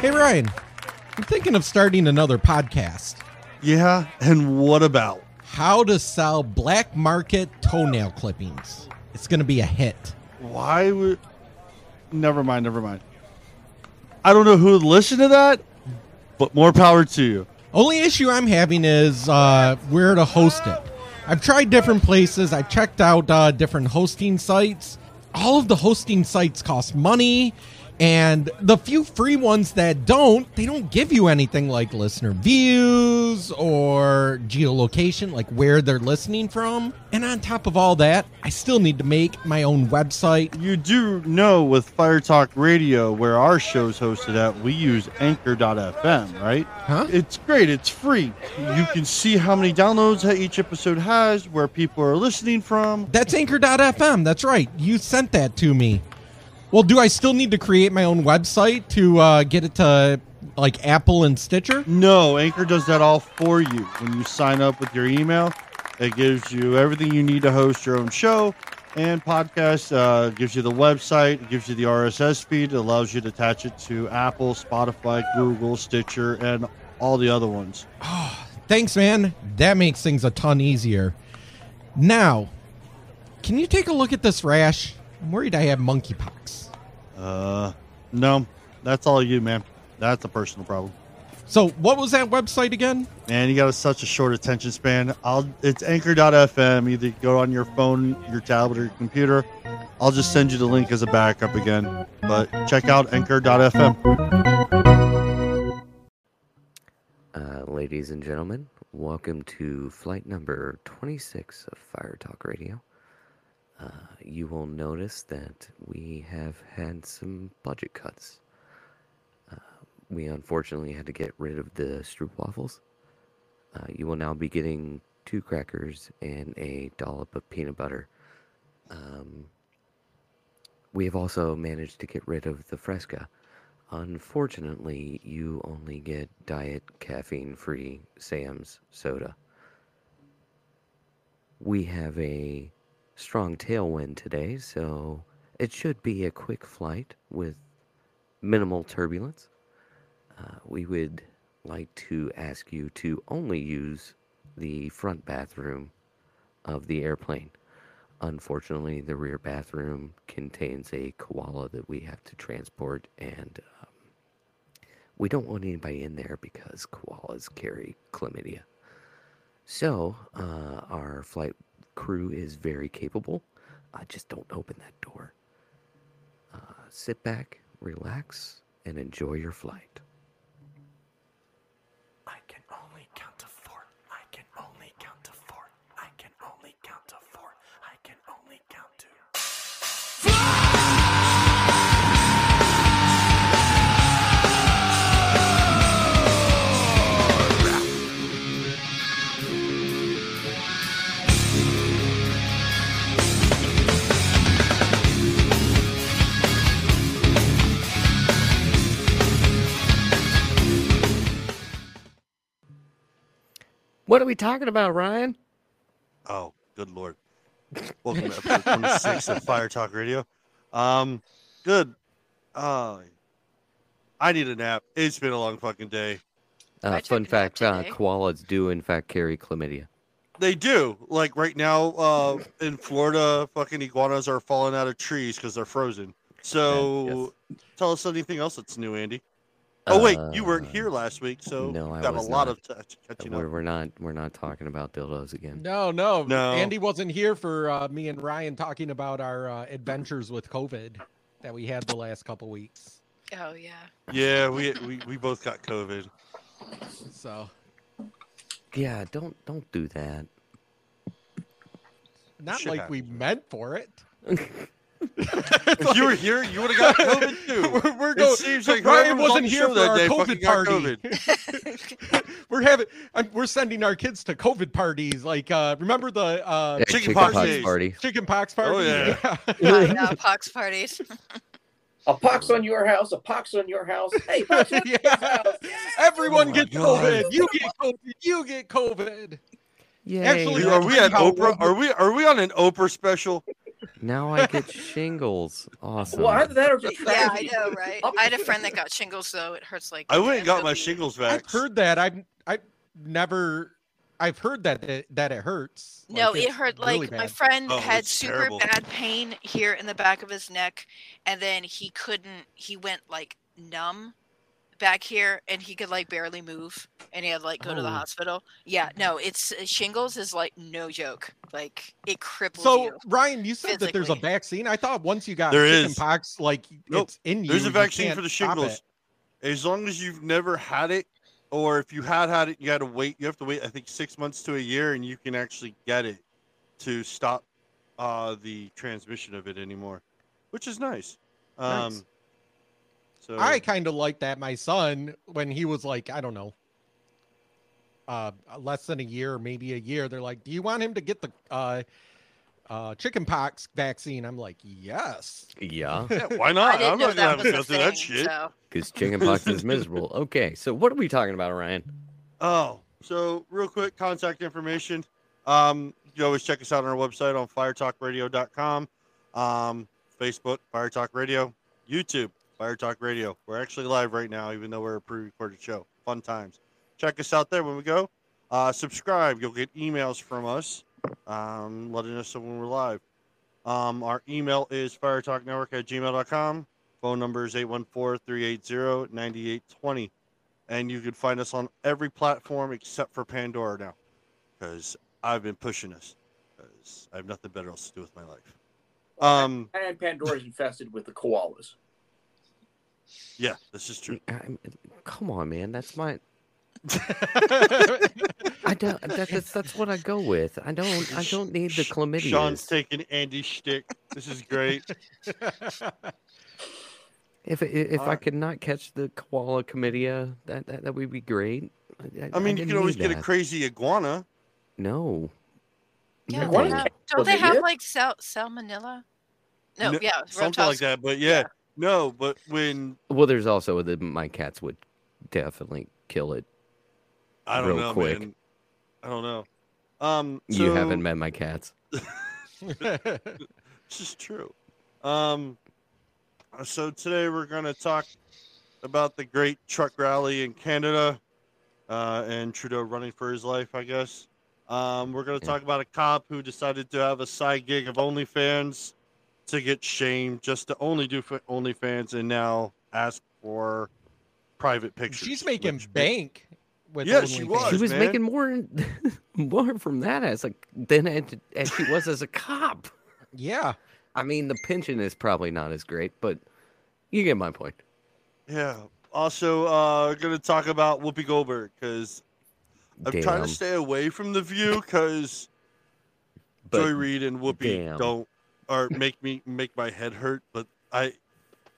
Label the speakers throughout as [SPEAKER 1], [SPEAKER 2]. [SPEAKER 1] Hey, Ryan, I'm thinking of starting another podcast.
[SPEAKER 2] Yeah, and what about?
[SPEAKER 1] How to sell black market toenail clippings. It's going to be a hit.
[SPEAKER 2] Why would. Never mind, never mind. I don't know who would listen to that, but more power to you.
[SPEAKER 1] Only issue I'm having is uh, where to host it. I've tried different places. I've checked out uh, different hosting sites. All of the hosting sites cost money, and the few free ones that don't, they don't give you anything like listener views or geolocation, like where they're listening from. And on top of all that, I still need to make my own website.
[SPEAKER 2] You do know with Fire Talk Radio, where our show's hosted at, we use anchor.fm, right?
[SPEAKER 1] Huh?
[SPEAKER 2] It's great, it's free. You can see how many downloads that each episode has, where people are listening from.
[SPEAKER 1] That's anchor.fm. That's right. You sent that to me. Well, do I still need to create my own website to uh, get it to like Apple and Stitcher?
[SPEAKER 2] No, Anchor does that all for you. When you sign up with your email, it gives you everything you need to host your own show and podcast. Uh, it gives you the website, it gives you the RSS feed, it allows you to attach it to Apple, Spotify, Google, Stitcher, and all the other ones.
[SPEAKER 1] Thanks, man. That makes things a ton easier. Now, can you take a look at this rash? I'm worried I have monkeypox.
[SPEAKER 2] Uh, no, that's all you, man. That's a personal problem.
[SPEAKER 1] So, what was that website again?
[SPEAKER 2] Man, you got a, such a short attention span. I'll it's anchor.fm. Either go on your phone, your tablet, or your computer. I'll just send you the link as a backup again. But check out anchor.fm.
[SPEAKER 3] Uh, ladies and gentlemen, welcome to flight number 26 of Fire Talk Radio. Uh, you will notice that we have had some budget cuts. Uh, we unfortunately had to get rid of the stroopwafels. Uh, you will now be getting two crackers and a dollop of peanut butter. Um, we have also managed to get rid of the Fresca. Unfortunately, you only get diet caffeine free Sam's soda. We have a strong tailwind today, so it should be a quick flight with minimal turbulence. Uh, we would like to ask you to only use the front bathroom of the airplane. Unfortunately, the rear bathroom contains a koala that we have to transport, and um, we don't want anybody in there because koalas carry chlamydia. So, uh, our flight crew is very capable. Uh, just don't open that door. Uh, sit back, relax, and enjoy your flight.
[SPEAKER 4] I can only count to four. I can only count to four. I can only count to four. I can only count to.
[SPEAKER 3] What are we talking about, Ryan?
[SPEAKER 2] Oh, good lord! Welcome to episode 26 of Fire Talk Radio. Um, good. Uh, I need a nap. It's been a long fucking day.
[SPEAKER 3] Uh,
[SPEAKER 5] I
[SPEAKER 3] fun
[SPEAKER 5] took a nap
[SPEAKER 3] fact uh,
[SPEAKER 5] today.
[SPEAKER 3] koalas do, in fact, carry chlamydia.
[SPEAKER 2] They do. Like right now, uh, in Florida, fucking iguanas are falling out of trees because they're frozen. So, tell us anything else that's new, Andy. Oh wait, you weren't
[SPEAKER 3] Uh,
[SPEAKER 2] here last week, so
[SPEAKER 3] no, I
[SPEAKER 2] got a
[SPEAKER 3] was
[SPEAKER 2] lot
[SPEAKER 3] not.
[SPEAKER 2] of touch catching
[SPEAKER 3] We're,
[SPEAKER 2] up.
[SPEAKER 3] we're not we're not talking about dildos again.
[SPEAKER 1] No, no,
[SPEAKER 2] No.
[SPEAKER 1] Andy wasn't here for uh, me and Ryan talking about our uh, adventures with COVID that we had the last couple weeks.
[SPEAKER 5] Oh yeah.
[SPEAKER 2] Yeah, we, we we both got COVID.
[SPEAKER 1] So,
[SPEAKER 3] Yeah, don't don't do that.
[SPEAKER 1] not
[SPEAKER 2] Shit
[SPEAKER 1] like we meant for it.
[SPEAKER 2] If you were here, you would have got COVID too.
[SPEAKER 1] weoo. We're
[SPEAKER 2] It
[SPEAKER 1] going.
[SPEAKER 2] seems like whoever
[SPEAKER 1] Ryan
[SPEAKER 2] was on
[SPEAKER 1] wasn't
[SPEAKER 2] the
[SPEAKER 1] here
[SPEAKER 2] show
[SPEAKER 1] for
[SPEAKER 2] that
[SPEAKER 1] our
[SPEAKER 2] day fucking
[SPEAKER 1] COVID
[SPEAKER 2] got
[SPEAKER 1] party. we're having. I'm, we're sending our kids to COVID parties. Like, uh, remember the uh,
[SPEAKER 3] Yeah,
[SPEAKER 2] chicken
[SPEAKER 3] pox
[SPEAKER 2] pox days.
[SPEAKER 3] party.
[SPEAKER 1] chicken pox party?
[SPEAKER 2] Oh, yeah.
[SPEAKER 5] Oh, no, pox parties.
[SPEAKER 6] A pox on your house, a pox on your house. Hey, pox on your
[SPEAKER 1] Yeah.
[SPEAKER 6] house.
[SPEAKER 1] Everyone
[SPEAKER 2] Oh my
[SPEAKER 1] gets
[SPEAKER 2] God.
[SPEAKER 1] COVID. You get COVID. You get COVID.
[SPEAKER 3] Yay.
[SPEAKER 1] Actually,
[SPEAKER 3] now-
[SPEAKER 2] Are we at
[SPEAKER 1] How old
[SPEAKER 2] Oprah? Are we are we on an Oprah special?
[SPEAKER 3] now Oh, I get shingles. Awesome.
[SPEAKER 6] Well, either that or just try
[SPEAKER 7] Yeah,
[SPEAKER 6] to
[SPEAKER 7] I
[SPEAKER 6] be-
[SPEAKER 7] know, right? I had a friend that got shingles though. It hurts like.
[SPEAKER 2] I
[SPEAKER 7] the
[SPEAKER 2] went and got my
[SPEAKER 7] SOB.
[SPEAKER 2] shingles
[SPEAKER 1] I've
[SPEAKER 2] vax.
[SPEAKER 1] heard that. I've I've never. I've heard that it, that it hurts. Like,
[SPEAKER 7] No, it
[SPEAKER 1] it's
[SPEAKER 7] hurt like
[SPEAKER 1] really
[SPEAKER 7] my
[SPEAKER 1] bad.
[SPEAKER 7] friend
[SPEAKER 2] Oh,
[SPEAKER 7] had
[SPEAKER 2] it's
[SPEAKER 7] super
[SPEAKER 2] terrible.
[SPEAKER 7] bad pain here in the back of his neck, and then he couldn't. He went like numb back here, and he could like barely move, and he had to, like go to the
[SPEAKER 3] Oh.
[SPEAKER 7] hospital. Yeah, no, it's uh, shingles is like no joke. Like it cripples
[SPEAKER 1] So
[SPEAKER 7] you.
[SPEAKER 1] Ryan, you said that there's a
[SPEAKER 7] physically.
[SPEAKER 1] vaccine. I thought once you got
[SPEAKER 2] There
[SPEAKER 1] chicken
[SPEAKER 2] is.
[SPEAKER 1] pox, like
[SPEAKER 2] Nope.
[SPEAKER 1] it's in you.
[SPEAKER 2] There's a
[SPEAKER 1] you
[SPEAKER 2] vaccine for
[SPEAKER 1] can't
[SPEAKER 2] the
[SPEAKER 1] stop it.
[SPEAKER 2] shingles. As long as you've never had it, or if you had had it, you had to wait. You have to wait, I think, six months to a year, and you can actually get it to stop uh, the transmission of it anymore, which is nice. Um,
[SPEAKER 1] Nice.
[SPEAKER 2] So
[SPEAKER 1] I kind of like that. My son, when he was like, I don't know, uh, less than a year, maybe a year, they're like, "Do you want him to get the uh, uh, chickenpox vaccine?" I'm like, "Yes."
[SPEAKER 3] Yeah,
[SPEAKER 2] yeah, why
[SPEAKER 7] I
[SPEAKER 2] not?
[SPEAKER 7] didn't
[SPEAKER 2] I'm
[SPEAKER 7] know
[SPEAKER 2] not gonna
[SPEAKER 7] that
[SPEAKER 2] have
[SPEAKER 7] was
[SPEAKER 2] to
[SPEAKER 7] a
[SPEAKER 2] go through
[SPEAKER 7] thing.
[SPEAKER 2] that shit.
[SPEAKER 7] So
[SPEAKER 3] because chickenpox is miserable. Okay, so what are we talking about, Ryan?
[SPEAKER 2] Oh, so real quick contact information. Um, you can always check us out on our website on firetalkradio.com, um, Facebook, Fire Talk Radio, YouTube, Fire Talk Radio. We're actually live right now, even though we're a pre recorded show. Fun times. Check us out there when we go. Uh, subscribe. You'll get emails from us um, letting us know when we're live. Um, our email is firetalknetwork at gmail.com. Phone number is 814 380 9820 and you can find us on every platform except for Pandora now, because I've been pushing us, because I have nothing better else to do with my life. Um,
[SPEAKER 6] And Pandora's infested with the koalas.
[SPEAKER 2] yeah, this is true.
[SPEAKER 3] I'm, come on, man. That's my. I don't. That, that's that's what I go with. I don't. I don't need the
[SPEAKER 2] Sh-
[SPEAKER 3] chlamydia.
[SPEAKER 2] Sean's taking Andy's shtick. This is great.
[SPEAKER 3] If i- if I
[SPEAKER 2] Alright.
[SPEAKER 3] could not catch the koala chlamydia, that that, that would be great. I,
[SPEAKER 2] I mean, you
[SPEAKER 3] didn't
[SPEAKER 2] can always
[SPEAKER 3] need
[SPEAKER 2] get a
[SPEAKER 3] that.
[SPEAKER 2] crazy iguana.
[SPEAKER 3] No.
[SPEAKER 7] yeah,
[SPEAKER 3] No.
[SPEAKER 7] they
[SPEAKER 6] What?
[SPEAKER 7] have,
[SPEAKER 6] Well,
[SPEAKER 7] don't they
[SPEAKER 6] they
[SPEAKER 7] have
[SPEAKER 6] did.
[SPEAKER 7] like sal- salmonella? No,
[SPEAKER 2] No,
[SPEAKER 7] yeah,
[SPEAKER 2] Something like
[SPEAKER 7] rotox-
[SPEAKER 2] that, but yeah, no. But when
[SPEAKER 3] Well, there's also the my cats would definitely kill it.
[SPEAKER 2] I don't
[SPEAKER 3] Real
[SPEAKER 2] know,
[SPEAKER 3] quick.
[SPEAKER 2] man. I don't know. Um,
[SPEAKER 3] you
[SPEAKER 2] so-
[SPEAKER 3] haven't met my cats.
[SPEAKER 2] This is true. Um, so today we're going to talk about the great truck rally in Canada uh, and Trudeau running for his life, I guess. Um, we're going to
[SPEAKER 3] Yeah.
[SPEAKER 2] talk about a cop who decided to have a side gig of OnlyFans to get shamed just to only do for OnlyFans and now ask for private pictures.
[SPEAKER 1] She's making
[SPEAKER 2] which-
[SPEAKER 1] bank. With
[SPEAKER 2] Yeah, she
[SPEAKER 1] OnlyFans.
[SPEAKER 2] was.
[SPEAKER 3] she was
[SPEAKER 2] man.
[SPEAKER 3] making more in- more from that as a than as, as she was as a cop.
[SPEAKER 1] Yeah,
[SPEAKER 3] I mean, the pension is probably not as great, but you get my point.
[SPEAKER 2] Yeah. Also, uh, we're going to talk about Whoopi Goldberg because I'm trying
[SPEAKER 3] Damn.
[SPEAKER 2] to stay away from the view because.
[SPEAKER 3] But
[SPEAKER 2] Joy Reid and Whoopi
[SPEAKER 3] damn.
[SPEAKER 2] don't or make me make my head hurt, but I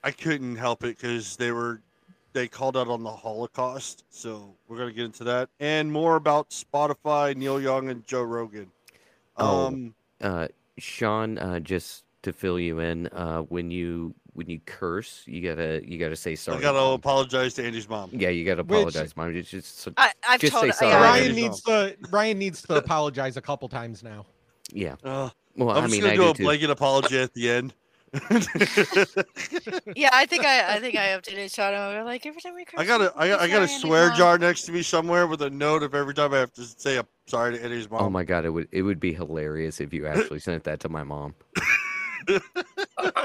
[SPEAKER 2] I couldn't help it because they were they called out on the Holocaust. So we're gonna get into that and more about Spotify, Neil Young, and Joe Rogan.
[SPEAKER 3] Oh.
[SPEAKER 2] Um,
[SPEAKER 3] uh, Sean, uh, just to fill you in, uh, when you when you curse, you gotta you gotta say sorry.
[SPEAKER 2] I gotta
[SPEAKER 3] Mom.
[SPEAKER 2] apologize to Andy's mom.
[SPEAKER 3] yeah, you gotta
[SPEAKER 1] Which-
[SPEAKER 3] apologize, mom. It's just so-
[SPEAKER 7] I, I've
[SPEAKER 3] Just
[SPEAKER 7] told.
[SPEAKER 3] say
[SPEAKER 7] I-
[SPEAKER 3] Yeah. sorry.
[SPEAKER 1] Ryan
[SPEAKER 2] Ryan
[SPEAKER 1] needs to. Ryan needs to apologize a couple times now.
[SPEAKER 3] yeah.
[SPEAKER 2] Uh,
[SPEAKER 3] Well,
[SPEAKER 2] I'm
[SPEAKER 3] I
[SPEAKER 2] just
[SPEAKER 3] mean,
[SPEAKER 2] gonna
[SPEAKER 3] I
[SPEAKER 2] do
[SPEAKER 3] do
[SPEAKER 2] a
[SPEAKER 3] too.
[SPEAKER 2] blanket apology at the end.
[SPEAKER 7] yeah, I think I, I think I updated Sean. We're like every time we.
[SPEAKER 2] I
[SPEAKER 7] curse,
[SPEAKER 2] got
[SPEAKER 7] we
[SPEAKER 2] a I got,
[SPEAKER 7] say
[SPEAKER 2] I got a
[SPEAKER 7] sorry, Andy's
[SPEAKER 2] swear
[SPEAKER 7] mom.
[SPEAKER 2] jar next to me somewhere with a note of every time I have to say a sorry to Andy's mom.
[SPEAKER 3] Oh my god, it would it would be hilarious if you actually sent that to my mom.
[SPEAKER 6] I,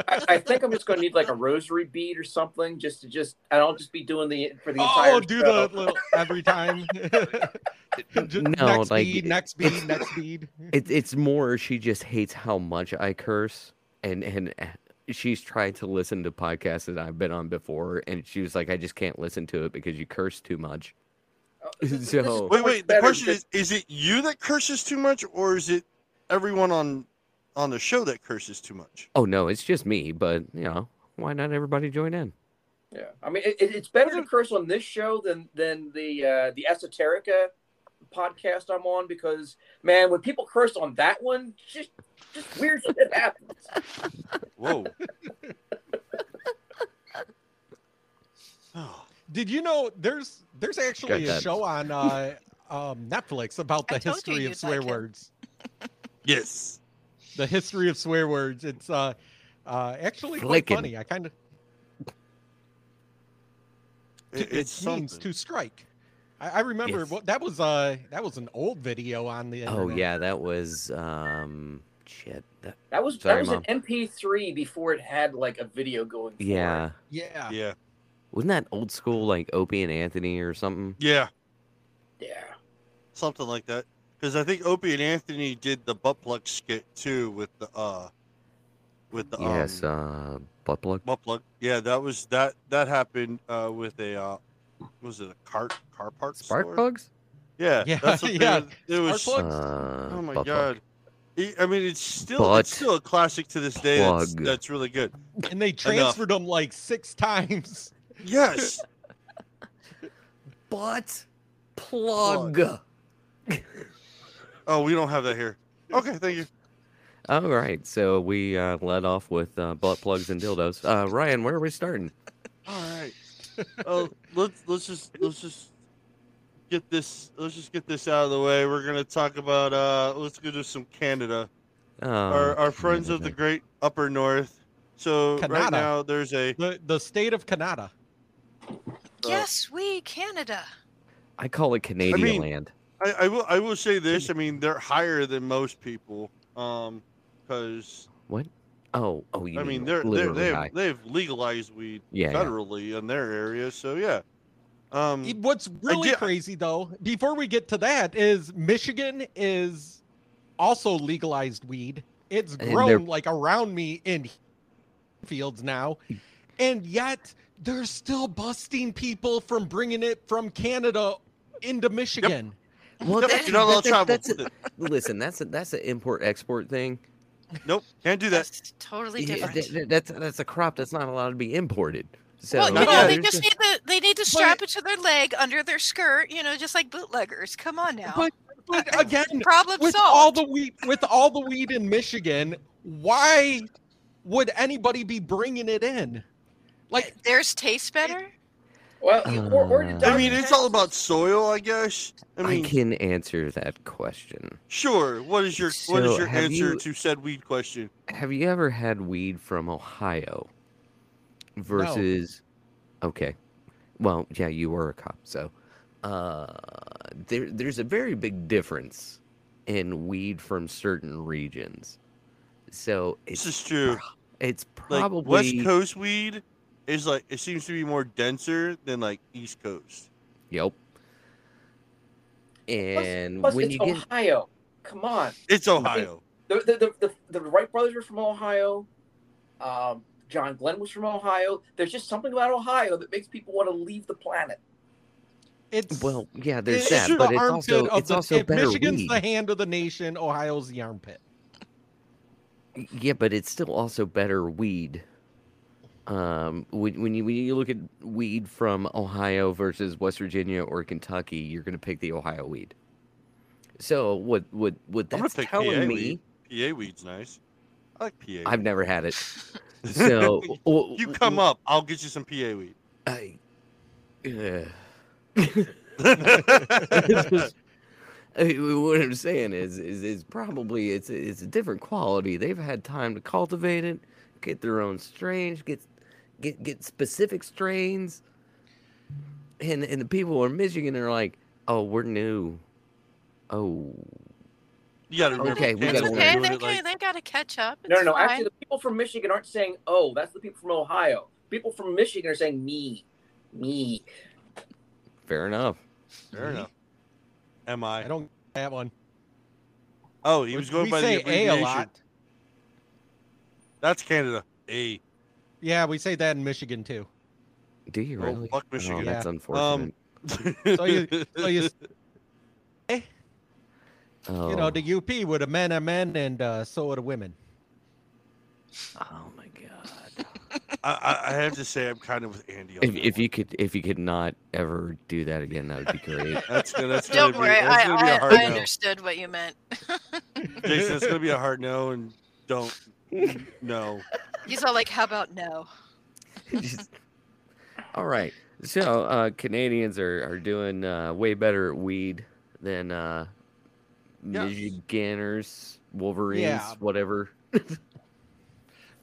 [SPEAKER 6] I- I think I'm just going to need like a rosary bead or something just to just, and I'll just be doing the for the entire.
[SPEAKER 1] Oh, do
[SPEAKER 6] show.
[SPEAKER 1] the little every time. Ju-
[SPEAKER 3] No,
[SPEAKER 1] next
[SPEAKER 3] like,
[SPEAKER 1] bead, next bead, next bead.
[SPEAKER 3] It, it's more she just hates how much I curse, and and uh, she's tried to listen to podcasts that I've been on before, and she was like, I just can't listen to it because you curse too much.
[SPEAKER 6] Uh, this is- this is
[SPEAKER 3] So-
[SPEAKER 2] Wait,
[SPEAKER 6] much
[SPEAKER 2] wait. The
[SPEAKER 6] better
[SPEAKER 2] question
[SPEAKER 6] than-
[SPEAKER 2] is: Is it you that curses too much, or is it everyone on on the show that curses too much?
[SPEAKER 3] Oh no, it's just me, but you know, why not everybody join in?
[SPEAKER 6] Yeah, I mean, it, it- it's better to curse on this show than than the uh, the Esoterica podcast I'm on because man, when people curse on that one, just just weird shit happens.
[SPEAKER 2] Whoa.
[SPEAKER 1] Did you know there's there's actually a
[SPEAKER 3] that.
[SPEAKER 1] show on uh um, Netflix about the
[SPEAKER 7] I told you
[SPEAKER 1] history of
[SPEAKER 7] you'd
[SPEAKER 1] swear
[SPEAKER 7] like it.
[SPEAKER 1] words.
[SPEAKER 2] Yes.
[SPEAKER 1] The history of swear words. It's uh, uh, actually quite
[SPEAKER 3] Flickin'.
[SPEAKER 1] funny. I kind of
[SPEAKER 2] It-
[SPEAKER 1] it,
[SPEAKER 2] it's
[SPEAKER 1] means
[SPEAKER 2] something.
[SPEAKER 1] to strike. I, I remember
[SPEAKER 3] Yes.
[SPEAKER 1] what that was. Uh, that was an old video on the.
[SPEAKER 3] Oh
[SPEAKER 1] internet.
[SPEAKER 3] yeah, that was um shit. That,
[SPEAKER 6] That was
[SPEAKER 3] Sorry,
[SPEAKER 6] that was
[SPEAKER 3] Mom.
[SPEAKER 6] an MP3 before it had like a video going. for it.
[SPEAKER 3] yeah.
[SPEAKER 1] yeah,
[SPEAKER 2] Yeah.
[SPEAKER 3] Wasn't that old school like Opie and Anthony or something?
[SPEAKER 2] Yeah.
[SPEAKER 6] yeah.
[SPEAKER 2] Something like that. Because I think Opie and Anthony did the butt plug skit too with the uh with the
[SPEAKER 3] yes,
[SPEAKER 2] um,
[SPEAKER 3] uh butt plug.
[SPEAKER 2] butt plug. Yeah, that was that that happened uh with a uh was it a cart car parts
[SPEAKER 3] Spark
[SPEAKER 2] store?
[SPEAKER 3] plugs?
[SPEAKER 2] Yeah,
[SPEAKER 1] Yeah,
[SPEAKER 2] that's what they-
[SPEAKER 1] yeah.
[SPEAKER 2] It was
[SPEAKER 1] Spark plugs?
[SPEAKER 3] Uh,
[SPEAKER 2] Oh my
[SPEAKER 3] butt plug.
[SPEAKER 2] god! I- I mean, it's still
[SPEAKER 3] Butt
[SPEAKER 2] it's still a classic to this day. That's,
[SPEAKER 3] plug.
[SPEAKER 2] that's really good.
[SPEAKER 1] and they transferred them like six times.
[SPEAKER 2] Yes,
[SPEAKER 3] Butt plug.
[SPEAKER 2] Oh, we don't have that here. Okay, thank you.
[SPEAKER 3] All right, so we uh, led off with uh, butt plugs and dildos. Uh, Ryan, where are we starting?
[SPEAKER 2] All right. Oh, let's let's just let's just get this let's just get this out of the way. We're gonna talk about uh let's go to some Canada.
[SPEAKER 3] Oh,
[SPEAKER 2] our our friends of the
[SPEAKER 3] Canada.
[SPEAKER 2] Great Upper North. So right
[SPEAKER 1] Canada.
[SPEAKER 2] now there's a
[SPEAKER 1] The the state of Canada.
[SPEAKER 7] yes, we Canada.
[SPEAKER 3] I call it Canadian
[SPEAKER 2] mean-
[SPEAKER 3] land.
[SPEAKER 2] I, I will I will say this. I mean they're higher than most people. Um, because
[SPEAKER 3] What? Oh, oh, you
[SPEAKER 2] I mean they're, they're
[SPEAKER 3] literally high.
[SPEAKER 2] they've they've legalized weed
[SPEAKER 3] yeah, yeah.
[SPEAKER 2] federally in their area. So yeah. Um,
[SPEAKER 1] It- What's really
[SPEAKER 2] get-
[SPEAKER 1] crazy though, before we get to that, is Michigan is also legalized weed. It's
[SPEAKER 3] And they're-
[SPEAKER 1] grown like around me in fields now, and yet they're still busting people from bringing it from Canada into Michigan.
[SPEAKER 3] Well,
[SPEAKER 2] Nope,
[SPEAKER 3] that's-
[SPEAKER 2] you're not allowed to
[SPEAKER 3] that's-
[SPEAKER 2] travel.
[SPEAKER 3] that's
[SPEAKER 2] with it.
[SPEAKER 3] listen, that's a, that's an import export thing.
[SPEAKER 2] Nope, can't do that.
[SPEAKER 7] That's totally
[SPEAKER 3] Yeah,
[SPEAKER 7] different.
[SPEAKER 3] th- th- that's that's a crop that's not allowed to be imported. So
[SPEAKER 7] well, you
[SPEAKER 2] Not
[SPEAKER 7] know, they
[SPEAKER 2] yet.
[SPEAKER 7] just need to they need to strap it to their leg under their skirt, you know, just like bootleggers. Come on now.
[SPEAKER 1] But, but again,
[SPEAKER 7] Problem
[SPEAKER 1] with
[SPEAKER 7] solved.
[SPEAKER 1] all the weed, with all the weed in Michigan, why would anybody be bringing it in? Like
[SPEAKER 7] Theirs tastes better.
[SPEAKER 6] Well, or, or
[SPEAKER 3] Uh,
[SPEAKER 2] I mean, it's all about soil, I guess. I
[SPEAKER 3] I,
[SPEAKER 2] mean,
[SPEAKER 3] can answer that question.
[SPEAKER 2] sure. What is your
[SPEAKER 3] So,
[SPEAKER 2] what is your
[SPEAKER 3] have
[SPEAKER 2] answer
[SPEAKER 3] you-
[SPEAKER 2] to said weed question?
[SPEAKER 3] Have you ever had weed from Ohio versus Okay. Well, yeah, you were a cop, so uh there there's a very big difference in weed from certain regions. So
[SPEAKER 2] This
[SPEAKER 3] it's
[SPEAKER 2] is true.
[SPEAKER 3] it's
[SPEAKER 2] Like
[SPEAKER 3] probably
[SPEAKER 2] West Coast weed is like it seems to be more denser than like East Coast.
[SPEAKER 3] Yep. And
[SPEAKER 6] Plus,
[SPEAKER 3] when
[SPEAKER 6] it's
[SPEAKER 3] you get
[SPEAKER 6] Ohio. Come on.
[SPEAKER 2] It's Ohio.
[SPEAKER 6] The the, the the the Wright brothers were from Ohio. Um, John Glenn was from Ohio. There's just something about Ohio that makes people want to leave the planet.
[SPEAKER 1] it's
[SPEAKER 3] Well, yeah, there's
[SPEAKER 1] It's
[SPEAKER 3] that,
[SPEAKER 1] the
[SPEAKER 3] but it's
[SPEAKER 1] armpit
[SPEAKER 3] also
[SPEAKER 1] of
[SPEAKER 3] it's
[SPEAKER 1] uh, the-
[SPEAKER 3] also
[SPEAKER 1] if
[SPEAKER 3] better
[SPEAKER 1] Michigan's
[SPEAKER 3] weed.
[SPEAKER 1] the hand of the nation. Ohio's the armpit.
[SPEAKER 3] Yeah, but it's still also better weed. Um, when, when you when you look at weed from Ohio versus West Virginia or Kentucky, you're gonna pick the Ohio weed. So what what what
[SPEAKER 2] I'm gonna
[SPEAKER 3] that's
[SPEAKER 2] pick
[SPEAKER 3] telling
[SPEAKER 2] PA
[SPEAKER 3] me,
[SPEAKER 2] weed. PA weed's nice. I like PA. Weed.
[SPEAKER 3] I've never had it. So w-
[SPEAKER 2] you
[SPEAKER 3] w-
[SPEAKER 2] come up, I'll get you some PA weed.
[SPEAKER 3] I, Ugh.
[SPEAKER 2] yeah,
[SPEAKER 3] I mean, what I'm saying is, is, is probably it's it's a different quality. They've had time to cultivate it, get their own strains, get get get specific strains, and and the people in Michigan are like, oh, we're new, oh,
[SPEAKER 2] you gotta remember.
[SPEAKER 3] Okay, we
[SPEAKER 2] Kansas
[SPEAKER 7] It's
[SPEAKER 3] gotta
[SPEAKER 2] is
[SPEAKER 7] okay.
[SPEAKER 2] doing
[SPEAKER 7] They,
[SPEAKER 2] it like-
[SPEAKER 7] can, they gotta catch up.
[SPEAKER 6] No, no,
[SPEAKER 7] it's
[SPEAKER 6] no.
[SPEAKER 7] fine.
[SPEAKER 6] Actually, the people from Michigan aren't saying, "Oh, that's the people from Ohio." People from Michigan are saying, "Me, me."
[SPEAKER 3] fair enough.
[SPEAKER 2] Fair enough. Am
[SPEAKER 1] I
[SPEAKER 2] I?
[SPEAKER 1] don't get that one.
[SPEAKER 2] Oh, he was going
[SPEAKER 1] we
[SPEAKER 2] by
[SPEAKER 1] say
[SPEAKER 2] the abbreviation.
[SPEAKER 1] a lot.
[SPEAKER 2] That's Canada. A.
[SPEAKER 1] Yeah, we say that in Michigan too. Um,
[SPEAKER 3] Do you
[SPEAKER 2] Oh,
[SPEAKER 3] really?
[SPEAKER 2] fuck
[SPEAKER 3] Oh,
[SPEAKER 2] Michigan.
[SPEAKER 3] that's unfortunate.
[SPEAKER 1] So you- So you, s-
[SPEAKER 3] oh.
[SPEAKER 1] you know, the UP would have men are men, and uh, so would the women.
[SPEAKER 3] oh my god.
[SPEAKER 2] I, I- I have to say, I'm kind of with Andy. On
[SPEAKER 3] If,
[SPEAKER 2] that
[SPEAKER 3] if
[SPEAKER 2] one.
[SPEAKER 3] you could if you could not ever do that again, that would be great.
[SPEAKER 2] that's gonna, that's gonna
[SPEAKER 7] Don't
[SPEAKER 2] be,
[SPEAKER 7] worry,
[SPEAKER 2] that's
[SPEAKER 7] I,
[SPEAKER 2] gonna be
[SPEAKER 7] I,
[SPEAKER 2] a hard
[SPEAKER 7] I
[SPEAKER 2] no.
[SPEAKER 7] understood what you meant.
[SPEAKER 2] Jason, that's gonna be a hard no, and don't no.
[SPEAKER 7] He's all like, "How about no?"
[SPEAKER 3] Just- all right. So uh, Canadians are, are doing uh, way better at weed than uh,
[SPEAKER 2] Yeah.
[SPEAKER 3] Michiganners, Wolverines,
[SPEAKER 1] Yeah.
[SPEAKER 3] whatever.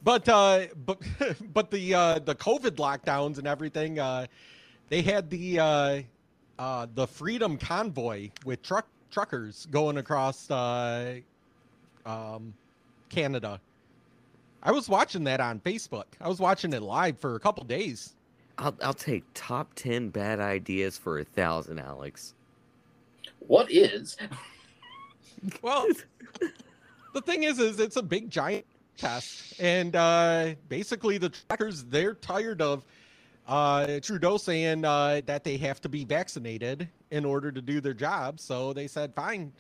[SPEAKER 1] But uh, but but the uh, the COVID lockdowns and everything, uh, they had the uh, uh, the Freedom Convoy with truck truckers going across uh, um, Canada. I was watching that on Facebook. I was watching it live for a couple days.
[SPEAKER 3] I'll I'll take top ten bad ideas for a thousand, Alex.
[SPEAKER 6] What is?
[SPEAKER 1] Well, the thing is, is it's a big giant test, and uh, basically the truckers they're tired of uh, Trudeau saying uh, that they have to be vaccinated in order to do their job. So they said, "Fine,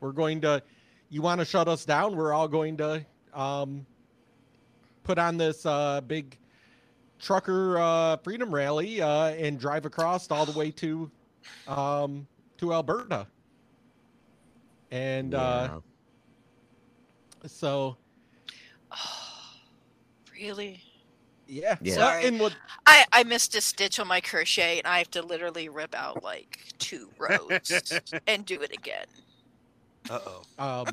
[SPEAKER 1] we're going to. You want to shut us down? We're all going to um, put on this uh, big trucker uh, freedom rally uh, and drive across all the way to um, to Alberta." And uh,
[SPEAKER 3] Yeah.
[SPEAKER 1] so
[SPEAKER 5] really?
[SPEAKER 1] yeah,
[SPEAKER 3] Yeah.
[SPEAKER 1] So,
[SPEAKER 5] Sorry.
[SPEAKER 1] and what
[SPEAKER 5] I, I missed a stitch on my crochet and I have to literally rip out like two rows and do it again.
[SPEAKER 2] Uh oh.
[SPEAKER 1] um,
[SPEAKER 2] Uh-oh,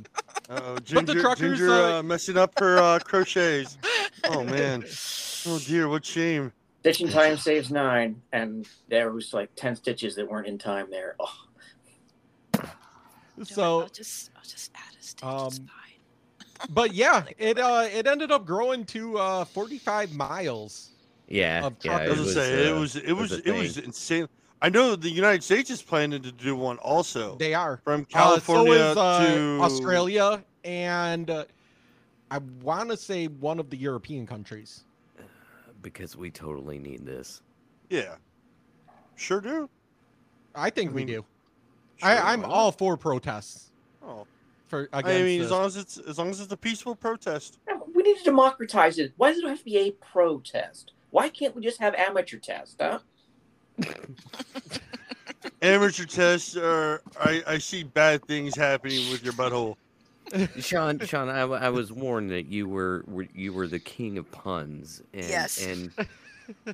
[SPEAKER 2] Uh, Ginger,
[SPEAKER 1] But the truckers,
[SPEAKER 2] Ginger
[SPEAKER 1] uh,
[SPEAKER 2] uh, messing up her uh, crochets. Oh man. Oh dear, what shame.
[SPEAKER 6] Stitching time saves nine, and there was like ten stitches that weren't in time there. Oh,
[SPEAKER 5] Don't worry,
[SPEAKER 1] so
[SPEAKER 5] I'll just I'll just add a stitch.
[SPEAKER 1] um,
[SPEAKER 5] it's fine.
[SPEAKER 1] but yeah, it uh it ended up growing to uh 45 miles.
[SPEAKER 3] Yeah,
[SPEAKER 1] of
[SPEAKER 3] yeah.
[SPEAKER 2] I
[SPEAKER 1] It
[SPEAKER 2] was, gonna say
[SPEAKER 3] uh,
[SPEAKER 2] it was it was
[SPEAKER 3] was
[SPEAKER 2] it
[SPEAKER 3] a
[SPEAKER 2] was
[SPEAKER 3] thing.
[SPEAKER 2] insane. I know the United States is planning to do one also
[SPEAKER 1] They are
[SPEAKER 2] from
[SPEAKER 1] Uh,
[SPEAKER 2] California
[SPEAKER 1] so is, uh,
[SPEAKER 2] to
[SPEAKER 1] Australia and uh, I want to say one of the European countries.
[SPEAKER 3] because we totally need this.
[SPEAKER 2] Yeah, sure do.
[SPEAKER 1] I think
[SPEAKER 2] I
[SPEAKER 1] we
[SPEAKER 2] mean,
[SPEAKER 1] do.
[SPEAKER 2] Sure,
[SPEAKER 1] I, I'm
[SPEAKER 2] why not?
[SPEAKER 1] all for protests
[SPEAKER 2] Oh.
[SPEAKER 1] for
[SPEAKER 2] I
[SPEAKER 1] against
[SPEAKER 2] mean,
[SPEAKER 1] this.
[SPEAKER 2] as long as it's as long as it's a peaceful protest.
[SPEAKER 6] no, we need to democratize it. Why does it have to be a protest? Why can't we just have amateur tests? Huh?
[SPEAKER 2] Amateur tests are. I, I see bad things happening with your butthole.
[SPEAKER 3] Sean, Sean, I, w- I was warned that you were, were you were the king of puns. And,
[SPEAKER 5] Yes.
[SPEAKER 3] And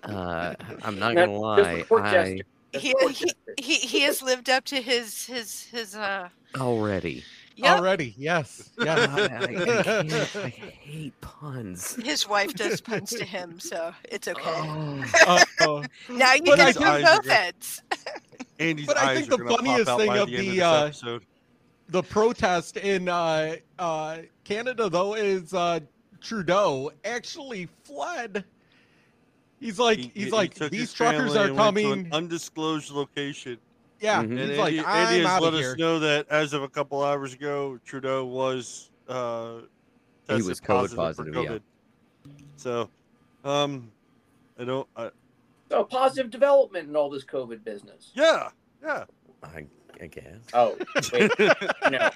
[SPEAKER 3] uh, I'm not
[SPEAKER 6] Now,
[SPEAKER 3] gonna
[SPEAKER 6] there's
[SPEAKER 3] lie,
[SPEAKER 6] the court
[SPEAKER 3] I
[SPEAKER 6] jester. There's the
[SPEAKER 5] He-
[SPEAKER 6] court
[SPEAKER 5] he-
[SPEAKER 6] jester.
[SPEAKER 5] He he has lived up to his his his uh
[SPEAKER 3] already.
[SPEAKER 5] yeah
[SPEAKER 1] Already, yes,
[SPEAKER 3] I,
[SPEAKER 1] yes.
[SPEAKER 3] I- I can't- I hate puns.
[SPEAKER 5] his wife does puns to him, so it's okay.
[SPEAKER 3] Oh,
[SPEAKER 1] Uh, uh,
[SPEAKER 5] Now you
[SPEAKER 1] But I
[SPEAKER 5] can
[SPEAKER 1] think-
[SPEAKER 5] do both ends.
[SPEAKER 2] Andy's
[SPEAKER 1] But I
[SPEAKER 2] eyes
[SPEAKER 1] think
[SPEAKER 2] are
[SPEAKER 1] the
[SPEAKER 2] gonna
[SPEAKER 1] funniest
[SPEAKER 2] pop out
[SPEAKER 1] thing
[SPEAKER 2] by
[SPEAKER 1] of
[SPEAKER 2] the, end
[SPEAKER 1] the,
[SPEAKER 2] this
[SPEAKER 1] uh,
[SPEAKER 2] episode.
[SPEAKER 1] the protest in uh, uh, Canada, though, is uh, Trudeau actually fled. He's like,
[SPEAKER 2] He-
[SPEAKER 1] he's
[SPEAKER 2] he- he
[SPEAKER 1] like,
[SPEAKER 2] took
[SPEAKER 1] these
[SPEAKER 2] his
[SPEAKER 1] truckers
[SPEAKER 2] family
[SPEAKER 1] are
[SPEAKER 2] and went to an
[SPEAKER 1] coming.
[SPEAKER 2] undisclosed location.
[SPEAKER 1] yeah,
[SPEAKER 3] Mhm.
[SPEAKER 1] he's
[SPEAKER 2] And
[SPEAKER 1] like,
[SPEAKER 2] Andy,
[SPEAKER 1] I'm
[SPEAKER 2] Andy has
[SPEAKER 1] out
[SPEAKER 2] let
[SPEAKER 1] of here.
[SPEAKER 2] us know that as of a couple hours ago, Trudeau was uh,
[SPEAKER 3] He
[SPEAKER 2] tested
[SPEAKER 3] was COVID positive,
[SPEAKER 2] for
[SPEAKER 3] yeah.
[SPEAKER 2] COVID. So, um, I don't. I,
[SPEAKER 6] So positive development in all this COVID business.
[SPEAKER 2] yeah, yeah.
[SPEAKER 3] I, I guess.
[SPEAKER 6] Oh, wait, no.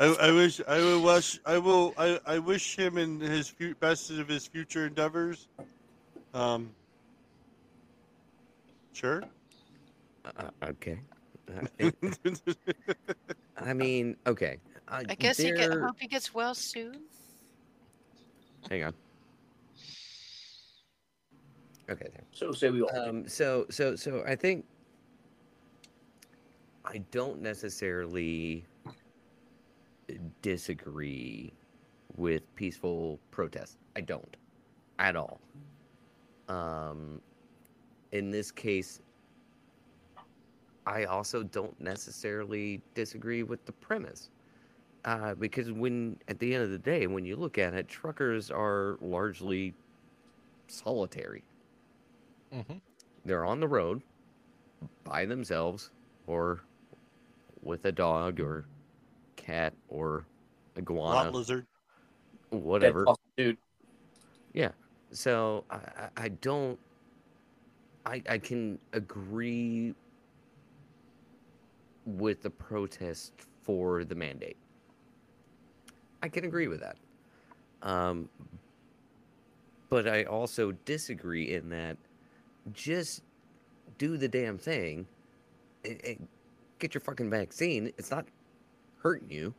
[SPEAKER 2] I, I wish. I will wish. I will. I, I wish him and his fu- best of his future endeavors. Um. Sure.
[SPEAKER 3] Uh, okay. Uh, it- I mean, okay. I,
[SPEAKER 5] I guess he get,
[SPEAKER 3] there-
[SPEAKER 5] hope he gets well soon.
[SPEAKER 3] Hang on. Okay. There.
[SPEAKER 6] So say we all.
[SPEAKER 3] um so so so i think i don't necessarily disagree with peaceful protest i don't at all um in this case i also don't necessarily disagree with the premise uh, because when at the end of the day when you look at it truckers are largely solitary
[SPEAKER 1] Mhm.
[SPEAKER 3] they're on the road by themselves or with a dog or cat or
[SPEAKER 2] Lot
[SPEAKER 3] iguana,
[SPEAKER 2] lizard.
[SPEAKER 6] Dead
[SPEAKER 3] whatever.
[SPEAKER 6] fossil dude.
[SPEAKER 3] So I, I- I don't. I I can agree with the protest for the mandate. I can agree with that. Um, but I also disagree in that just do the damn thing. and- and get your fucking vaccine. It's not hurting you.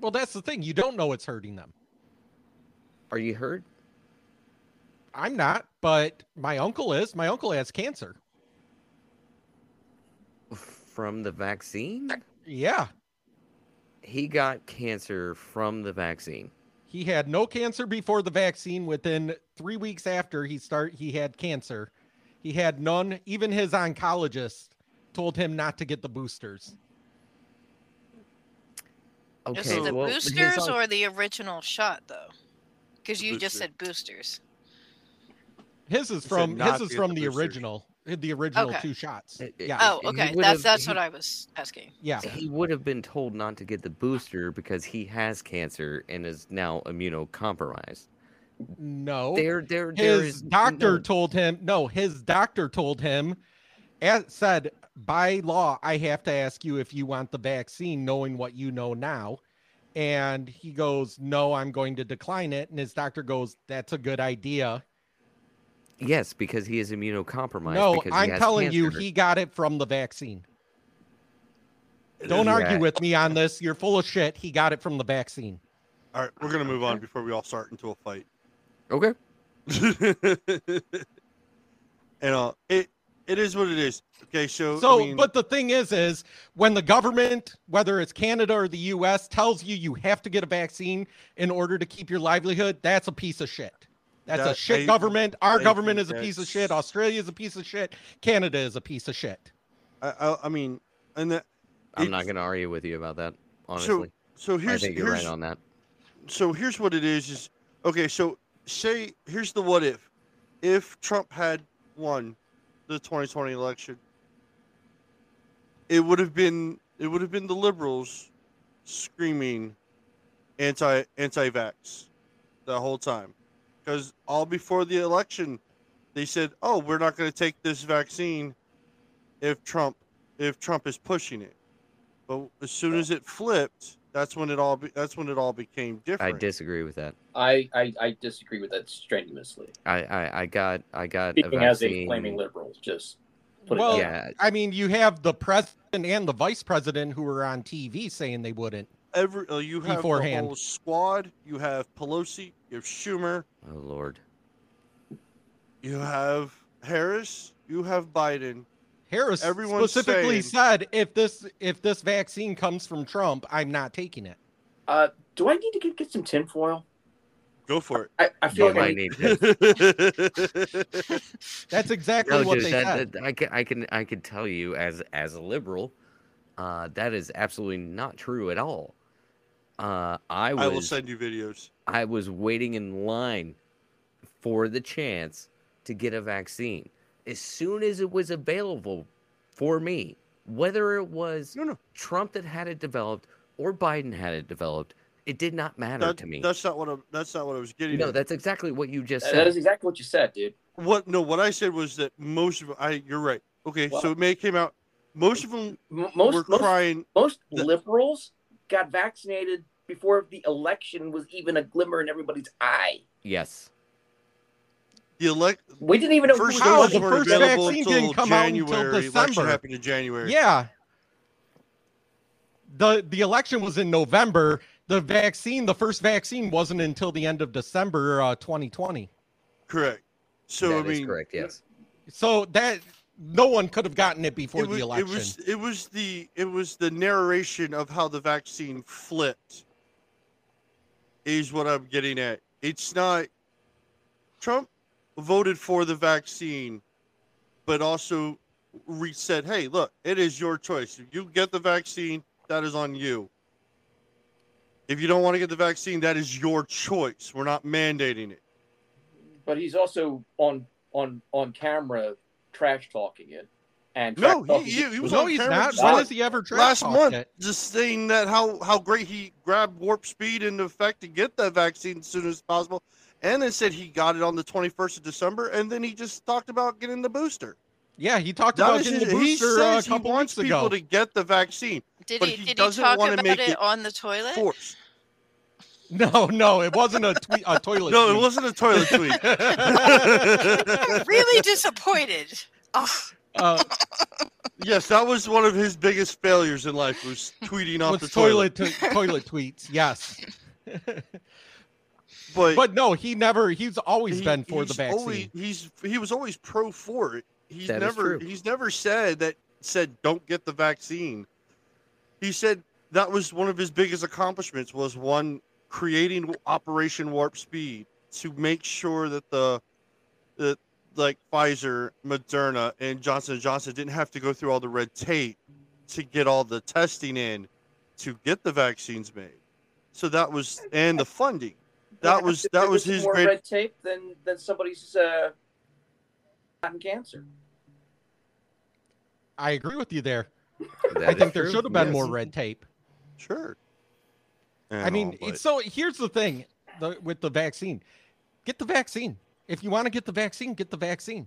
[SPEAKER 1] Well, that's the thing. You don't know it's hurting them.
[SPEAKER 3] Are you hurt?
[SPEAKER 1] I'm not, but my uncle is. My uncle has cancer.
[SPEAKER 3] from the vaccine?
[SPEAKER 1] Yeah.
[SPEAKER 3] He got cancer from the vaccine.
[SPEAKER 1] He had no cancer before the vaccine. Within three weeks after he start, he had cancer. He had none. Even his oncologist told him not to get the boosters.
[SPEAKER 3] Okay.
[SPEAKER 7] Is it the
[SPEAKER 3] well, his
[SPEAKER 7] boosters
[SPEAKER 3] on-
[SPEAKER 7] or the original shot though? Because
[SPEAKER 2] The
[SPEAKER 7] you just
[SPEAKER 2] booster.
[SPEAKER 7] said boosters.
[SPEAKER 1] His is
[SPEAKER 2] said
[SPEAKER 1] from
[SPEAKER 2] not
[SPEAKER 1] his
[SPEAKER 2] to
[SPEAKER 1] is
[SPEAKER 2] get
[SPEAKER 1] from
[SPEAKER 2] the
[SPEAKER 1] the
[SPEAKER 2] boosters.
[SPEAKER 1] original, the original
[SPEAKER 7] Okay.
[SPEAKER 1] two shots.
[SPEAKER 3] It- it-
[SPEAKER 1] Yeah,
[SPEAKER 7] Oh,
[SPEAKER 3] he
[SPEAKER 7] okay.
[SPEAKER 3] would
[SPEAKER 7] That's
[SPEAKER 3] have-
[SPEAKER 7] that's
[SPEAKER 3] he-
[SPEAKER 7] what I was asking.
[SPEAKER 1] yeah.
[SPEAKER 3] He would have been told not to get the booster because he has cancer and is now immunocompromised.
[SPEAKER 1] No,
[SPEAKER 3] There, there, there
[SPEAKER 1] his
[SPEAKER 3] is
[SPEAKER 1] doctor
[SPEAKER 3] no-
[SPEAKER 1] told him no his doctor told him as said by law i have to ask you if you want the vaccine knowing what you know now and he goes no i'm going to decline it and his doctor goes that's a good idea
[SPEAKER 3] yes, because he is immunocompromised.
[SPEAKER 1] no
[SPEAKER 3] because he
[SPEAKER 1] i'm
[SPEAKER 3] has
[SPEAKER 1] telling you
[SPEAKER 3] cancer.
[SPEAKER 1] he got it from the vaccine don't
[SPEAKER 3] Yeah.
[SPEAKER 1] argue with me on this you're full of shit he got it from the vaccine
[SPEAKER 2] All right, we're gonna move on before we all start into a fight.
[SPEAKER 3] Okay.
[SPEAKER 2] and uh, it it is what it is. Okay, so I
[SPEAKER 1] So,
[SPEAKER 2] mean,
[SPEAKER 1] but the thing is, is when the government, whether it's Canada or the U.S., tells you you have to get a vaccine in order to keep your livelihood, that's a piece of shit. That's a
[SPEAKER 2] That-
[SPEAKER 1] shit
[SPEAKER 2] I-
[SPEAKER 1] government. Our
[SPEAKER 2] I
[SPEAKER 1] government is
[SPEAKER 2] think
[SPEAKER 1] a piece of
[SPEAKER 2] that's-
[SPEAKER 1] shit. Australia is a piece of shit. Canada is a piece of shit.
[SPEAKER 2] I, I, I mean, and that
[SPEAKER 3] I'm
[SPEAKER 2] it-
[SPEAKER 3] not going to argue with you about that, honestly.
[SPEAKER 2] So here's
[SPEAKER 3] I think you're
[SPEAKER 2] here's
[SPEAKER 3] right on that.
[SPEAKER 2] so here's what it is is okay so say here's the what if if trump had won the 2020 election it would have been it would have been the liberals screaming anti anti-vax the whole time because all before the election they said oh we're not going to take this vaccine if trump if trump is pushing it but as soon as it flipped that's when it all be, that's when it all became
[SPEAKER 3] I
[SPEAKER 2] different
[SPEAKER 3] disagree with that.
[SPEAKER 6] I, I, I disagree with that strenuously.
[SPEAKER 3] I, I, I got, I got a
[SPEAKER 6] Speaking
[SPEAKER 3] vaccine.
[SPEAKER 6] as a flaming liberal, just put it
[SPEAKER 1] Well,
[SPEAKER 6] out.
[SPEAKER 3] yeah,
[SPEAKER 1] I mean, you have the president and the vice president who were on TV saying they wouldn't.
[SPEAKER 2] every uh, you have
[SPEAKER 1] Beforehand.
[SPEAKER 2] the whole squad. You have Pelosi, you have Schumer,
[SPEAKER 3] oh lord.
[SPEAKER 2] you have Harris, you have Biden.
[SPEAKER 1] Harris
[SPEAKER 2] Everyone's
[SPEAKER 1] specifically
[SPEAKER 2] saying-
[SPEAKER 1] said if this if this vaccine comes from Trump, I'm not taking it.
[SPEAKER 6] Uh, do I need to get, get some tinfoil?
[SPEAKER 2] Go for
[SPEAKER 6] I, I feel
[SPEAKER 3] You
[SPEAKER 6] like I
[SPEAKER 3] might
[SPEAKER 6] need,
[SPEAKER 3] need to.
[SPEAKER 2] it.
[SPEAKER 1] That's exactly
[SPEAKER 3] No,
[SPEAKER 1] what
[SPEAKER 3] dude,
[SPEAKER 1] they
[SPEAKER 3] that-
[SPEAKER 1] said.
[SPEAKER 3] that- I can, I can, I can tell you as as a liberal, uh, that is absolutely not true at all. Uh, I was,
[SPEAKER 2] I will send you videos.
[SPEAKER 3] I was waiting in line for the chance to get a vaccine as soon as it was available for me, whether it was
[SPEAKER 2] No, no,
[SPEAKER 3] Trump that had it developed or Biden had it developed. It did not matter
[SPEAKER 2] that,
[SPEAKER 3] to me.
[SPEAKER 2] that's not what I'm. That's not what I was getting.
[SPEAKER 3] No,
[SPEAKER 2] at.
[SPEAKER 3] that's exactly what you just
[SPEAKER 6] that-
[SPEAKER 3] said.
[SPEAKER 6] that is exactly what you said, dude.
[SPEAKER 2] what? No, what I said was that most of I. You're right. Okay, so
[SPEAKER 6] Well-
[SPEAKER 2] it may came out. Most of them
[SPEAKER 6] M-
[SPEAKER 2] were
[SPEAKER 6] most most,
[SPEAKER 2] crying.
[SPEAKER 6] most
[SPEAKER 2] the-
[SPEAKER 6] liberals got vaccinated before the election was even a glimmer in everybody's eye.
[SPEAKER 3] Yes.
[SPEAKER 2] The elect
[SPEAKER 6] We didn't even know who
[SPEAKER 2] first
[SPEAKER 6] was
[SPEAKER 1] How?
[SPEAKER 2] doses
[SPEAKER 1] The
[SPEAKER 6] eligible.
[SPEAKER 2] weren't
[SPEAKER 1] first
[SPEAKER 2] available
[SPEAKER 1] vaccine
[SPEAKER 2] until
[SPEAKER 1] didn't come out until
[SPEAKER 2] January. Election
[SPEAKER 1] December.
[SPEAKER 2] happened in January.
[SPEAKER 1] Yeah. The the election was in November. The vaccine, the first vaccine wasn't until the end of December uh, 2020.
[SPEAKER 2] correct. So
[SPEAKER 3] that
[SPEAKER 2] I
[SPEAKER 3] is
[SPEAKER 2] mean,
[SPEAKER 3] correct. Yes.
[SPEAKER 1] So that no one could have gotten it before
[SPEAKER 2] it was,
[SPEAKER 1] the election.
[SPEAKER 2] It was it was the it was the narration of how the vaccine flipped. Is what I'm getting at. It's not Trump voted for the vaccine, but also re- said, "Hey, look, it is your choice. If you get the vaccine, that is on you. If you don't want to get the vaccine, that is your choice. We're not mandating it."
[SPEAKER 6] But he's also on on on camera trash talking it. And
[SPEAKER 2] No,
[SPEAKER 6] trash talking
[SPEAKER 2] he, he, he was
[SPEAKER 1] no,
[SPEAKER 2] on
[SPEAKER 1] he's
[SPEAKER 2] camera
[SPEAKER 1] not.
[SPEAKER 2] just
[SPEAKER 1] When
[SPEAKER 6] Wow.
[SPEAKER 2] last-
[SPEAKER 1] has he ever trash
[SPEAKER 2] last
[SPEAKER 1] talked
[SPEAKER 2] month
[SPEAKER 1] it?
[SPEAKER 2] just saying that how how great he grabbed warp speed and the fact to get that vaccine as soon as possible and then said he got it on the 21st of december and then he just talked about getting the booster
[SPEAKER 1] Yeah, he talked
[SPEAKER 2] That
[SPEAKER 1] about
[SPEAKER 2] is
[SPEAKER 1] getting
[SPEAKER 2] his-
[SPEAKER 1] the
[SPEAKER 2] he
[SPEAKER 1] booster uh, a
[SPEAKER 2] says he
[SPEAKER 1] couple
[SPEAKER 2] wants
[SPEAKER 1] weeks
[SPEAKER 2] people
[SPEAKER 1] ago.
[SPEAKER 2] to get the vaccine
[SPEAKER 7] Did
[SPEAKER 2] But
[SPEAKER 7] he,
[SPEAKER 2] he
[SPEAKER 7] did he
[SPEAKER 2] doesn't
[SPEAKER 7] talk
[SPEAKER 2] wanna
[SPEAKER 7] about
[SPEAKER 2] make
[SPEAKER 7] it,
[SPEAKER 2] it
[SPEAKER 7] on the toilet?
[SPEAKER 2] force
[SPEAKER 1] No, no, it wasn't a, tweet, a toilet.
[SPEAKER 2] no it
[SPEAKER 1] tweet.
[SPEAKER 2] wasn't a toilet tweet
[SPEAKER 7] I'm really disappointed. Oh,
[SPEAKER 1] uh,
[SPEAKER 2] yes that was one of his biggest failures in life was tweeting off
[SPEAKER 1] was
[SPEAKER 2] the toilet,
[SPEAKER 1] toilet to- toilet tweets. Yes,
[SPEAKER 2] but
[SPEAKER 1] but no, he never. He's always
[SPEAKER 2] He-
[SPEAKER 1] been for the
[SPEAKER 2] he's
[SPEAKER 1] vaccine.
[SPEAKER 2] Always, he's he was always pro for it. He's
[SPEAKER 3] That is
[SPEAKER 2] never
[SPEAKER 3] true.
[SPEAKER 2] he's never said that said don't get the vaccine. He said that was one of his biggest accomplishments was one creating Operation Warp Speed to make sure that the that like Pfizer, Moderna, and Johnson and Johnson didn't have to go through all the red tape to get all the testing in to get the vaccines made. So that was and the funding. That
[SPEAKER 6] Yeah,
[SPEAKER 2] was
[SPEAKER 6] if
[SPEAKER 2] that
[SPEAKER 6] there
[SPEAKER 2] was his
[SPEAKER 6] more
[SPEAKER 2] great
[SPEAKER 6] red tape than than somebody's uh, gotten cancer.
[SPEAKER 1] I agree with you there.
[SPEAKER 3] That
[SPEAKER 1] I
[SPEAKER 3] is
[SPEAKER 1] think there
[SPEAKER 3] true,
[SPEAKER 1] should have been
[SPEAKER 3] yes.
[SPEAKER 1] more red tape.
[SPEAKER 2] sure.
[SPEAKER 1] I
[SPEAKER 2] And all,
[SPEAKER 1] mean,
[SPEAKER 2] but-
[SPEAKER 1] it's so here's the thing the, with the vaccine get the vaccine. If you want to get the vaccine, get the vaccine.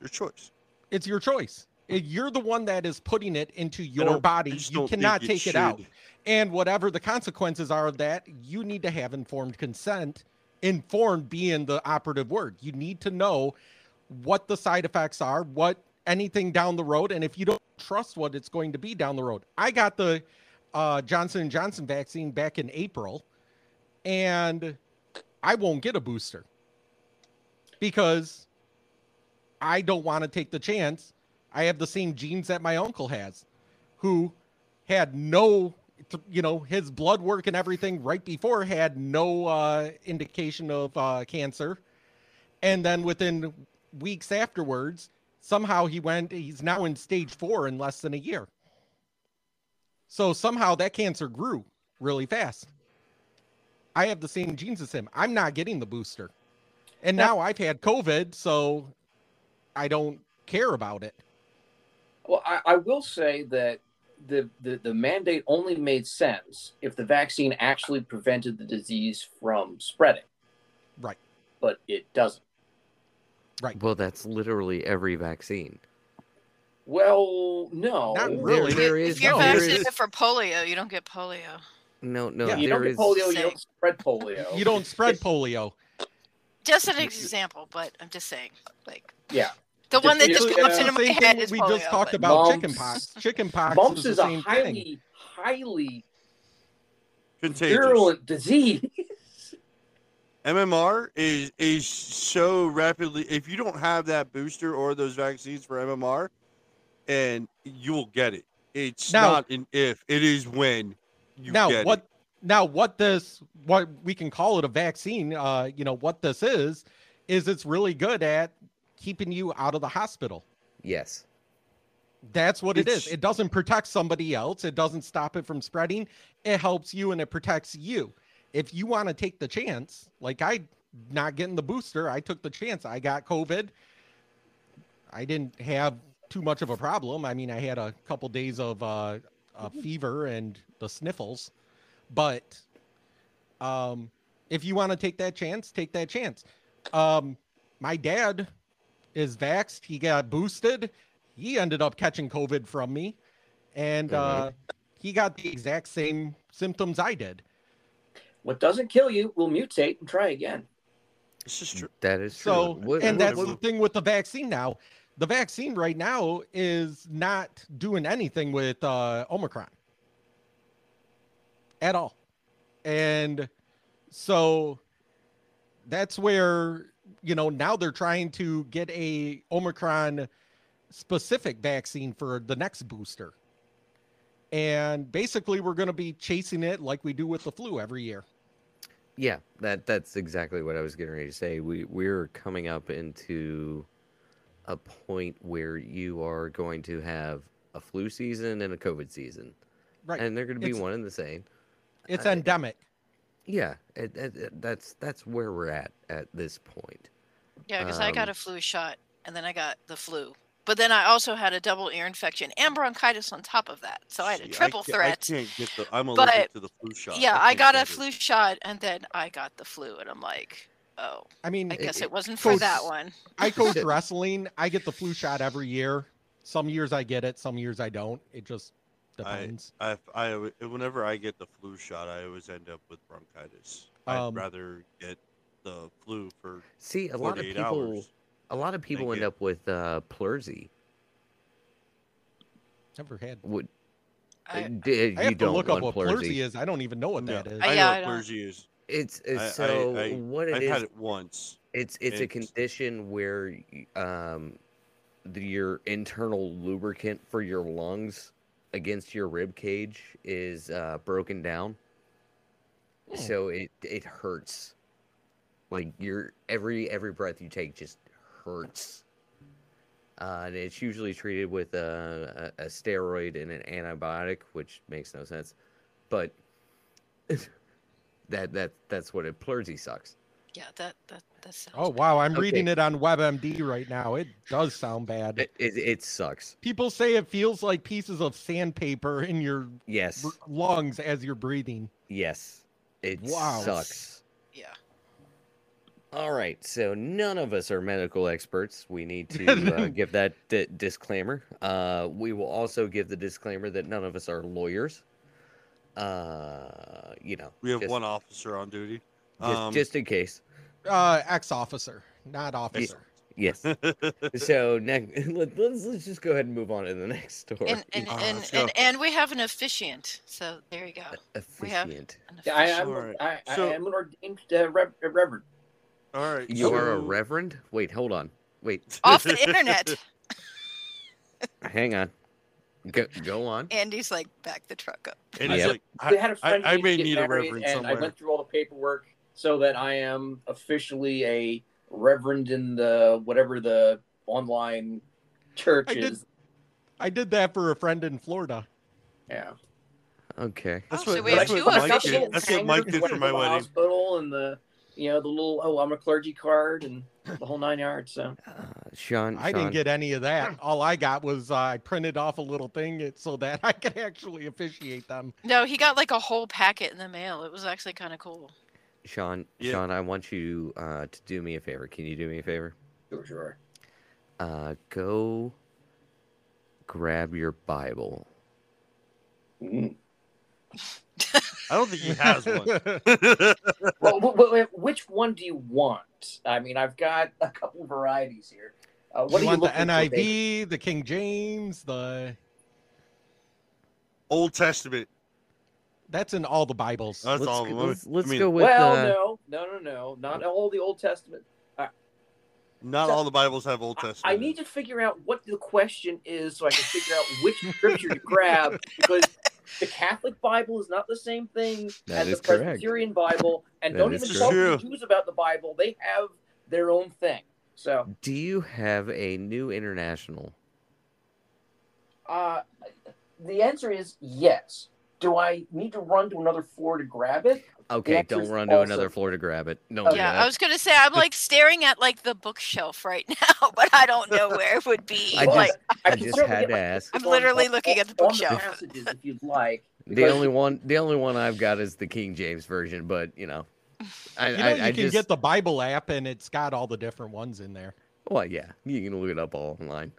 [SPEAKER 2] your choice.
[SPEAKER 1] It's your choice. It- You're the one that is putting it into your
[SPEAKER 2] don't- I
[SPEAKER 1] body.
[SPEAKER 2] just
[SPEAKER 1] You
[SPEAKER 2] don't think
[SPEAKER 1] cannot take it out.
[SPEAKER 2] should.
[SPEAKER 1] And whatever the consequences are of that, you need to have informed consent. Informed being the operative word. You need to know what the side effects are, what anything down the road, and if you don't trust what it's going to be down the road. I got the uh, Johnson and Johnson vaccine back in April, and I won't get a booster because I don't want to take the chance. I have the same genes that my uncle has, who had no, you know, his blood work and everything right before had no uh, indication of uh, cancer. And then within weeks afterwards, somehow he went, he's now in stage four in less than a year. So somehow that cancer grew really fast. I have the same genes as him. I'm not getting the booster. And now I've had COVID, so I don't care about it.
[SPEAKER 6] Well, I, I will say that the, the the mandate only made sense if the vaccine actually prevented the disease from spreading.
[SPEAKER 1] Right.
[SPEAKER 6] But it doesn't.
[SPEAKER 3] Well, that's literally every vaccine.
[SPEAKER 6] Well, no.
[SPEAKER 1] Not
[SPEAKER 3] There-
[SPEAKER 1] really.
[SPEAKER 3] There
[SPEAKER 7] if
[SPEAKER 3] is
[SPEAKER 7] you're
[SPEAKER 1] no-
[SPEAKER 3] there
[SPEAKER 7] vaccinated
[SPEAKER 3] is-
[SPEAKER 7] for polio, you don't get polio.
[SPEAKER 3] no no
[SPEAKER 1] Yeah.
[SPEAKER 6] You don't
[SPEAKER 3] there
[SPEAKER 6] get
[SPEAKER 3] is
[SPEAKER 6] polio. You
[SPEAKER 7] sick.
[SPEAKER 6] don't spread polio.
[SPEAKER 1] You don't spread
[SPEAKER 6] It's-
[SPEAKER 1] polio.
[SPEAKER 7] Just an example, but I'm just saying, like,
[SPEAKER 6] Yeah.
[SPEAKER 7] the one that just
[SPEAKER 6] It's-
[SPEAKER 7] pops
[SPEAKER 6] it's
[SPEAKER 7] into
[SPEAKER 1] Same
[SPEAKER 7] my
[SPEAKER 1] thing
[SPEAKER 7] head is
[SPEAKER 1] we
[SPEAKER 7] polio.
[SPEAKER 1] just talked
[SPEAKER 7] but-
[SPEAKER 1] about
[SPEAKER 6] Mumps.
[SPEAKER 1] chickenpox. Chickenpox
[SPEAKER 6] Mumps
[SPEAKER 1] is
[SPEAKER 6] is,
[SPEAKER 1] the
[SPEAKER 6] a
[SPEAKER 1] same
[SPEAKER 6] highly,
[SPEAKER 1] thing.
[SPEAKER 6] highly
[SPEAKER 2] Contagious.
[SPEAKER 6] virulent disease.
[SPEAKER 2] MMR is is so rapidly. If you don't have that booster or those vaccines for MMR, and you will get it. It's
[SPEAKER 1] Now-
[SPEAKER 2] not an if. It is when you
[SPEAKER 1] now
[SPEAKER 2] get
[SPEAKER 1] what
[SPEAKER 2] it.
[SPEAKER 1] now what this what we can call it a vaccine uh you know what this is is it's really good at keeping you out of the hospital
[SPEAKER 3] yes.
[SPEAKER 1] that's what it is
[SPEAKER 2] It's-
[SPEAKER 1] it doesn't protect somebody else it doesn't stop it from spreading it helps you and it protects you if you want to take the chance like i not getting the booster i took the chance i got covid i didn't have too much of a problem i mean i had a couple days of uh, a fever and the sniffles but um if you want to take that chance take that chance um my dad is vaxxed he got boosted he ended up catching covid from me and
[SPEAKER 3] Oh,
[SPEAKER 1] uh he got the exact same symptoms i did
[SPEAKER 6] What doesn't kill you will mutate and try again.
[SPEAKER 2] This is true.
[SPEAKER 3] That is true.
[SPEAKER 1] so
[SPEAKER 3] What-
[SPEAKER 1] and
[SPEAKER 3] what-
[SPEAKER 1] that's the
[SPEAKER 3] what-
[SPEAKER 1] thing with the vaccine now the vaccine right now is not doing anything with uh omicron at all and so that's where you know now they're trying to get a omicron specific vaccine for the next booster and basically we're going to be chasing it like we do with the flu every year
[SPEAKER 3] yeah, that that's exactly what I was getting ready to say. We we're coming up into a point where you are going to have a flu season and a COVID season,
[SPEAKER 1] right
[SPEAKER 3] and they're going to be
[SPEAKER 1] It's-
[SPEAKER 3] one and the same.
[SPEAKER 1] it's
[SPEAKER 3] I-
[SPEAKER 1] endemic
[SPEAKER 3] Yeah, it, it- it- that's that's where we're at at this point.
[SPEAKER 7] Yeah, because I got
[SPEAKER 3] Um,
[SPEAKER 7] a flu shot and then I got the flu. But then I also had a double ear infection and bronchitis on top of that. So I had a
[SPEAKER 2] See,
[SPEAKER 7] triple
[SPEAKER 2] ca-
[SPEAKER 7] threat.
[SPEAKER 2] I can't get the. I'm
[SPEAKER 7] but-
[SPEAKER 2] allergic to the flu shot.
[SPEAKER 7] Yeah, I
[SPEAKER 2] can't
[SPEAKER 7] got a
[SPEAKER 2] stand it.
[SPEAKER 7] flu shot and then I got the flu. And I'm like, oh,
[SPEAKER 1] i mean
[SPEAKER 7] I guess
[SPEAKER 3] it-
[SPEAKER 7] it wasn't for that
[SPEAKER 1] Coach-
[SPEAKER 7] one.
[SPEAKER 1] I coach
[SPEAKER 3] Shit.
[SPEAKER 1] wrestling. I get the flu shot every year. Some years I get it, some years I don't. It just
[SPEAKER 2] I-
[SPEAKER 1] depends.
[SPEAKER 2] I, I alwa- whenever I get the flu shot, I always end up with bronchitis.
[SPEAKER 1] Um,
[SPEAKER 2] I'd rather get the flu for
[SPEAKER 3] See, a lot of
[SPEAKER 2] 48
[SPEAKER 3] people,
[SPEAKER 2] hours.
[SPEAKER 3] a lot of people end
[SPEAKER 2] get-
[SPEAKER 3] up with uh, pleurisy.
[SPEAKER 1] Never had.
[SPEAKER 3] Would uh,
[SPEAKER 7] I,
[SPEAKER 3] d-
[SPEAKER 1] I
[SPEAKER 3] you
[SPEAKER 1] have to
[SPEAKER 3] don't
[SPEAKER 1] look up
[SPEAKER 3] want
[SPEAKER 1] what pleurisy is. I don't even know what
[SPEAKER 2] No,
[SPEAKER 1] that is.
[SPEAKER 7] I-
[SPEAKER 2] I
[SPEAKER 7] Uh, yeah,
[SPEAKER 2] know what
[SPEAKER 7] don't-
[SPEAKER 2] pleurisy is.
[SPEAKER 3] It's, it's
[SPEAKER 2] I- I-
[SPEAKER 3] so
[SPEAKER 2] I-
[SPEAKER 3] what it
[SPEAKER 2] I've
[SPEAKER 3] is,
[SPEAKER 2] had it once.
[SPEAKER 3] It's it's a
[SPEAKER 2] it's-
[SPEAKER 3] condition where y- um, the, your internal lubricant for your lungs against your rib cage is uh, broken down,
[SPEAKER 1] Hmm.
[SPEAKER 3] so it it hurts. Like your every every breath you take just hurts. Uh, and it's usually treated with a, a, a steroid and an antibiotic, which makes no sense. But that that that's what it plurzy sucks.
[SPEAKER 7] Yeah, that that that sounds.
[SPEAKER 1] Oh wow, I'm
[SPEAKER 3] Okay.
[SPEAKER 1] reading it on WebMD right now. It does sound bad.
[SPEAKER 3] It, it it sucks.
[SPEAKER 1] People say it feels like pieces of sandpaper in your
[SPEAKER 3] Yes.
[SPEAKER 1] br- lungs as you're breathing.
[SPEAKER 3] Yes. It
[SPEAKER 1] Wow.
[SPEAKER 3] sucks.
[SPEAKER 7] Yeah.
[SPEAKER 3] All right. So none of us are medical experts. We need to uh, give that d- disclaimer. Uh, we will also give the disclaimer that none of us are lawyers. Uh, you know,
[SPEAKER 2] We have
[SPEAKER 3] just,
[SPEAKER 2] one officer on duty.
[SPEAKER 3] just,
[SPEAKER 2] Um,
[SPEAKER 3] just in case.
[SPEAKER 1] Uh, ex officer, not officer.
[SPEAKER 3] Yes. so next, let, let's let's just go ahead and move on to the next story.
[SPEAKER 7] And and,
[SPEAKER 2] Alright,
[SPEAKER 7] and,
[SPEAKER 2] let's go.
[SPEAKER 7] and and we have an officiant. So there you go. we have-
[SPEAKER 3] Efficient.
[SPEAKER 7] An
[SPEAKER 6] Yeah, I,
[SPEAKER 7] officiant.
[SPEAKER 6] I'm,
[SPEAKER 2] Alright,
[SPEAKER 6] I, I,
[SPEAKER 2] so-
[SPEAKER 6] am an ordained uh, rev- uh, reverend.
[SPEAKER 2] All right.
[SPEAKER 3] You are a
[SPEAKER 2] so-
[SPEAKER 3] reverend? Wait, hold on. Wait,
[SPEAKER 7] Off the internet.
[SPEAKER 3] hang on. Go, go on.
[SPEAKER 7] Andy's like back the truck up.
[SPEAKER 2] And he's
[SPEAKER 3] Yep.
[SPEAKER 2] like,
[SPEAKER 6] They
[SPEAKER 2] I,
[SPEAKER 6] had a friend
[SPEAKER 2] I
[SPEAKER 6] who
[SPEAKER 2] may
[SPEAKER 6] get
[SPEAKER 2] need a
[SPEAKER 6] married,
[SPEAKER 2] reverend
[SPEAKER 6] and I
[SPEAKER 2] somewhere.
[SPEAKER 6] went through all the paperwork so that I am officially a reverend in the whatever the online church
[SPEAKER 1] I did-
[SPEAKER 6] is.
[SPEAKER 1] I did that for a friend in Florida.
[SPEAKER 6] Yeah.
[SPEAKER 3] Okay.
[SPEAKER 2] that's
[SPEAKER 7] Oh, so
[SPEAKER 2] what,
[SPEAKER 7] we
[SPEAKER 2] that's
[SPEAKER 7] have
[SPEAKER 2] what
[SPEAKER 7] two of
[SPEAKER 2] Mike
[SPEAKER 7] us.
[SPEAKER 2] did. That's what Mike did for my
[SPEAKER 6] The
[SPEAKER 2] wedding.
[SPEAKER 6] Hospital and the you know the little oh I'm a clergy card and the whole nine yards. So
[SPEAKER 3] Uh, Sean,
[SPEAKER 1] I
[SPEAKER 3] Sean,
[SPEAKER 1] didn't get any of that. All I got was uh, I printed off a little thing it- so that I could actually officiate them.
[SPEAKER 7] No, he got like a whole packet in the mail. It was actually kind of cool.
[SPEAKER 3] Sean,
[SPEAKER 2] Yeah.
[SPEAKER 3] Sean, I want you uh, to do me a favor. Can you do me a favor?
[SPEAKER 6] sure, sure.
[SPEAKER 3] Uh, go grab your Bible.
[SPEAKER 6] Mm.
[SPEAKER 2] I don't think he has one.
[SPEAKER 6] Well, wh- wh- wh- which one do you want? I mean, I've got a couple varieties here. Uh,
[SPEAKER 1] you
[SPEAKER 6] what do
[SPEAKER 1] want
[SPEAKER 6] you
[SPEAKER 1] the
[SPEAKER 6] looking for, Baker?
[SPEAKER 1] NIV, the King James, the
[SPEAKER 2] Old Testament.
[SPEAKER 1] that's in all the Bibles.
[SPEAKER 2] That's
[SPEAKER 3] let's
[SPEAKER 2] all.
[SPEAKER 3] go-
[SPEAKER 2] of them.
[SPEAKER 3] let's, let's
[SPEAKER 2] I mean,
[SPEAKER 3] go with
[SPEAKER 6] well,
[SPEAKER 3] uh,
[SPEAKER 6] no, no, no, no, not all the Old Testament.
[SPEAKER 2] Not all the Bibles have Old Testament.
[SPEAKER 6] I need to figure out what the question is so I can figure out which scripture to grab because the Catholic Bible is not the same thing
[SPEAKER 3] That
[SPEAKER 6] as
[SPEAKER 3] is
[SPEAKER 6] the
[SPEAKER 3] correct.
[SPEAKER 6] Presbyterian Bible, and
[SPEAKER 3] That
[SPEAKER 6] don't
[SPEAKER 3] is
[SPEAKER 6] even
[SPEAKER 3] true.
[SPEAKER 6] talk to the
[SPEAKER 2] True.
[SPEAKER 6] Jews about the Bible. They have their own thing. So,
[SPEAKER 3] Do you have a new international?
[SPEAKER 6] uh, the answer is yes. Do I need to run to another floor to grab it?
[SPEAKER 3] Okay,
[SPEAKER 6] answer
[SPEAKER 3] don't
[SPEAKER 6] is
[SPEAKER 3] run to another
[SPEAKER 6] also-
[SPEAKER 3] floor to grab it. Don't do
[SPEAKER 6] Okay.
[SPEAKER 7] Yeah,
[SPEAKER 3] Oh, that.
[SPEAKER 7] I was gonna say I'm like staring at like the bookshelf right now, but I don't know where it would be.
[SPEAKER 3] I
[SPEAKER 7] like
[SPEAKER 3] just, I just
[SPEAKER 6] certainly
[SPEAKER 3] had
[SPEAKER 6] get
[SPEAKER 3] to
[SPEAKER 6] my-
[SPEAKER 3] ask.
[SPEAKER 7] I'm literally
[SPEAKER 6] on-
[SPEAKER 7] looking at the
[SPEAKER 6] on
[SPEAKER 7] bookshelf.
[SPEAKER 6] passages, if you'd like.
[SPEAKER 3] The
[SPEAKER 6] because-
[SPEAKER 3] only one, the only one I've got is the King James version, but you know, I,
[SPEAKER 1] you know,
[SPEAKER 3] I,
[SPEAKER 1] you
[SPEAKER 3] I
[SPEAKER 1] can
[SPEAKER 3] just,
[SPEAKER 1] get the Bible app and it's got all the different ones in there.
[SPEAKER 3] well, yeah, you can look it up all online.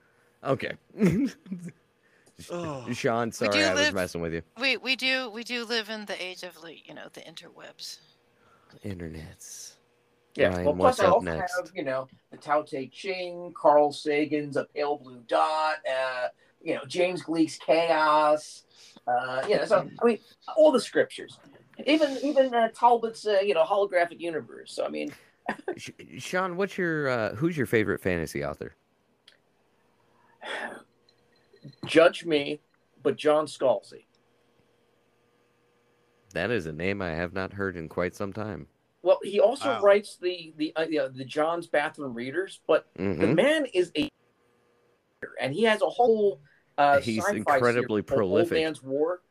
[SPEAKER 3] Okay,
[SPEAKER 2] Oh.
[SPEAKER 3] Sean, sorry, I was
[SPEAKER 7] live-
[SPEAKER 3] messing with you.
[SPEAKER 7] we we do we do live in the age of like you know the interwebs.
[SPEAKER 3] Internets.
[SPEAKER 6] Yeah.
[SPEAKER 3] Ryan,
[SPEAKER 6] well,
[SPEAKER 3] what's
[SPEAKER 6] plus I
[SPEAKER 3] up
[SPEAKER 6] also
[SPEAKER 3] next?
[SPEAKER 6] have you know the Tao Te Ching, Carl Sagan's A Pale Blue Dot, uh, you know James Gleick's Chaos. Uh, you know, so I mean, all the scriptures, even even uh, Talbot's uh, you know holographic universe. So I mean,
[SPEAKER 3] Sh- Sean, what's your uh, who's your favorite fantasy author?
[SPEAKER 6] judge me, but John Scalzi.
[SPEAKER 3] That is a name I have not heard in quite some time.
[SPEAKER 6] Well, he also
[SPEAKER 2] Wow.
[SPEAKER 6] writes the the uh, you know, the John's Bathroom Readers, but the
[SPEAKER 3] hmm
[SPEAKER 6] man is a and he has a whole uh,
[SPEAKER 3] He's
[SPEAKER 6] sci-fi
[SPEAKER 3] incredibly
[SPEAKER 6] series called
[SPEAKER 3] prolific.
[SPEAKER 6] Old Man's War,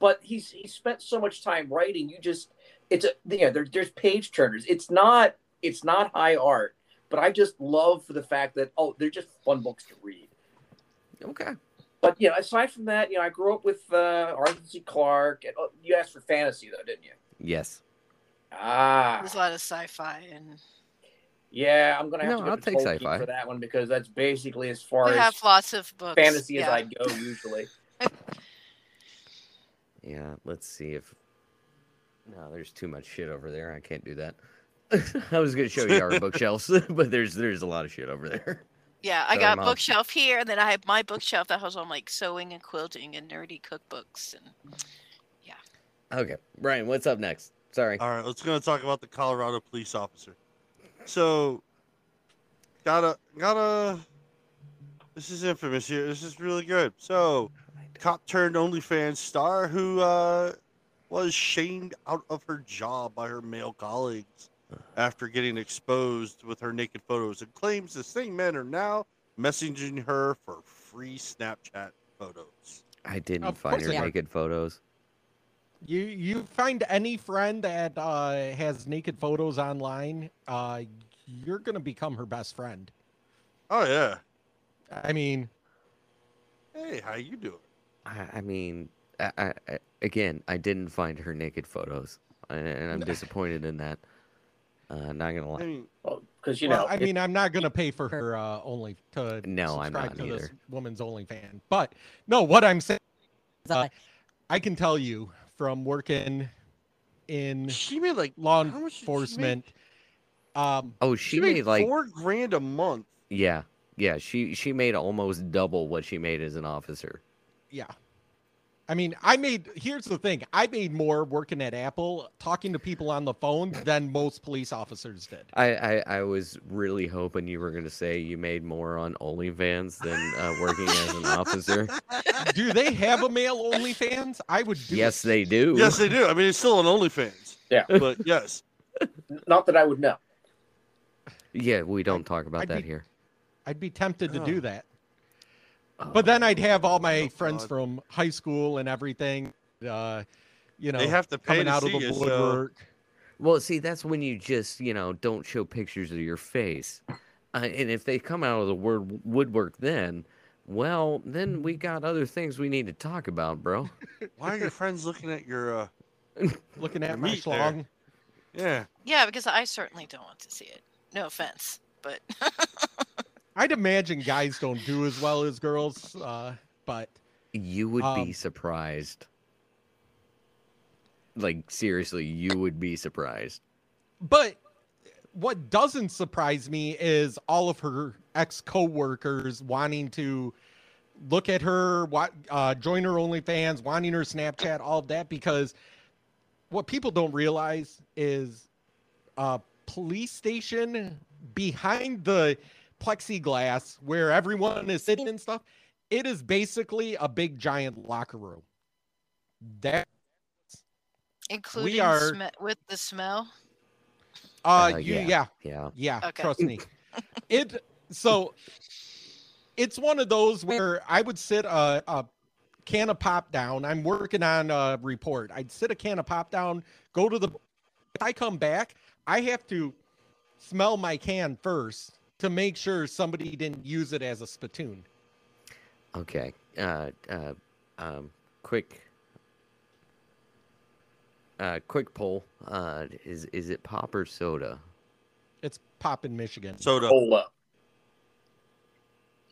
[SPEAKER 6] but he's he spent so much time writing. You just it's a you know there, there's page turners. It's not it's not high art, but I just love for the fact that oh they're just fun books to read.
[SPEAKER 3] Okay,
[SPEAKER 6] But you know aside from that, you know I grew up with uh, Arthur C. Clarke. And, oh, you asked for fantasy though, didn't you?
[SPEAKER 3] yes.
[SPEAKER 6] Ah,
[SPEAKER 7] There's a lot of sci-fi and
[SPEAKER 6] yeah. I'm gonna have
[SPEAKER 3] No,
[SPEAKER 6] to go
[SPEAKER 3] I'll
[SPEAKER 6] to
[SPEAKER 3] take
[SPEAKER 6] Tolkien
[SPEAKER 3] sci-fi.
[SPEAKER 6] for that one because that's basically as far
[SPEAKER 7] we
[SPEAKER 6] as
[SPEAKER 7] have lots of books.
[SPEAKER 6] fantasy as
[SPEAKER 7] yeah.
[SPEAKER 6] I go usually.
[SPEAKER 3] Yeah, let's see if. No, there's too much shit over there. I can't do that. I was gonna show you our bookshelves, but there's there's a lot of shit over there.
[SPEAKER 7] Yeah, I
[SPEAKER 3] Sorry,
[SPEAKER 7] got
[SPEAKER 3] Mom.
[SPEAKER 7] bookshelf here, and then I have my bookshelf that has on like sewing and quilting and nerdy cookbooks and
[SPEAKER 3] Okay, Brian, what's up next? Sorry.
[SPEAKER 2] All right, let's go and talk about the Colorado police officer. So, got a got a This is infamous here. This is really good. So, cop turned OnlyFans star who uh, was shamed out of her job by her male colleagues after getting exposed with her naked photos and claims the same men are now messaging her for free Snapchat photos.
[SPEAKER 3] I didn't
[SPEAKER 1] Of
[SPEAKER 3] find
[SPEAKER 1] course
[SPEAKER 3] her
[SPEAKER 1] they are.
[SPEAKER 3] naked photos.
[SPEAKER 1] You you find any friend that uh, has naked photos online, uh, you're gonna become her best friend.
[SPEAKER 2] Oh yeah.
[SPEAKER 1] I mean,
[SPEAKER 2] Hey, how you doing?
[SPEAKER 3] I, I mean, I, I, I- again, I didn't find her naked photos, and, and I'm disappointed in that. Uh, not gonna
[SPEAKER 2] I
[SPEAKER 3] lie.
[SPEAKER 7] Mm.
[SPEAKER 2] mean,
[SPEAKER 6] Because you know,
[SPEAKER 1] well, I mean, I'm not gonna pay for her uh, only to
[SPEAKER 3] No, I'm
[SPEAKER 1] subscribe
[SPEAKER 3] not
[SPEAKER 1] to this
[SPEAKER 3] either.
[SPEAKER 1] woman's OnlyFan. But no, what I'm saying, is, uh, I can tell you from working in
[SPEAKER 2] she made like
[SPEAKER 1] law
[SPEAKER 2] how much did she make?
[SPEAKER 1] enforcement. Um,
[SPEAKER 3] Oh,
[SPEAKER 2] She,
[SPEAKER 3] she,
[SPEAKER 2] made,
[SPEAKER 3] made like
[SPEAKER 2] four grand a month.
[SPEAKER 3] yeah, yeah. She she made almost double what she made as an officer.
[SPEAKER 1] yeah. I mean, I made. Here's the thing: I made more working at Apple, talking to people on the phone, than most police officers did.
[SPEAKER 3] I I, I was really hoping you were gonna say you made more on OnlyFans than uh, working as an officer.
[SPEAKER 1] do they have a male OnlyFans? I would do.
[SPEAKER 3] Yes,
[SPEAKER 1] it.
[SPEAKER 3] they do.
[SPEAKER 2] Yes, they do. I mean, it's still on OnlyFans.
[SPEAKER 6] Yeah.
[SPEAKER 2] but yes,
[SPEAKER 6] not that I would know.
[SPEAKER 3] Yeah, we don't talk about
[SPEAKER 1] I'd
[SPEAKER 3] that
[SPEAKER 1] be-
[SPEAKER 3] here.
[SPEAKER 1] I'd be tempted to
[SPEAKER 2] Yeah.
[SPEAKER 1] do that. But then I'd have all my
[SPEAKER 2] Oh,
[SPEAKER 1] friends
[SPEAKER 2] God.
[SPEAKER 1] from high school and everything. Uh, you know,
[SPEAKER 2] they have to pay
[SPEAKER 1] coming
[SPEAKER 2] to
[SPEAKER 1] out of
[SPEAKER 2] see
[SPEAKER 1] the
[SPEAKER 2] you, so-
[SPEAKER 1] woodwork.
[SPEAKER 3] Well, see, that's when you just, you know, don't show pictures of your face. Uh, and if they come out of the word woodwork then, well, then we got other things we need to talk about, bro.
[SPEAKER 2] Why are your friends looking at your? uh
[SPEAKER 1] Looking at
[SPEAKER 2] The
[SPEAKER 1] my
[SPEAKER 2] meat there.
[SPEAKER 1] schlong.
[SPEAKER 2] Yeah.
[SPEAKER 5] Yeah, because I certainly don't want to see it. No offense, but
[SPEAKER 1] I'd imagine guys don't do as well as girls, uh, but
[SPEAKER 3] You would
[SPEAKER 1] Um,
[SPEAKER 3] be surprised. Like seriously, you would be surprised.
[SPEAKER 1] but what doesn't surprise me is all of her ex coworkers wanting to look at her, wa- uh, join her OnlyFans, wanting her Snapchat, all of that. Because what people don't realize is a police station behind the plexiglass where everyone is sitting and stuff. It is basically a big giant locker room. That
[SPEAKER 5] including
[SPEAKER 1] are-
[SPEAKER 5] sme- with the smell.
[SPEAKER 1] uh,
[SPEAKER 3] Uh,
[SPEAKER 1] you,
[SPEAKER 3] yeah.
[SPEAKER 1] yeah,
[SPEAKER 3] Yeah.
[SPEAKER 1] Yeah,
[SPEAKER 5] Okay.
[SPEAKER 1] trust me. It so it's one of those where I would sit a, a can of pop down. I'm working on a report. I'd sit a can of pop down, go to the if I come back, I have to smell my can first to make sure somebody didn't use it as a spittoon.
[SPEAKER 3] Okay. Uh, uh, um, quick. Uh, quick poll. Uh, is is it pop or soda?
[SPEAKER 1] It's pop in Michigan.
[SPEAKER 2] Soda.
[SPEAKER 6] Cola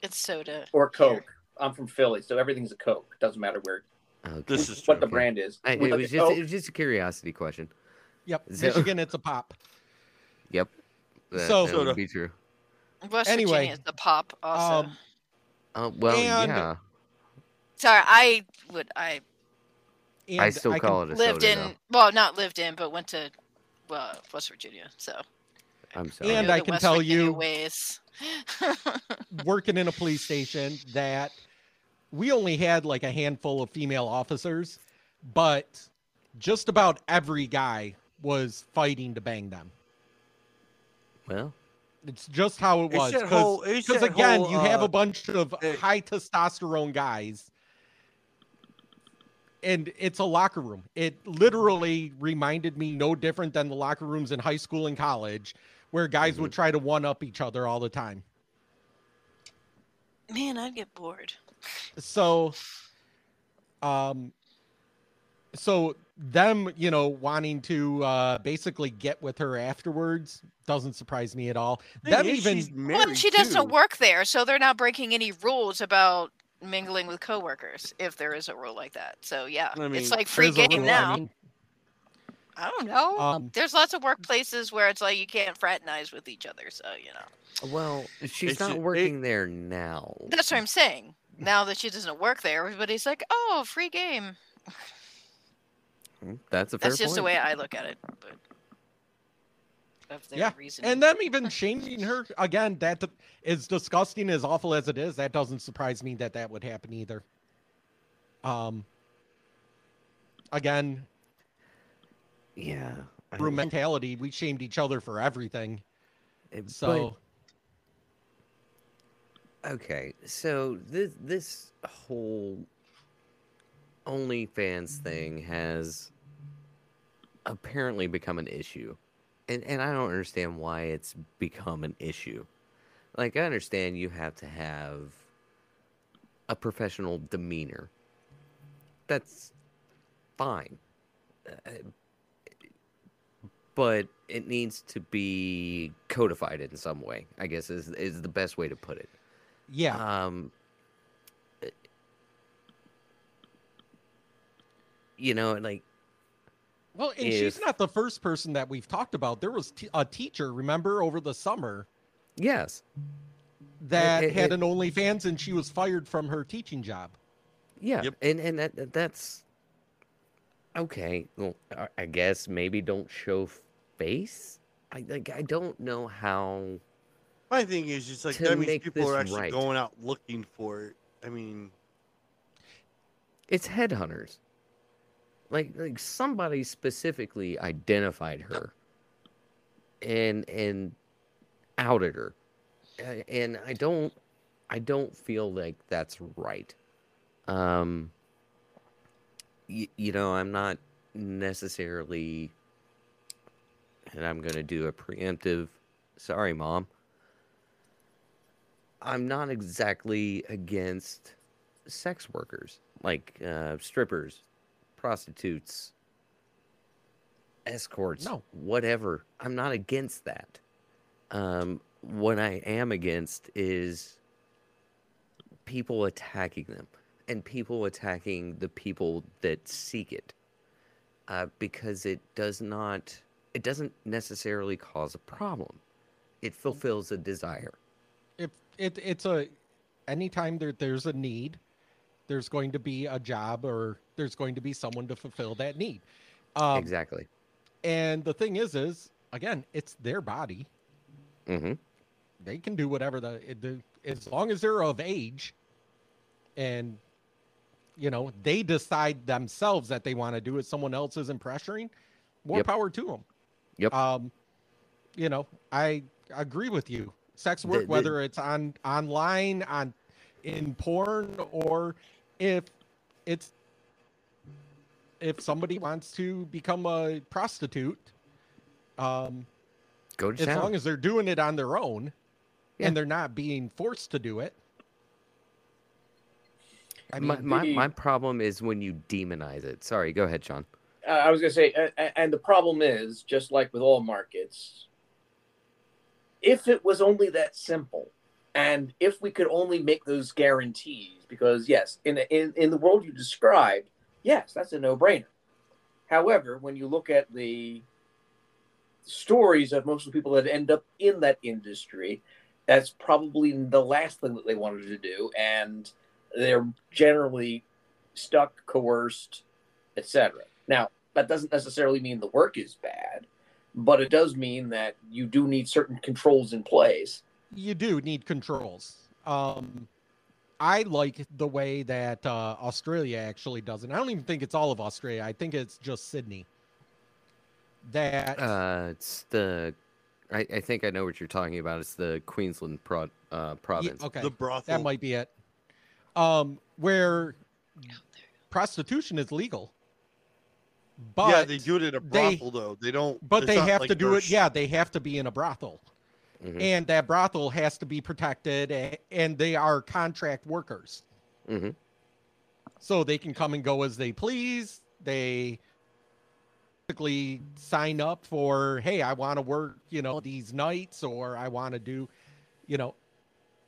[SPEAKER 5] It's soda.
[SPEAKER 6] or Coke. I'm from Philly, so everything's a Coke. Doesn't matter where
[SPEAKER 3] Okay.
[SPEAKER 2] This is
[SPEAKER 6] what the
[SPEAKER 2] true.
[SPEAKER 6] brand is.
[SPEAKER 3] I,
[SPEAKER 6] With
[SPEAKER 3] it
[SPEAKER 6] the
[SPEAKER 3] was just
[SPEAKER 6] Coke,
[SPEAKER 3] it was just a curiosity question.
[SPEAKER 1] Yep,
[SPEAKER 3] So-
[SPEAKER 1] Michigan. It's a pop.
[SPEAKER 3] Yep. That,
[SPEAKER 1] So-
[SPEAKER 3] that would
[SPEAKER 2] Soda.
[SPEAKER 3] be true.
[SPEAKER 5] West
[SPEAKER 1] Anyway,
[SPEAKER 5] Virginia is the pop. Also,
[SPEAKER 1] um,
[SPEAKER 3] Uh, well,
[SPEAKER 1] And-
[SPEAKER 3] yeah.
[SPEAKER 5] sorry, I would I
[SPEAKER 1] And
[SPEAKER 3] I still
[SPEAKER 1] can-
[SPEAKER 3] call it a
[SPEAKER 5] lived
[SPEAKER 3] soda.
[SPEAKER 5] in
[SPEAKER 3] though.
[SPEAKER 5] well, not lived in, but went to well West Virginia. So
[SPEAKER 3] I'm sorry.
[SPEAKER 1] And
[SPEAKER 5] know
[SPEAKER 1] I
[SPEAKER 5] the
[SPEAKER 1] can
[SPEAKER 5] West
[SPEAKER 1] tell
[SPEAKER 5] Virginia
[SPEAKER 1] you-
[SPEAKER 5] ways.
[SPEAKER 1] working in a police station that we only had like a handful of female officers, but just about every guy was fighting to bang them.
[SPEAKER 3] well,
[SPEAKER 1] It's just how it
[SPEAKER 2] It's
[SPEAKER 1] was.
[SPEAKER 2] that whole- it's
[SPEAKER 1] Because
[SPEAKER 2] that
[SPEAKER 1] again,
[SPEAKER 2] whole,
[SPEAKER 1] you have
[SPEAKER 2] uh,
[SPEAKER 1] a bunch of
[SPEAKER 2] hey.
[SPEAKER 1] high testosterone guys, and it's a locker room. It literally reminded me no different than the locker rooms in high school and college, where guys would try to one up each other all the time.
[SPEAKER 5] Man, I'd get bored.
[SPEAKER 1] so um so them you know wanting to uh basically get with her afterwards doesn't surprise me at all
[SPEAKER 2] Thing
[SPEAKER 1] them
[SPEAKER 2] is,
[SPEAKER 1] even
[SPEAKER 2] she's married,
[SPEAKER 5] well, she doesn't
[SPEAKER 2] too.
[SPEAKER 5] work there, so they're not breaking any rules about mingling with coworkers if there is a rule like that. So yeah,
[SPEAKER 2] I mean,
[SPEAKER 5] it's like free
[SPEAKER 1] there's a
[SPEAKER 5] game
[SPEAKER 1] rule, I
[SPEAKER 5] now. I,
[SPEAKER 1] mean,
[SPEAKER 5] don't know.
[SPEAKER 1] um,
[SPEAKER 5] There's lots of workplaces where it's like you can't fraternize with each other. So you know,
[SPEAKER 3] well, she's
[SPEAKER 2] It's-
[SPEAKER 3] not
[SPEAKER 2] it-
[SPEAKER 3] working there now.
[SPEAKER 5] that's what I'm saying. Now that she doesn't work there, everybody's like, "Oh, free game."
[SPEAKER 3] Mm, That's a fair
[SPEAKER 5] That's just
[SPEAKER 3] point.
[SPEAKER 5] the way I look at it. But
[SPEAKER 7] of their
[SPEAKER 1] Yeah,
[SPEAKER 7] reasoning.
[SPEAKER 1] And them even changing her again, that is disgusting, as awful as it is. That doesn't surprise me that that would happen either. Um, again,
[SPEAKER 3] Yeah. I-
[SPEAKER 1] room mentality. We shamed each other for everything.
[SPEAKER 3] it- but-
[SPEAKER 1] So
[SPEAKER 3] Okay, so this this whole OnlyFans thing has apparently become an issue, and and I don't understand why it's become an issue. Like I understand you have to have a professional demeanor. That's fine, Uh, but it needs to be codified in some way. I guess is is the best way to put it.
[SPEAKER 1] yeah,
[SPEAKER 3] Um, it- you know, like
[SPEAKER 1] well, and she's
[SPEAKER 3] if-
[SPEAKER 1] not the first person that we've talked about. There was t- a teacher, remember, over the summer
[SPEAKER 3] yes,
[SPEAKER 1] that
[SPEAKER 3] it-
[SPEAKER 1] had
[SPEAKER 3] it-
[SPEAKER 1] an OnlyFans, and she was fired from her teaching job.
[SPEAKER 3] yeah,
[SPEAKER 2] Yep.
[SPEAKER 3] and and that that- that's okay. Well, I- I guess maybe don't show face. I like I don't know how.
[SPEAKER 2] My thing is, it's like
[SPEAKER 3] To
[SPEAKER 2] that means
[SPEAKER 3] make
[SPEAKER 2] people are
[SPEAKER 3] this
[SPEAKER 2] actually
[SPEAKER 3] right.
[SPEAKER 2] going out looking for it. I mean,
[SPEAKER 3] It's headhunters. Like like somebody specifically identified her and and outed her. A- uh, And I don't I don't feel like that's right. Um y- you know, I'm not necessarily and I'm going to do a preemptive sorry mom. I'm not exactly against sex workers, like uh, strippers, prostitutes, escorts,
[SPEAKER 1] No.
[SPEAKER 3] whatever. I'm not against that. Um, what I am against is people attacking them and people attacking the people that seek it uh, because it does not it doesn't necessarily cause a problem it fulfills a desire
[SPEAKER 1] if it it's a anytime there, there's a need there's going to be a job or there's going to be someone to fulfill that need um,
[SPEAKER 3] exactly
[SPEAKER 1] and the thing is is again it's their body
[SPEAKER 3] hmm
[SPEAKER 1] they can do whatever the, it- the as long as they're of age and you know they decide themselves that they want to do it someone else isn't pressuring more
[SPEAKER 3] Yep.
[SPEAKER 1] power to them
[SPEAKER 3] Yep.
[SPEAKER 1] um you know i agree with you sex
[SPEAKER 3] The-
[SPEAKER 1] work
[SPEAKER 3] the-
[SPEAKER 1] whether it's on online on in porn or if it's if somebody wants to become a prostitute um
[SPEAKER 3] go to
[SPEAKER 1] as
[SPEAKER 3] town
[SPEAKER 1] long as they're doing it on their own
[SPEAKER 3] Yeah.
[SPEAKER 1] and they're not being forced to do it. I mean,
[SPEAKER 3] my, my,
[SPEAKER 6] the-
[SPEAKER 3] my problem is when you demonize it sorry go ahead sean
[SPEAKER 6] Uh, I was going to say, uh, uh, and the problem is, just like with all markets, if it was only that simple, and if we could only make those guarantees, because yes, in in, in the world you described, yes, that's a no brainer. However, when you look at the stories of most of the people that end up in that industry, that's probably the last thing that they wanted to do, and they're generally stuck, coerced, etc. Now, that doesn't necessarily mean the work is bad, but it does mean that you do need certain controls in place.
[SPEAKER 1] you do need controls. Um, I like the way that uh, Australia actually does it. I don't even think it's all of Australia. I think it's just Sydney. That
[SPEAKER 3] uh, it's the I, I think i know what you're talking about it's the queensland pro, uh,
[SPEAKER 1] yeah,
[SPEAKER 3] province
[SPEAKER 1] okay,
[SPEAKER 2] the brothel.
[SPEAKER 1] that might be it. Um, where prostitution is legal, but
[SPEAKER 2] yeah, they do it at a
[SPEAKER 1] they-
[SPEAKER 2] brothel though. They don't.
[SPEAKER 1] but
[SPEAKER 2] it's
[SPEAKER 1] they
[SPEAKER 2] not
[SPEAKER 1] have
[SPEAKER 2] like
[SPEAKER 1] to do
[SPEAKER 2] they're
[SPEAKER 1] it. Yeah, they have to be in a brothel,
[SPEAKER 3] Mhm.
[SPEAKER 1] and that brothel has to be protected, a- and they are contract workers,
[SPEAKER 3] Mhm.
[SPEAKER 1] so they can come and go as they please. They basically sign up for, hey, I want to work, you know, these nights, or I want to do, you know,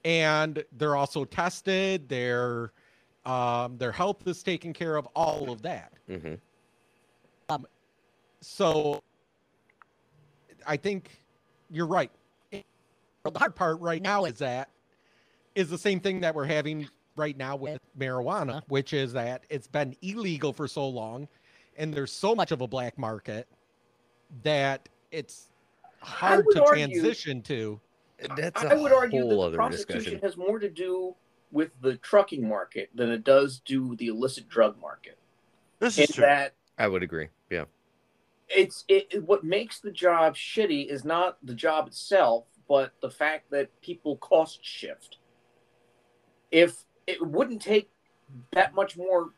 [SPEAKER 1] and they're also tested. Their um, their health is taken care of. All of that
[SPEAKER 3] Mhm.
[SPEAKER 1] Um, so I think you're right. The hard part right now is that is the same thing that we're having right now with marijuana, which is that it's been illegal for so long and there's so much of a black market that it's hard
[SPEAKER 6] would
[SPEAKER 1] to
[SPEAKER 6] argue-
[SPEAKER 1] transition to.
[SPEAKER 3] That's
[SPEAKER 6] I
[SPEAKER 3] a
[SPEAKER 6] would argue
[SPEAKER 3] whole
[SPEAKER 6] that the
[SPEAKER 3] other
[SPEAKER 6] prostitution
[SPEAKER 3] discussion.
[SPEAKER 6] has more to do with the trucking market than it does do the illicit drug market.
[SPEAKER 8] This
[SPEAKER 6] In
[SPEAKER 8] is true.
[SPEAKER 6] that
[SPEAKER 3] I would agree. Yeah.
[SPEAKER 6] it's it, it- what makes the job shitty is not the job itself, but the fact that people cost shift. If it wouldn't take that much more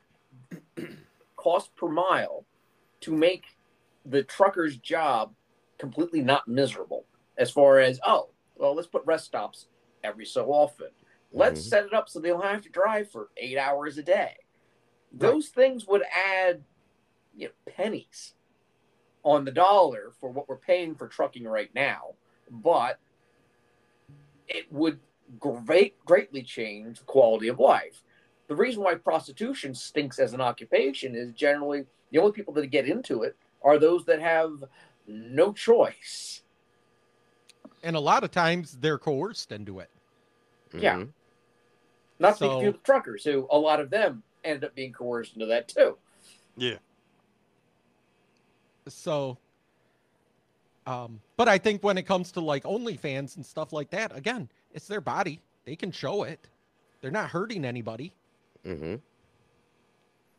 [SPEAKER 6] cost per mile to make the trucker's job completely not miserable, as far as oh well, let's put rest stops every so often. Let's
[SPEAKER 3] Mhm.
[SPEAKER 6] set it up so they don't have to drive for eight hours a day. Those things would add you know, pennies on the dollar for what we're paying for trucking right now, but it would great, greatly change the quality of life. The reason why prostitution stinks as an occupation is generally the only people that get into it are those that have no choice.
[SPEAKER 1] And a lot of times they're coerced into it.
[SPEAKER 6] Yeah.
[SPEAKER 3] Mhm.
[SPEAKER 6] Not
[SPEAKER 1] So-
[SPEAKER 6] so, the truckers, who a lot of them ended up being coerced into that too.
[SPEAKER 1] So, um, but I think when it comes to like OnlyFans and stuff like that, again, it's their body. They can show it. They're not hurting anybody.
[SPEAKER 3] Mhm.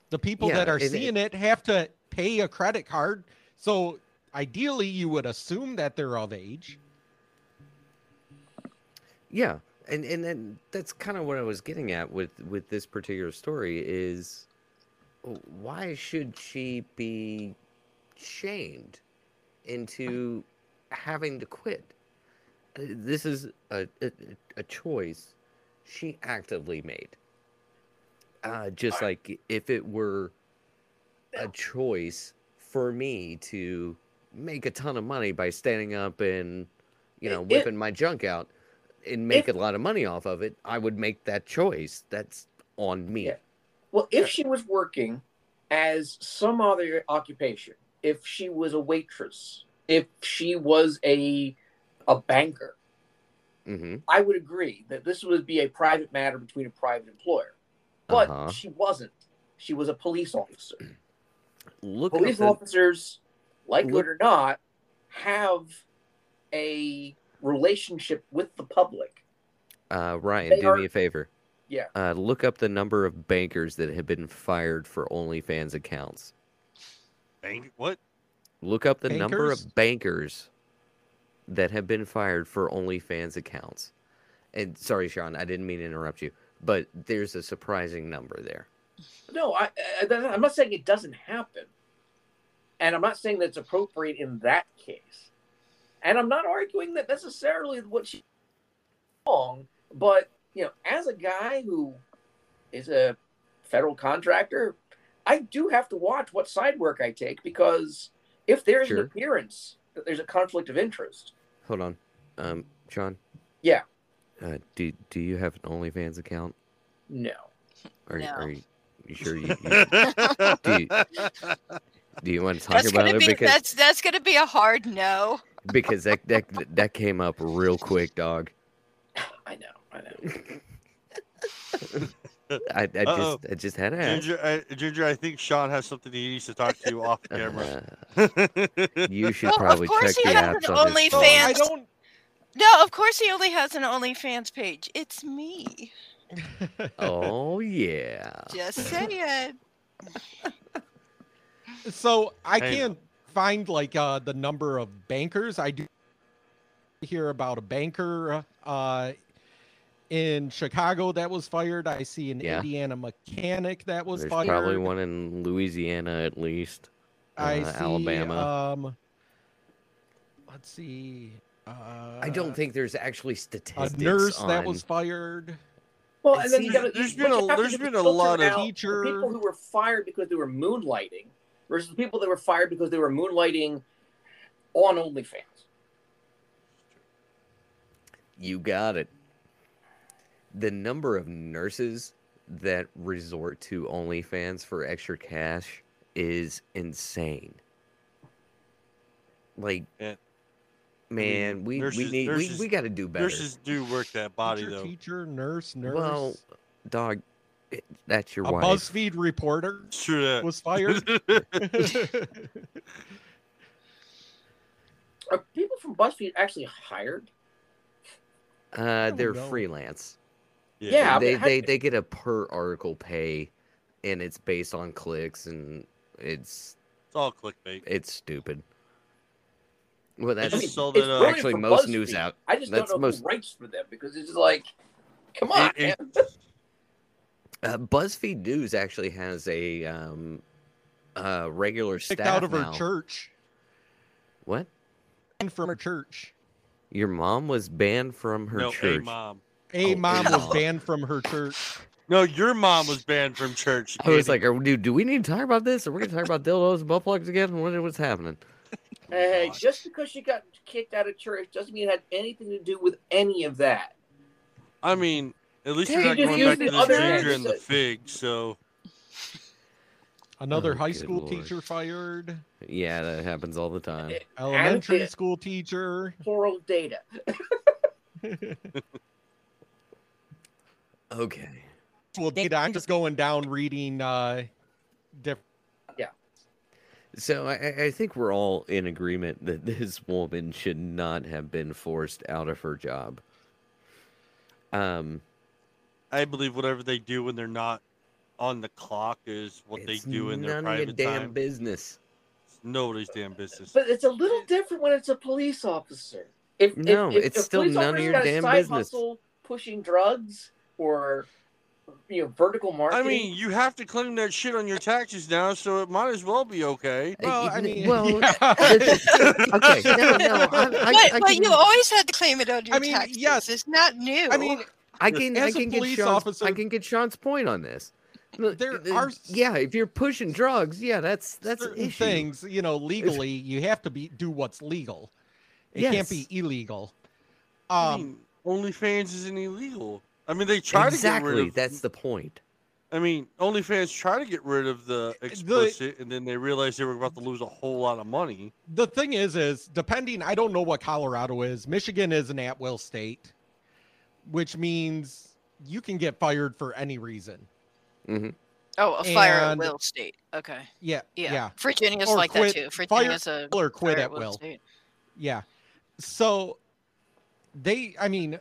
[SPEAKER 1] The people
[SPEAKER 3] Yeah,
[SPEAKER 1] that are
[SPEAKER 3] and it-
[SPEAKER 1] seeing it have to pay a credit card. So ideally, you would assume that they're of age.
[SPEAKER 3] Yeah, and and then that's kind of what I was getting at with with this particular story is w- why should she be shamed into having to quit? Uh, This is a a, a choice she actively made. Uh, just like if it were a choice for me to make a ton of money by standing up and you know
[SPEAKER 6] It- it-
[SPEAKER 3] whipping my junk out and make
[SPEAKER 6] If-
[SPEAKER 3] a lot of money off of it, I would make that choice. That's on me.
[SPEAKER 6] Yeah. Well, if she was working as some other occupation, if she was a waitress, if she was a a banker,
[SPEAKER 3] Mm-hmm.
[SPEAKER 6] I would agree that this would be a private matter between a private employer. But
[SPEAKER 3] Uh-huh.
[SPEAKER 6] she wasn't. She was a police officer.
[SPEAKER 3] Look at
[SPEAKER 6] Police
[SPEAKER 3] the,
[SPEAKER 6] officers, like
[SPEAKER 3] Look-
[SPEAKER 6] it or not, have a relationship with the public.
[SPEAKER 3] uh, Ryan,
[SPEAKER 6] they
[SPEAKER 3] do me
[SPEAKER 6] are-
[SPEAKER 3] a favor.
[SPEAKER 6] Yeah.
[SPEAKER 3] Uh, look up the number of bankers that have been fired for OnlyFans accounts.
[SPEAKER 8] Bang- What?
[SPEAKER 3] Look up the number
[SPEAKER 1] Bankers?
[SPEAKER 3] of bankers that have been fired for OnlyFans accounts. And sorry, Sean, I didn't mean to interrupt you, but there's a surprising number there.
[SPEAKER 6] No, I, I, I'm not saying it doesn't happen. And I'm not saying that's appropriate in that case. And I'm not arguing that necessarily what she wrong, but you know, as a guy who is a federal contractor, I do have to watch what side work I take because if there's
[SPEAKER 3] Sure.
[SPEAKER 6] an appearance that there's a conflict of interest,
[SPEAKER 3] Hold on, um, Sean.
[SPEAKER 6] Yeah.
[SPEAKER 3] Uh, do Do you have an OnlyFans account?
[SPEAKER 6] no.
[SPEAKER 3] Are,
[SPEAKER 7] No.
[SPEAKER 3] are you, you sure you, you Dude. do you want to talk
[SPEAKER 7] that's
[SPEAKER 3] about
[SPEAKER 7] gonna
[SPEAKER 3] it
[SPEAKER 7] be
[SPEAKER 3] because
[SPEAKER 7] that's that's gonna be a hard no.
[SPEAKER 3] because that, that that came up real quick, dog.
[SPEAKER 6] I know, I know.
[SPEAKER 3] I, I
[SPEAKER 8] Uh-oh.
[SPEAKER 3] just I just had to ask.
[SPEAKER 8] Ginger, I, Ginger, I think Sean has something he needs to talk to you off camera.
[SPEAKER 3] Uh, you should
[SPEAKER 7] Well, of
[SPEAKER 3] probably
[SPEAKER 7] course
[SPEAKER 3] check
[SPEAKER 7] he
[SPEAKER 3] the
[SPEAKER 7] has
[SPEAKER 3] apps
[SPEAKER 7] an
[SPEAKER 3] on his
[SPEAKER 7] OnlyFans.
[SPEAKER 1] So
[SPEAKER 3] phone.
[SPEAKER 1] I
[SPEAKER 7] Fans-
[SPEAKER 1] don't.
[SPEAKER 7] No, of course he only has an OnlyFans page. It's me.
[SPEAKER 3] Oh yeah.
[SPEAKER 7] Just saying.
[SPEAKER 1] So I
[SPEAKER 8] Hey.
[SPEAKER 1] can't find like uh, the number of bankers. I do hear about a banker uh, in Chicago that was fired. I see an
[SPEAKER 3] Yeah.
[SPEAKER 1] Indiana mechanic that was
[SPEAKER 3] There's
[SPEAKER 1] fired.
[SPEAKER 3] probably one in Louisiana at least.
[SPEAKER 1] I
[SPEAKER 3] uh,
[SPEAKER 1] see
[SPEAKER 3] Alabama.
[SPEAKER 1] Um, let's see. Uh,
[SPEAKER 3] I don't think there's actually
[SPEAKER 1] a
[SPEAKER 3] statistics.
[SPEAKER 1] nurse that
[SPEAKER 3] on-
[SPEAKER 1] was fired.
[SPEAKER 6] Well,
[SPEAKER 3] It
[SPEAKER 6] and then you
[SPEAKER 3] seems-
[SPEAKER 6] gotta,
[SPEAKER 8] there's
[SPEAKER 6] you-
[SPEAKER 8] been
[SPEAKER 6] what
[SPEAKER 8] a-
[SPEAKER 6] you have to
[SPEAKER 8] there's
[SPEAKER 6] do is
[SPEAKER 8] been a
[SPEAKER 6] filter
[SPEAKER 8] lot of
[SPEAKER 6] out the
[SPEAKER 1] teacher-
[SPEAKER 6] people who were fired because they were moonlighting versus the people that were fired because they were moonlighting on OnlyFans.
[SPEAKER 3] You got it. The number of nurses that resort to OnlyFans for extra cash is insane. Like,
[SPEAKER 8] Yeah.
[SPEAKER 3] man, we, we
[SPEAKER 8] nurses-
[SPEAKER 3] need
[SPEAKER 8] nurses-
[SPEAKER 3] we, we got to do better.
[SPEAKER 8] Nurses do work that body
[SPEAKER 1] teacher,
[SPEAKER 8] though.
[SPEAKER 1] teacher, nurse, nurse.
[SPEAKER 3] Well, dog, it- that's your
[SPEAKER 1] a
[SPEAKER 3] wife.
[SPEAKER 1] BuzzFeed reporter
[SPEAKER 8] It's true that.
[SPEAKER 1] was fired.
[SPEAKER 6] Are people from BuzzFeed actually hired?
[SPEAKER 3] Uh,
[SPEAKER 1] we
[SPEAKER 3] they're
[SPEAKER 1] go.
[SPEAKER 3] freelance.
[SPEAKER 6] Yeah,
[SPEAKER 3] they,
[SPEAKER 6] but how-
[SPEAKER 3] they they get a per article pay, and it's based on clicks, and it's
[SPEAKER 2] It's all clickbait.
[SPEAKER 3] it's stupid. Well,
[SPEAKER 2] They
[SPEAKER 3] that's
[SPEAKER 2] just
[SPEAKER 6] mean,
[SPEAKER 2] sold
[SPEAKER 6] it's
[SPEAKER 2] it
[SPEAKER 6] brilliant
[SPEAKER 2] up.
[SPEAKER 3] actually
[SPEAKER 6] for
[SPEAKER 3] most
[SPEAKER 6] BuzzFeed.
[SPEAKER 3] news out.
[SPEAKER 6] I just
[SPEAKER 3] That's
[SPEAKER 6] don't know
[SPEAKER 3] most-
[SPEAKER 6] who writes for them because it's just like, come on,
[SPEAKER 2] It- it-
[SPEAKER 6] man.
[SPEAKER 3] Uh, BuzzFeed News actually has a um, uh, regular
[SPEAKER 1] Kicked
[SPEAKER 3] staff
[SPEAKER 1] out of
[SPEAKER 3] now.
[SPEAKER 1] her church.
[SPEAKER 3] What?
[SPEAKER 1] And from her church.
[SPEAKER 3] Your mom was banned from her
[SPEAKER 2] no,
[SPEAKER 3] church.
[SPEAKER 2] hey, mom.
[SPEAKER 1] A
[SPEAKER 3] Oh,
[SPEAKER 1] mom was
[SPEAKER 3] wow.
[SPEAKER 1] banned from her church.
[SPEAKER 2] No, your mom was banned from church.
[SPEAKER 3] I was
[SPEAKER 2] Katie.
[SPEAKER 3] like, are, dude, do we need to talk about this? Are we going to talk about dildos and butt plugs again? What, what's happening?
[SPEAKER 6] Hey, just because she got kicked out of church doesn't mean it had anything to do with any of that.
[SPEAKER 2] I mean, at least you're
[SPEAKER 3] Dang,
[SPEAKER 2] not
[SPEAKER 3] you
[SPEAKER 2] going
[SPEAKER 3] used
[SPEAKER 2] back to
[SPEAKER 3] the
[SPEAKER 2] the
[SPEAKER 3] other
[SPEAKER 2] ginger and the
[SPEAKER 6] episode.
[SPEAKER 2] fig. So
[SPEAKER 1] Another
[SPEAKER 3] Oh,
[SPEAKER 1] high
[SPEAKER 3] good
[SPEAKER 1] school
[SPEAKER 3] lord.
[SPEAKER 1] teacher fired.
[SPEAKER 3] Yeah, that happens all the
[SPEAKER 2] Eh,
[SPEAKER 3] time.
[SPEAKER 6] It-
[SPEAKER 1] Elementary
[SPEAKER 6] it-
[SPEAKER 1] school teacher.
[SPEAKER 6] Plural data.
[SPEAKER 3] Okay.
[SPEAKER 1] Well, data. I'm just going down reading uh, different.
[SPEAKER 3] So I- I, I think we're all in agreement that this woman should not have been forced out of her job. Um,
[SPEAKER 2] I believe whatever they do when they're not on the clock is what
[SPEAKER 3] it's
[SPEAKER 2] they do in their
[SPEAKER 3] none of your
[SPEAKER 2] private
[SPEAKER 3] damn
[SPEAKER 2] time.
[SPEAKER 3] business.
[SPEAKER 2] Nobody's damn business.
[SPEAKER 6] But it's a little different when it's a police officer. If, if-
[SPEAKER 3] No,
[SPEAKER 6] if, if,
[SPEAKER 3] it's still
[SPEAKER 6] police
[SPEAKER 3] none of
[SPEAKER 6] officer's
[SPEAKER 3] your
[SPEAKER 6] got a
[SPEAKER 3] damn
[SPEAKER 6] side
[SPEAKER 3] business.
[SPEAKER 6] Hustle, pushing drugs or you know vertical
[SPEAKER 2] I
[SPEAKER 6] marketing.
[SPEAKER 2] mean, you have to claim that shit on your taxes now, so it might as well be okay.
[SPEAKER 3] Uh,
[SPEAKER 1] Well, I
[SPEAKER 3] n-
[SPEAKER 1] mean,
[SPEAKER 3] well,
[SPEAKER 1] yeah.
[SPEAKER 3] okay, no, no, I, I,
[SPEAKER 5] but
[SPEAKER 3] I
[SPEAKER 5] but
[SPEAKER 3] can,
[SPEAKER 5] you always had to claim it on your
[SPEAKER 1] I mean,
[SPEAKER 5] taxes.
[SPEAKER 1] yes.
[SPEAKER 5] It's not new.
[SPEAKER 1] I mean,
[SPEAKER 3] I can, I
[SPEAKER 1] as a
[SPEAKER 3] can get
[SPEAKER 1] police
[SPEAKER 3] Sean's, I
[SPEAKER 1] officer-
[SPEAKER 3] can get Sean's point on this. Look,
[SPEAKER 1] There
[SPEAKER 3] th-
[SPEAKER 1] are s-
[SPEAKER 3] yeah, if you're pushing drugs, yeah, that's that's an
[SPEAKER 1] certain
[SPEAKER 3] issue.
[SPEAKER 1] things, you know, legally, you have to be do what's legal. It can't be illegal.
[SPEAKER 2] I
[SPEAKER 1] Um,
[SPEAKER 2] mean, OnlyFans isn't illegal. I mean, they try
[SPEAKER 3] exactly,
[SPEAKER 2] to get rid of.
[SPEAKER 3] that's the point.
[SPEAKER 2] I mean, OnlyFans try to get rid of the
[SPEAKER 1] The-
[SPEAKER 2] explicit, and then they realized they were about to lose a whole lot of money.
[SPEAKER 1] the thing is, is depending. I don't know what Colorado is. Michigan is an at-will state, which means you can get fired for any reason.
[SPEAKER 3] Mm-hmm.
[SPEAKER 7] Oh, a fire
[SPEAKER 1] And-
[SPEAKER 7] at will state. Okay.
[SPEAKER 1] Yeah,
[SPEAKER 7] Yeah.
[SPEAKER 1] yeah,
[SPEAKER 7] Virginia's
[SPEAKER 1] Or
[SPEAKER 7] like
[SPEAKER 1] quit-
[SPEAKER 7] that too. Virginia's a
[SPEAKER 1] or quit
[SPEAKER 7] fire
[SPEAKER 1] at will.
[SPEAKER 7] state.
[SPEAKER 1] Yeah. So they, I mean,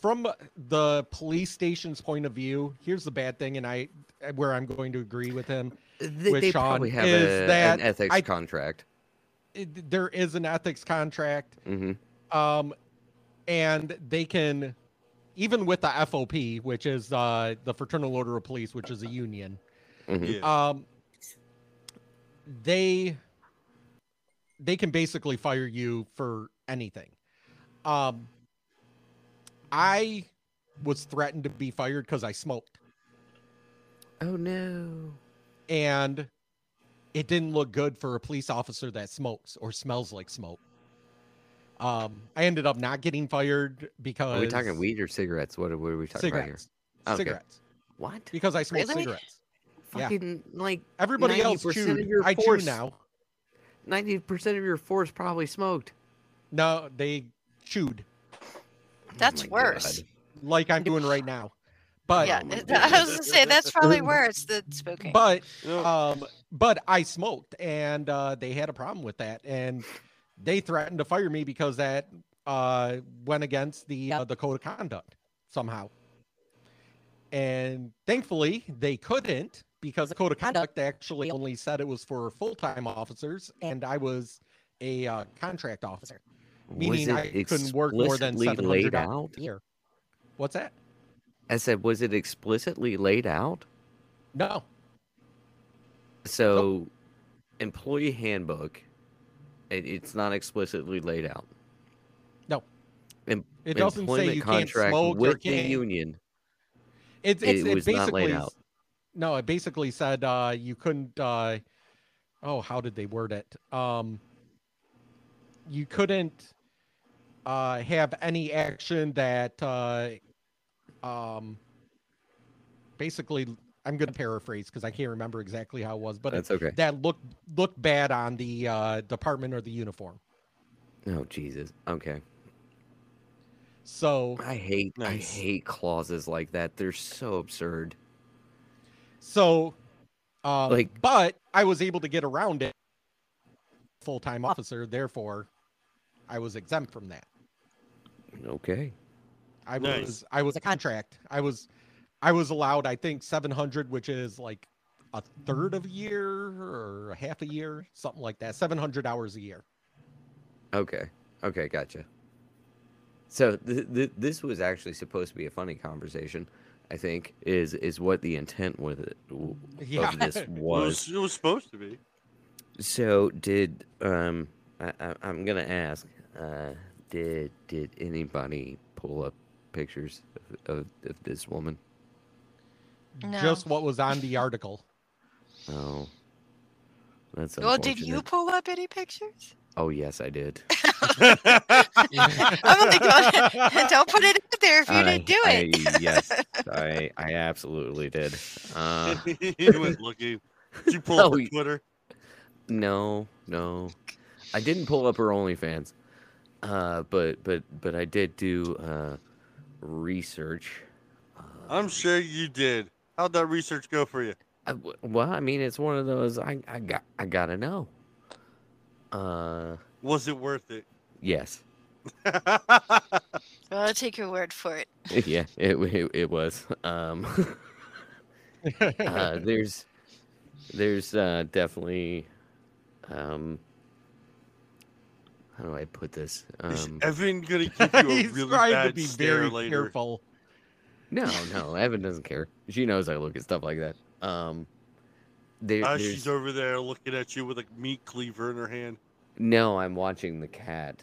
[SPEAKER 1] from the police station's point of view, here's the bad thing, and I, where I'm going to agree with him,
[SPEAKER 3] They,
[SPEAKER 1] With
[SPEAKER 3] they
[SPEAKER 1] Sean
[SPEAKER 3] probably have
[SPEAKER 1] is
[SPEAKER 3] a,
[SPEAKER 1] that
[SPEAKER 3] an ethics
[SPEAKER 1] I-
[SPEAKER 3] contract.
[SPEAKER 1] it- there is an ethics contract,
[SPEAKER 3] hmm
[SPEAKER 1] um, and they can, even with the FOP, which is uh, the Fraternal Order of Police, which is a union,
[SPEAKER 3] Mhm.
[SPEAKER 2] Yeah.
[SPEAKER 1] um, they they can basically fire you for anything. Um, I was threatened to be fired because I smoked,
[SPEAKER 3] Oh no.
[SPEAKER 1] and it didn't look good for a police officer that smokes or smells like smoke. Um, I ended up not getting fired because
[SPEAKER 3] Are we talking weed or cigarettes? What are, what are we talking about here?
[SPEAKER 1] Cigarettes,
[SPEAKER 3] Okay.
[SPEAKER 1] cigarettes,
[SPEAKER 3] What?
[SPEAKER 1] because I smoked
[SPEAKER 3] Really?
[SPEAKER 1] cigarettes. Yeah.
[SPEAKER 3] Fucking like
[SPEAKER 1] Everybody else
[SPEAKER 3] 90% of
[SPEAKER 1] chewed.
[SPEAKER 3] your
[SPEAKER 1] I chew
[SPEAKER 3] force.
[SPEAKER 1] now.
[SPEAKER 3] ninety percent of your force probably smoked.
[SPEAKER 1] No, they chewed.
[SPEAKER 3] Oh
[SPEAKER 5] That's
[SPEAKER 3] my
[SPEAKER 5] worse.
[SPEAKER 3] God.
[SPEAKER 1] like I'm doing right now. But
[SPEAKER 5] yeah,
[SPEAKER 3] my
[SPEAKER 5] th- I was gonna say that's probably
[SPEAKER 1] Mm.
[SPEAKER 5] where it's the spoken.
[SPEAKER 1] but
[SPEAKER 2] You
[SPEAKER 3] Oh.
[SPEAKER 2] know,
[SPEAKER 1] um but I smoked and uh they had a problem with that and they threatened to fire me because that uh went against the uh, the code of conduct somehow. And thankfully they couldn't because the code of conduct actually only said it was for full-time officers and I was a uh, contract officer.
[SPEAKER 3] was
[SPEAKER 1] Meaning
[SPEAKER 3] it
[SPEAKER 1] I couldn't work more than
[SPEAKER 3] explicitly laid out?
[SPEAKER 1] $700 a year. What's that?
[SPEAKER 3] I said, was it explicitly laid out?
[SPEAKER 1] No.
[SPEAKER 3] So, employee handbook, it, it's not explicitly laid out.
[SPEAKER 1] No.
[SPEAKER 3] Em-
[SPEAKER 1] It doesn't say
[SPEAKER 3] employment
[SPEAKER 1] you can't
[SPEAKER 3] contract
[SPEAKER 1] smoke or
[SPEAKER 3] with the
[SPEAKER 1] can't-
[SPEAKER 3] union.
[SPEAKER 1] It's,
[SPEAKER 3] It
[SPEAKER 1] it's, it
[SPEAKER 3] was not laid
[SPEAKER 1] basically
[SPEAKER 3] out.
[SPEAKER 1] no, it basically said uh, you couldn't. Uh, oh, how did they word it? Um, you couldn't uh, have any action that. Uh, um, basically, I'm going to paraphrase because I can't remember exactly how it was, but it,
[SPEAKER 3] That's okay.
[SPEAKER 1] that looked looked bad on the uh, department or the uniform.
[SPEAKER 3] Oh Jesus. Okay.
[SPEAKER 1] So,
[SPEAKER 3] I hate.
[SPEAKER 2] Nice.
[SPEAKER 3] I hate clauses like that. They're so absurd.
[SPEAKER 1] so, um,
[SPEAKER 3] Like-
[SPEAKER 1] but I was able to get around it. Full time officer, therefore, I was exempt from that.
[SPEAKER 3] Okay.
[SPEAKER 1] I
[SPEAKER 2] Nice.
[SPEAKER 1] was I was a contract. I was I was allowed I think 700 which is like a third of a year or a half a year, something like that. 700 hours a year.
[SPEAKER 3] Okay. Okay. Gotcha. So th- th- this was actually supposed to be a funny conversation. I think is is what the intent with it w-
[SPEAKER 1] Yeah.
[SPEAKER 3] of this was.
[SPEAKER 2] it was supposed to be.
[SPEAKER 3] So did um I, I, I'm gonna ask uh did did anybody pull up pictures of, of, of this woman?
[SPEAKER 5] No.
[SPEAKER 1] Just what was on the article.
[SPEAKER 3] Oh, that's
[SPEAKER 5] Well, did you
[SPEAKER 3] unfortunate.
[SPEAKER 5] pull up any pictures?
[SPEAKER 3] Oh yes, I did.
[SPEAKER 5] I'm only going. Don't put it out there if you
[SPEAKER 3] I,
[SPEAKER 5] didn't do it.
[SPEAKER 3] I- yes, I I absolutely did. Uh,
[SPEAKER 2] you went looking. Did you pull
[SPEAKER 3] Oh,
[SPEAKER 2] up her
[SPEAKER 3] you-
[SPEAKER 2] Twitter?
[SPEAKER 3] no, no, I didn't pull up her OnlyFans. Uh, but but but I did do uh research. Uh,
[SPEAKER 2] I'm sure you did. How'd that research go for you?
[SPEAKER 3] I Uh, w well, I mean, it's one of those I, I got I gotta know. Uh,
[SPEAKER 2] Was it worth it?
[SPEAKER 3] yes,
[SPEAKER 5] Well, I'll take your word for it.
[SPEAKER 3] yeah, it w- it, it was. Um, uh, there's there's uh, definitely um, how do I put this?
[SPEAKER 2] Is
[SPEAKER 3] Um,
[SPEAKER 2] Evan gonna give you a
[SPEAKER 1] He's
[SPEAKER 2] really
[SPEAKER 1] trying
[SPEAKER 2] bad
[SPEAKER 1] to be
[SPEAKER 2] stare
[SPEAKER 1] very
[SPEAKER 2] later?
[SPEAKER 1] careful.
[SPEAKER 3] no, no, Evan doesn't care. She knows I look at stuff like that. Um, there,
[SPEAKER 2] Ah,
[SPEAKER 3] there's-
[SPEAKER 2] she's over there looking at you with a meat cleaver in her hand.
[SPEAKER 3] no, I'm watching the cat.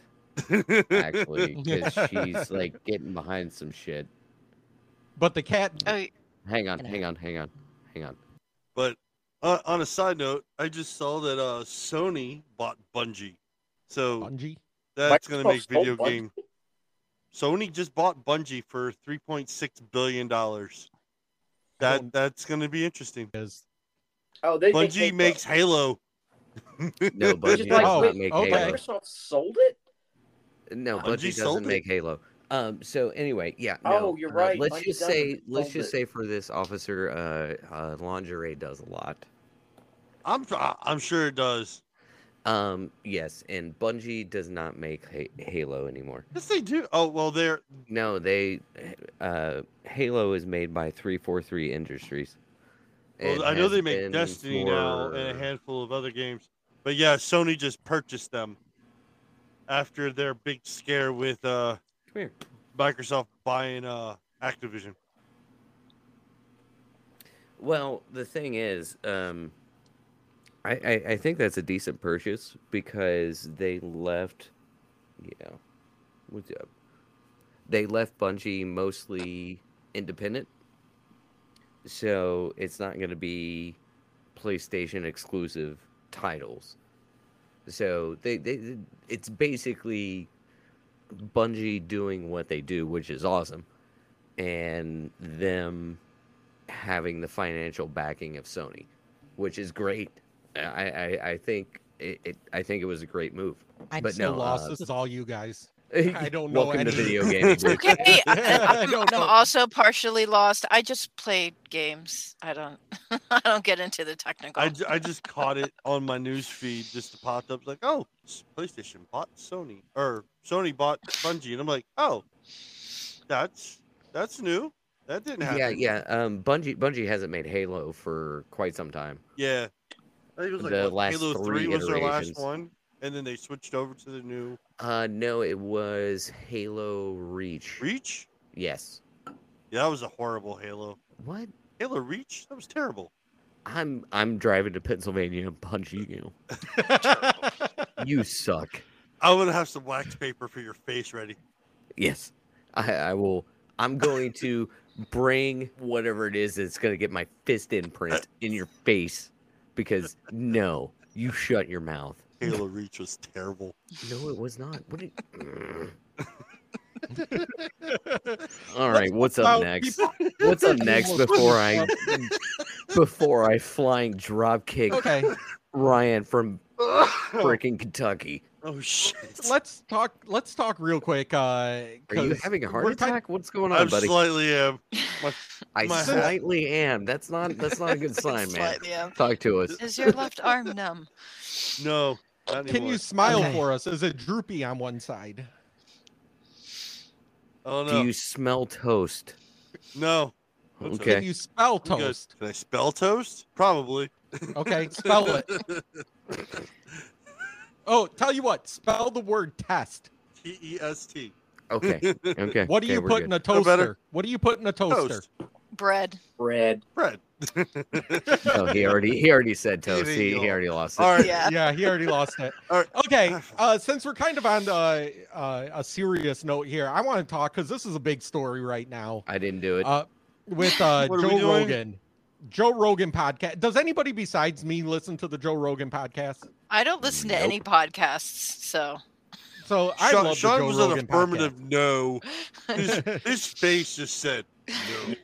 [SPEAKER 3] actually because she's like getting behind some shit.
[SPEAKER 1] But the cat
[SPEAKER 5] Oh,
[SPEAKER 3] Hang on, hang on, hang on, hang on.
[SPEAKER 2] But uh, on a side note, I just saw that uh, Sony bought Bungie, so
[SPEAKER 1] Bungie.
[SPEAKER 2] that's gonna make
[SPEAKER 6] Microsoft sold
[SPEAKER 2] video
[SPEAKER 6] Bungie?
[SPEAKER 2] game. Sony just bought Bungie for 3.6 billion dollars. That
[SPEAKER 1] don't-
[SPEAKER 2] that's gonna be interesting.
[SPEAKER 1] is
[SPEAKER 6] Oh, they they- they-
[SPEAKER 2] Bungie makes Halo.
[SPEAKER 3] No,
[SPEAKER 6] Which
[SPEAKER 3] Bungie
[SPEAKER 6] is
[SPEAKER 3] does
[SPEAKER 6] like-
[SPEAKER 3] not
[SPEAKER 1] wait,
[SPEAKER 3] Oh, make
[SPEAKER 1] okay.
[SPEAKER 3] Halo.
[SPEAKER 6] Microsoft sold it.
[SPEAKER 3] No,
[SPEAKER 2] Bungie
[SPEAKER 3] Bungie
[SPEAKER 2] sold
[SPEAKER 3] doesn't
[SPEAKER 2] it.
[SPEAKER 3] make Halo. Um. So anyway, yeah.
[SPEAKER 6] Oh,
[SPEAKER 3] no,
[SPEAKER 6] you're
[SPEAKER 3] uh,
[SPEAKER 6] right,
[SPEAKER 3] let's
[SPEAKER 6] Bungie
[SPEAKER 3] just
[SPEAKER 6] doesn't,
[SPEAKER 3] say,
[SPEAKER 6] it
[SPEAKER 3] let's
[SPEAKER 6] sold
[SPEAKER 3] just
[SPEAKER 6] it.
[SPEAKER 3] say for this officer, uh, uh, lingerie does a lot.
[SPEAKER 2] I'm I'm sure it does.
[SPEAKER 3] Um. Yes, and Bungie does not make ha- Halo anymore.
[SPEAKER 2] Yes, they do. Oh well, they're
[SPEAKER 3] No, they. Uh, Halo is made by Three Four Three Industries.
[SPEAKER 2] Well,
[SPEAKER 3] and
[SPEAKER 2] I know
[SPEAKER 3] has
[SPEAKER 2] they make
[SPEAKER 3] been
[SPEAKER 2] Destiny now and
[SPEAKER 3] for-
[SPEAKER 2] a handful of other games, but yeah, Sony just purchased them after their big scare with uh,
[SPEAKER 3] Come here.
[SPEAKER 2] Microsoft buying uh, Activision.
[SPEAKER 3] Well, the thing is, um, I, I I think that's a decent purchase because they left, yeah, what's up? They left Bungie mostly independent, so it's not going to be PlayStation exclusive titles. So they, they it's basically Bungie doing what they do, which is awesome, and them having the financial backing of Sony, which is great. I I, I think it, it I think it was a great move.
[SPEAKER 1] I'm
[SPEAKER 3] But
[SPEAKER 1] so
[SPEAKER 3] no,
[SPEAKER 1] lost.
[SPEAKER 3] uh,
[SPEAKER 1] this is all you guys. I don't know
[SPEAKER 3] Welcome to
[SPEAKER 1] any-
[SPEAKER 3] video gaming. dude.
[SPEAKER 9] Okay, I-
[SPEAKER 1] I
[SPEAKER 9] I'm,
[SPEAKER 1] don't
[SPEAKER 9] I'm
[SPEAKER 1] know.
[SPEAKER 9] also partially lost. I just play games. I don't. I don't get into the technical.
[SPEAKER 2] I, ju- I just caught it on my news feed, just popped up like, oh, s- PlayStation bought Sony or Sony bought Bungie, and I'm like, oh, that's that's new. That didn't happen.
[SPEAKER 3] yeah, yeah. Um, Bungie Bungie hasn't made Halo for quite some time.
[SPEAKER 2] Yeah. I think it was like
[SPEAKER 3] The
[SPEAKER 2] what,
[SPEAKER 3] last
[SPEAKER 2] Halo
[SPEAKER 3] three
[SPEAKER 2] 3 was their last
[SPEAKER 3] iterations.
[SPEAKER 2] one, and then they switched over to the new
[SPEAKER 3] Uh, no, it was Halo Reach.
[SPEAKER 2] Reach.
[SPEAKER 3] Yes.
[SPEAKER 2] Yeah, that was a horrible Halo.
[SPEAKER 3] What?
[SPEAKER 2] Halo Reach? That was terrible.
[SPEAKER 3] I'm I'm driving to Pennsylvania and punching you. You suck.
[SPEAKER 2] I would have some wax paper for your face ready.
[SPEAKER 3] Yes, I, I will. I'm going to bring whatever it is that's going to get my fist imprint in your face because no, you shut your mouth.
[SPEAKER 2] Halo Reach was terrible.
[SPEAKER 3] No, it was not. What? Did... All right, what's up
[SPEAKER 1] Well,
[SPEAKER 3] next?
[SPEAKER 1] people-
[SPEAKER 3] What's up next
[SPEAKER 1] people-
[SPEAKER 3] before I before I flying dropkick
[SPEAKER 1] Okay.
[SPEAKER 3] Ryan from
[SPEAKER 2] oh
[SPEAKER 3] freaking Kentucky?
[SPEAKER 2] shit.
[SPEAKER 1] Let's talk let's talk real quick uh
[SPEAKER 3] Are you
[SPEAKER 1] 'cause
[SPEAKER 3] having a heart
[SPEAKER 1] we're kind-
[SPEAKER 3] attack? What's going on,
[SPEAKER 2] I'm
[SPEAKER 3] buddy?
[SPEAKER 2] slightly am.
[SPEAKER 3] I
[SPEAKER 2] my-
[SPEAKER 3] slightly am. That's not that's not a good sign, man.
[SPEAKER 9] Slightly, yeah.
[SPEAKER 3] Talk to us.
[SPEAKER 5] is your left arm numb?
[SPEAKER 2] No, Not
[SPEAKER 1] Can
[SPEAKER 2] anymore.
[SPEAKER 1] you smile
[SPEAKER 3] Okay.
[SPEAKER 1] for us? Is it droopy on one side?
[SPEAKER 2] Oh no.
[SPEAKER 3] Do you smell toast?
[SPEAKER 2] No. That's
[SPEAKER 3] Okay.
[SPEAKER 1] Can you spell
[SPEAKER 2] I'm good.
[SPEAKER 1] toast?
[SPEAKER 2] Can I spell toast? Probably.
[SPEAKER 1] Okay, spell it. Oh, tell you what, spell the word test.
[SPEAKER 2] T E S T.
[SPEAKER 3] Okay. Okay.
[SPEAKER 1] What do
[SPEAKER 3] okay,
[SPEAKER 1] you
[SPEAKER 3] we're
[SPEAKER 1] put in
[SPEAKER 3] good.
[SPEAKER 1] a
[SPEAKER 2] No better.
[SPEAKER 1] toaster? What do you put in a toaster?
[SPEAKER 2] Toast.
[SPEAKER 5] Bread.
[SPEAKER 6] Bread.
[SPEAKER 2] Bread.
[SPEAKER 3] No, Oh, he already he already said
[SPEAKER 2] Eating
[SPEAKER 3] toast. He,
[SPEAKER 2] y'all.
[SPEAKER 3] he already lost it.
[SPEAKER 2] All right.
[SPEAKER 5] Yeah.
[SPEAKER 1] Yeah, he already lost it.
[SPEAKER 2] All right.
[SPEAKER 1] Okay, uh, since we're kind of on uh, uh, a serious note here, I want to talk because this is a big story right now
[SPEAKER 3] I didn't do it.
[SPEAKER 1] uh, with uh,
[SPEAKER 2] What are we
[SPEAKER 1] Joe
[SPEAKER 2] doing?
[SPEAKER 1] Rogan. Joe Rogan podcast. Does anybody besides me listen to the Joe Rogan podcast?
[SPEAKER 7] I don't listen to
[SPEAKER 3] Nope.
[SPEAKER 7] any podcasts, so
[SPEAKER 1] So I
[SPEAKER 2] Sean,
[SPEAKER 1] love
[SPEAKER 2] Sean
[SPEAKER 1] the Joe
[SPEAKER 2] was
[SPEAKER 1] Rogan
[SPEAKER 2] an affirmative
[SPEAKER 1] podcast.
[SPEAKER 2] no. His, his face just said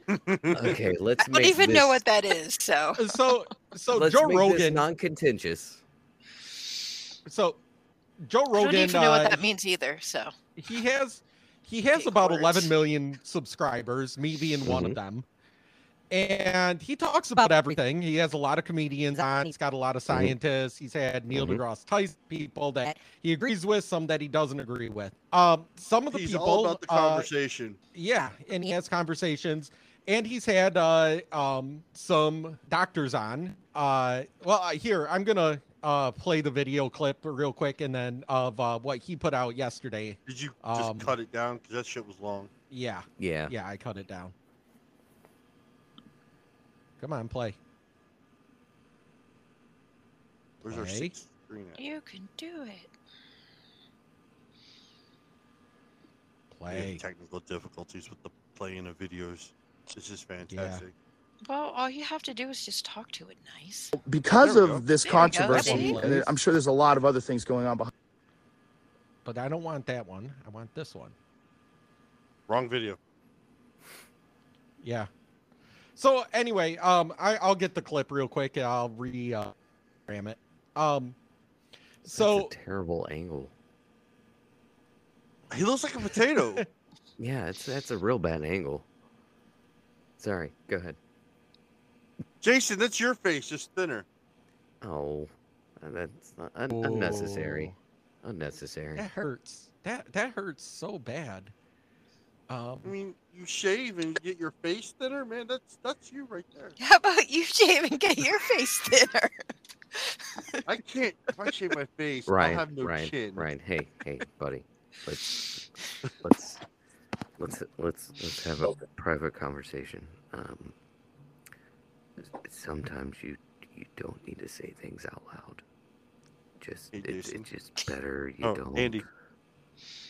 [SPEAKER 2] no.
[SPEAKER 3] okay, let's
[SPEAKER 5] I
[SPEAKER 3] make
[SPEAKER 5] don't even
[SPEAKER 3] this,
[SPEAKER 5] know what that is. So
[SPEAKER 1] So,
[SPEAKER 2] Oh,
[SPEAKER 1] so
[SPEAKER 3] let's
[SPEAKER 1] Joe
[SPEAKER 3] make this
[SPEAKER 1] Rogan.
[SPEAKER 3] non-contentious.
[SPEAKER 1] so Joe
[SPEAKER 7] I don't
[SPEAKER 1] Rogan.
[SPEAKER 7] even know
[SPEAKER 1] uh,
[SPEAKER 7] what that means either. So
[SPEAKER 1] he has he has
[SPEAKER 7] Big
[SPEAKER 1] about
[SPEAKER 7] words.
[SPEAKER 1] 11 million subscribers me being one of
[SPEAKER 3] Mhm.
[SPEAKER 1] them and he talks about everything he has a lot of comedians on he's got a lot of scientists he's had neil
[SPEAKER 3] Mhm.
[SPEAKER 1] degrasse tyson people that he agrees with some that he doesn't agree with um some of the
[SPEAKER 2] He's
[SPEAKER 1] people
[SPEAKER 2] all about the
[SPEAKER 1] uh,
[SPEAKER 2] conversation.
[SPEAKER 1] yeah, and he has conversations, and he's had uh, um, some doctors on. Uh, well, uh, here I'm gonna uh, play the video clip real quick, and then of uh, what he put out yesterday.
[SPEAKER 2] Did you just
[SPEAKER 1] um,
[SPEAKER 2] cut it down? Because that shit was long.
[SPEAKER 1] Yeah,
[SPEAKER 3] Yeah.
[SPEAKER 1] yeah, I cut it down. Come on, play.
[SPEAKER 2] Where's our
[SPEAKER 1] Play.
[SPEAKER 2] sixth screen at?
[SPEAKER 7] you can do it.
[SPEAKER 2] We have
[SPEAKER 1] Play.
[SPEAKER 2] Technical difficulties with the playing of videos. This is fantastic.
[SPEAKER 7] Well, all you have to do is just talk to it nice.
[SPEAKER 10] because
[SPEAKER 2] There we go.
[SPEAKER 10] of this
[SPEAKER 7] There we go,
[SPEAKER 10] controversy,
[SPEAKER 7] see?
[SPEAKER 10] and there- I'm sure there's a lot of other things going on behind.
[SPEAKER 1] But I don't want that one. I want this one.
[SPEAKER 2] Wrong video.
[SPEAKER 1] Yeah. So anyway, um, I, I'll get the clip real quick and I'll re uh, ram it. Um,
[SPEAKER 3] That's
[SPEAKER 1] so
[SPEAKER 3] a terrible angle.
[SPEAKER 2] He looks like a potato.
[SPEAKER 3] Yeah, it's that's a real bad angle. Sorry. Go ahead.
[SPEAKER 2] Jason, that's your face, just thinner.
[SPEAKER 3] Oh, that's not, un- unnecessary. Unnecessary.
[SPEAKER 1] That hurts. That that hurts so bad. Um,
[SPEAKER 2] I mean, you shave and you get your face thinner, man. That's that's you right there.
[SPEAKER 5] how about you shave and get your face thinner?
[SPEAKER 2] I can't. If I shave my face,
[SPEAKER 3] Ryan,
[SPEAKER 2] I'll have no
[SPEAKER 3] Ryan,
[SPEAKER 2] chin.
[SPEAKER 3] Ryan, hey, hey, buddy, let's let's let's let's let's have a private conversation. Um, sometimes you you don't need to say things out loud. Just
[SPEAKER 2] Hey,
[SPEAKER 3] it, it's
[SPEAKER 2] Jason.
[SPEAKER 3] just better you
[SPEAKER 2] Oh,
[SPEAKER 3] don't.
[SPEAKER 2] Andy.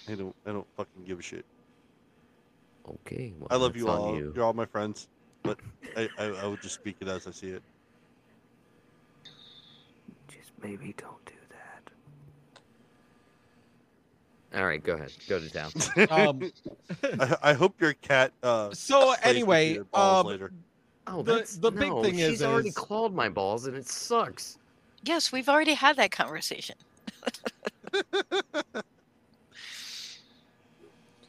[SPEAKER 2] I don't. I don't fucking give a shit.
[SPEAKER 3] Okay, well,
[SPEAKER 2] I love
[SPEAKER 3] that's
[SPEAKER 2] you
[SPEAKER 3] on
[SPEAKER 2] all.
[SPEAKER 3] You.
[SPEAKER 2] You. are all my friends, but I, I, I would just speak it as I see it.
[SPEAKER 3] Just maybe don't do that. All right, go ahead. Go to town.
[SPEAKER 1] um,
[SPEAKER 2] I, I hope your cat. Uh,
[SPEAKER 1] so
[SPEAKER 2] plays with
[SPEAKER 1] anyway,
[SPEAKER 2] your balls
[SPEAKER 1] um,
[SPEAKER 2] later.
[SPEAKER 3] Oh,
[SPEAKER 1] The-
[SPEAKER 3] that's,
[SPEAKER 1] the big
[SPEAKER 3] no,
[SPEAKER 1] thing
[SPEAKER 3] she's
[SPEAKER 1] is-
[SPEAKER 3] already
[SPEAKER 1] is-
[SPEAKER 3] clawed my balls, and it sucks.
[SPEAKER 7] Yes, we've already had that conversation.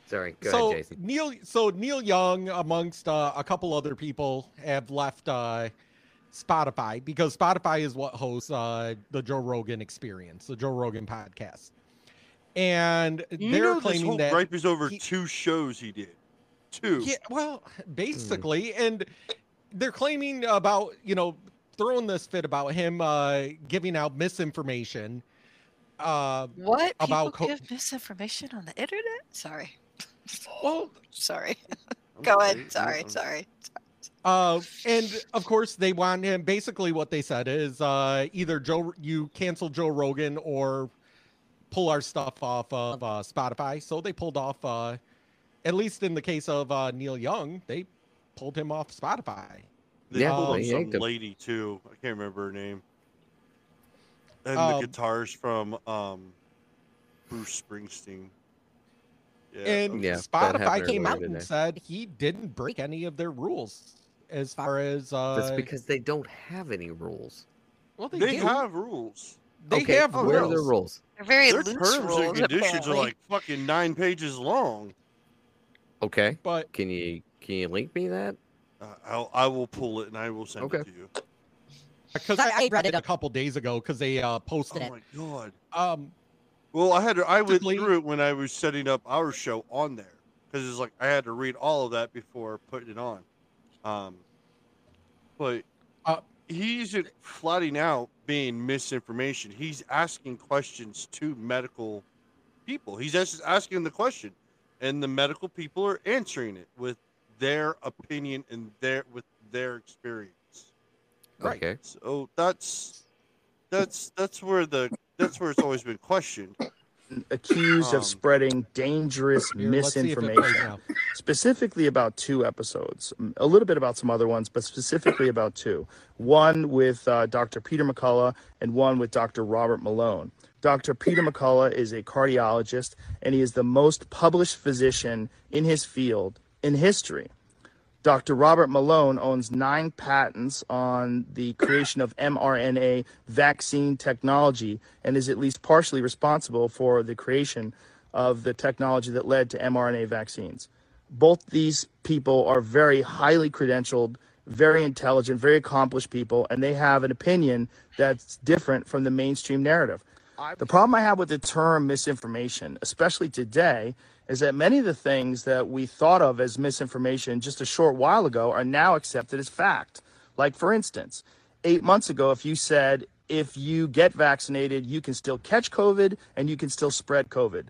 [SPEAKER 3] Sorry, go
[SPEAKER 1] so
[SPEAKER 3] ahead, Jason.
[SPEAKER 1] Neil, so Neil Young, amongst uh, a couple other people, have left uh, Spotify because Spotify is what hosts uh, the Joe Rogan Experience, the Joe Rogan podcast, and
[SPEAKER 2] You
[SPEAKER 1] they're
[SPEAKER 2] know this
[SPEAKER 1] claiming
[SPEAKER 2] whole
[SPEAKER 1] that
[SPEAKER 2] gripe is over
[SPEAKER 1] he-
[SPEAKER 2] two shows he did. Two.
[SPEAKER 1] Yeah, well, basically,
[SPEAKER 3] Hmm.
[SPEAKER 1] and they're claiming about you know throwing this fit about him uh, giving out misinformation. Uh,
[SPEAKER 7] What people
[SPEAKER 1] About co-
[SPEAKER 7] give misinformation on the internet? Sorry,
[SPEAKER 1] well,
[SPEAKER 5] Sorry.
[SPEAKER 2] I'm
[SPEAKER 5] Go
[SPEAKER 2] sorry, I'm-
[SPEAKER 5] ahead. Sorry.
[SPEAKER 2] I'm-
[SPEAKER 5] Sorry.
[SPEAKER 1] uh, and of course they want him. Basically, what they said is uh, either Joe, you cancel Joe Rogan or pull our stuff off of uh, Spotify. So they pulled off. Uh, at least in the case of uh, Neil Young, they pulled him off Spotify. Um,
[SPEAKER 2] They
[SPEAKER 3] Yeah,
[SPEAKER 2] pulled up
[SPEAKER 1] they
[SPEAKER 2] some
[SPEAKER 3] yanked him.
[SPEAKER 2] lady too. I can't remember her name. And
[SPEAKER 1] Um,
[SPEAKER 2] the guitarist from um, Bruce Springsteen. Yeah,
[SPEAKER 1] and
[SPEAKER 2] okay.
[SPEAKER 3] Yeah, that
[SPEAKER 1] Spotify
[SPEAKER 3] happened
[SPEAKER 1] came
[SPEAKER 3] earlier
[SPEAKER 1] out and
[SPEAKER 3] today.
[SPEAKER 1] said he didn't break any of their rules as far as uh
[SPEAKER 3] That's because they don't have any rules.
[SPEAKER 1] well they,
[SPEAKER 2] they,
[SPEAKER 1] do.
[SPEAKER 2] have rules.
[SPEAKER 1] they
[SPEAKER 3] okay,
[SPEAKER 1] have
[SPEAKER 3] what are their
[SPEAKER 1] rules.
[SPEAKER 3] rules?
[SPEAKER 5] They're very
[SPEAKER 2] Their
[SPEAKER 5] loose
[SPEAKER 2] terms
[SPEAKER 5] rules.
[SPEAKER 2] and conditions
[SPEAKER 5] apparently.
[SPEAKER 2] are like fucking nine pages long.
[SPEAKER 3] Okay,
[SPEAKER 1] But
[SPEAKER 3] can you can you link me that?
[SPEAKER 2] Uh, I'll, I will pull it and I will send
[SPEAKER 3] Okay.
[SPEAKER 2] it to you.
[SPEAKER 1] Because
[SPEAKER 11] Sorry,
[SPEAKER 1] I,
[SPEAKER 11] I read
[SPEAKER 1] read
[SPEAKER 11] it
[SPEAKER 1] it a
[SPEAKER 11] up.
[SPEAKER 1] couple days ago because they uh, posted
[SPEAKER 8] Oh my god.
[SPEAKER 1] it. Um,
[SPEAKER 8] Well, I had to, I went
[SPEAKER 1] Simply-
[SPEAKER 8] through it when I was setting up our show on there because it's like I had to read all of that before putting it on. Um, but
[SPEAKER 1] Uh,
[SPEAKER 8] he isn't flatting out being misinformation. He's asking questions to medical people. He's just asking the question, and the medical people are answering it with their opinion and their with their experience.
[SPEAKER 1] Right.
[SPEAKER 3] Okay.
[SPEAKER 8] So that's that's that's where the that's where it's always been questioned.
[SPEAKER 10] accused
[SPEAKER 8] Um,
[SPEAKER 10] of spreading dangerous
[SPEAKER 1] here, let's see if it plays
[SPEAKER 10] misinformation.
[SPEAKER 1] now.
[SPEAKER 10] specifically about two episodes, a little bit about some other ones, but specifically about two. One with uh, Dr. Peter McCullough and one with Dr. Robert Malone. Dr. Peter McCullough is a cardiologist and he is the most published physician in his field in history. Dr. Robert Malone owns nine patents on the creation of mRNA vaccine technology and is at least partially responsible for the creation of the technology that led to mRNA vaccines. Both these people are very highly credentialed, very intelligent, very accomplished people, and they have an opinion that's different from the mainstream narrative. The problem I have with the term misinformation, especially today, is that many of the things that we thought of as misinformation just a short while ago are now accepted as fact. Like, for instance, eight months ago, if you said, if you get vaccinated, you can still catch COVID and you can still spread COVID,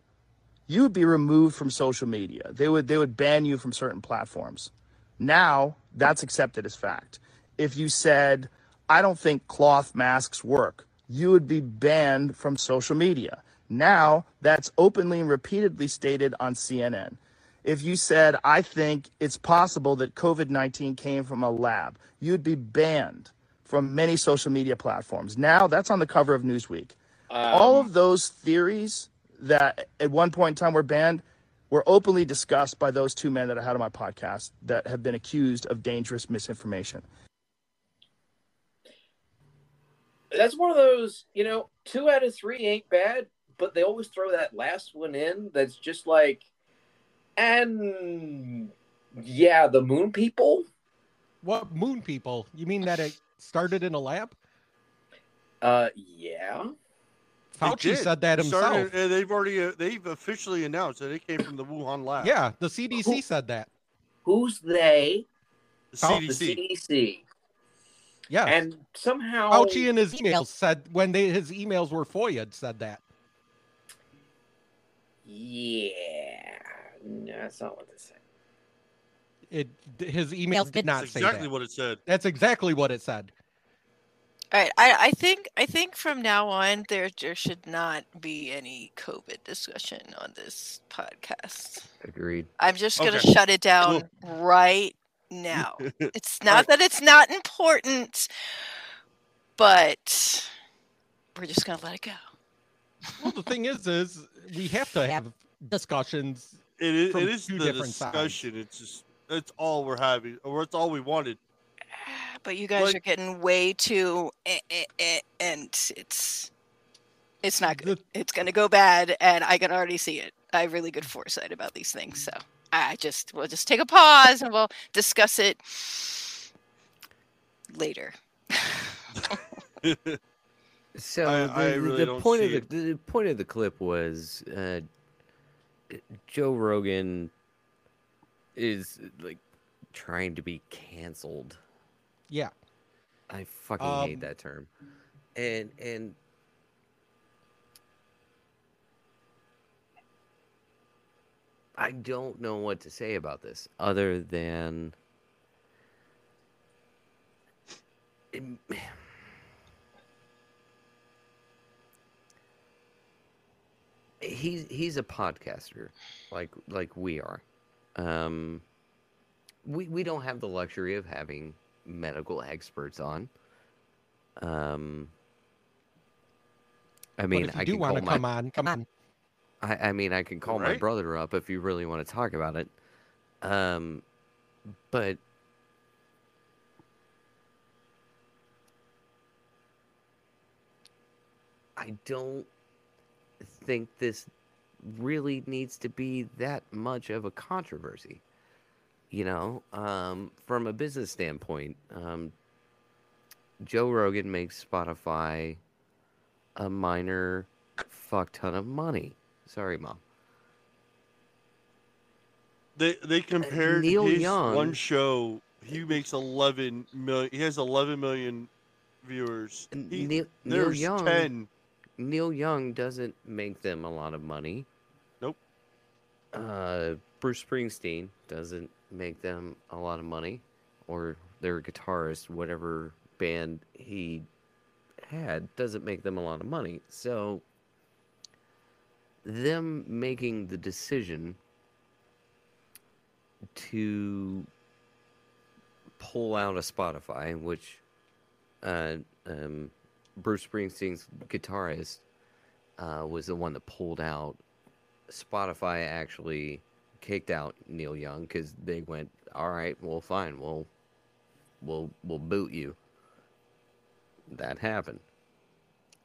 [SPEAKER 10] you would be removed from social media. They would, they would ban you from certain platforms. Now that's accepted as fact. If you said, I don't think cloth masks work, you would be banned from social media. Now that's openly and repeatedly stated on CNN. If you said, I think it's possible that COVID 19 came from a lab, you'd be banned from many social media platforms. Now that's on the cover of Newsweek.
[SPEAKER 6] Um,
[SPEAKER 10] All of those theories that at one point in time were banned were openly discussed by those two men that I had on my podcast that have been accused of dangerous misinformation.
[SPEAKER 6] That's one of those, you know, two out of three ain't bad, but they always throw that last one in that's just like, and yeah, the moon people.
[SPEAKER 1] What moon people? You mean that it started in a lab?
[SPEAKER 6] Uh, yeah.
[SPEAKER 8] They
[SPEAKER 1] Fauci
[SPEAKER 8] did.
[SPEAKER 1] said that
[SPEAKER 8] They
[SPEAKER 1] himself.
[SPEAKER 8] started- uh, they've already uh, they've officially announced that it came from the Wuhan lab.
[SPEAKER 1] yeah, the CDC said that.
[SPEAKER 6] Who's they?
[SPEAKER 8] the
[SPEAKER 1] Fauci.
[SPEAKER 6] The
[SPEAKER 8] CDC.
[SPEAKER 6] CDC.
[SPEAKER 1] Yeah.
[SPEAKER 6] And somehow.
[SPEAKER 1] Fauci in his emails said when they his emails were foia said that.
[SPEAKER 6] Yeah. No, that's not what they said.
[SPEAKER 1] It his emails did
[SPEAKER 11] did-
[SPEAKER 1] not
[SPEAKER 8] That's
[SPEAKER 1] say
[SPEAKER 8] exactly
[SPEAKER 1] that.
[SPEAKER 8] what it said.
[SPEAKER 1] That's exactly what it said.
[SPEAKER 5] All right, I, I think I think from now on there there should not be any COVID discussion on this podcast.
[SPEAKER 3] Agreed.
[SPEAKER 5] I'm just gonna
[SPEAKER 8] Okay.
[SPEAKER 5] shut it down right now. It's not that it's not important, but we're just gonna let it go.
[SPEAKER 1] Well, the thing is, is we have to have discussions.
[SPEAKER 8] It is,
[SPEAKER 1] From
[SPEAKER 8] it is
[SPEAKER 1] two
[SPEAKER 8] the
[SPEAKER 1] different sides.
[SPEAKER 8] discussion. It's just it's all we're having, or it's all we wanted.
[SPEAKER 5] But you guys
[SPEAKER 8] Like-
[SPEAKER 5] are getting way too, eh, eh, eh, and it's it's not good. It's gonna go bad, and I can already see it. I have really good foresight about these things, so I just we'll just take a pause and we'll discuss it later.
[SPEAKER 3] So
[SPEAKER 8] I-
[SPEAKER 3] the,
[SPEAKER 8] I
[SPEAKER 3] the-
[SPEAKER 8] really
[SPEAKER 3] the
[SPEAKER 8] don't
[SPEAKER 3] point of
[SPEAKER 8] see
[SPEAKER 3] the,
[SPEAKER 8] it.
[SPEAKER 3] the point of the clip was uh, Joe Rogan is like trying to be canceled.
[SPEAKER 1] Yeah.
[SPEAKER 3] I fucking
[SPEAKER 1] Um,
[SPEAKER 3] hate that term. And and I don't know what to say about this other than Em- he's he's a podcaster like like we are. Um we we don't have the luxury of having medical experts on. Um, I mean,
[SPEAKER 1] but if you
[SPEAKER 3] I
[SPEAKER 1] do
[SPEAKER 3] can
[SPEAKER 1] want
[SPEAKER 3] call
[SPEAKER 1] to
[SPEAKER 3] my
[SPEAKER 1] come on, come on.
[SPEAKER 3] I, I mean, I can call my
[SPEAKER 8] Right.
[SPEAKER 3] brother up if you really want to talk about it. Um, but I don't think this really needs to be that much of a controversy. You know, um, from a business standpoint, um, Joe Rogan makes Spotify a minor fuck ton of money. Sorry, mom.
[SPEAKER 2] They they compared
[SPEAKER 3] Neil
[SPEAKER 2] his
[SPEAKER 3] Young-
[SPEAKER 2] one show. He makes eleven million. He has eleven million viewers.
[SPEAKER 3] N-
[SPEAKER 2] He-
[SPEAKER 3] Neil, Neil
[SPEAKER 2] there's
[SPEAKER 3] Young.
[SPEAKER 2] ten.
[SPEAKER 3] Neil Young doesn't make them a lot of money.
[SPEAKER 2] Nope.
[SPEAKER 3] Uh, Bruce Springsteen doesn't make them a lot of money, or their guitarist, whatever band he had, doesn't make them a lot of money. So, them making the decision to pull out a Spotify, which uh, um, Bruce Springsteen's guitarist uh, was the one that pulled out. Spotify actually kicked out Neil Young because they went, "All right, well, fine, we'll we'll we'll boot you." That happened.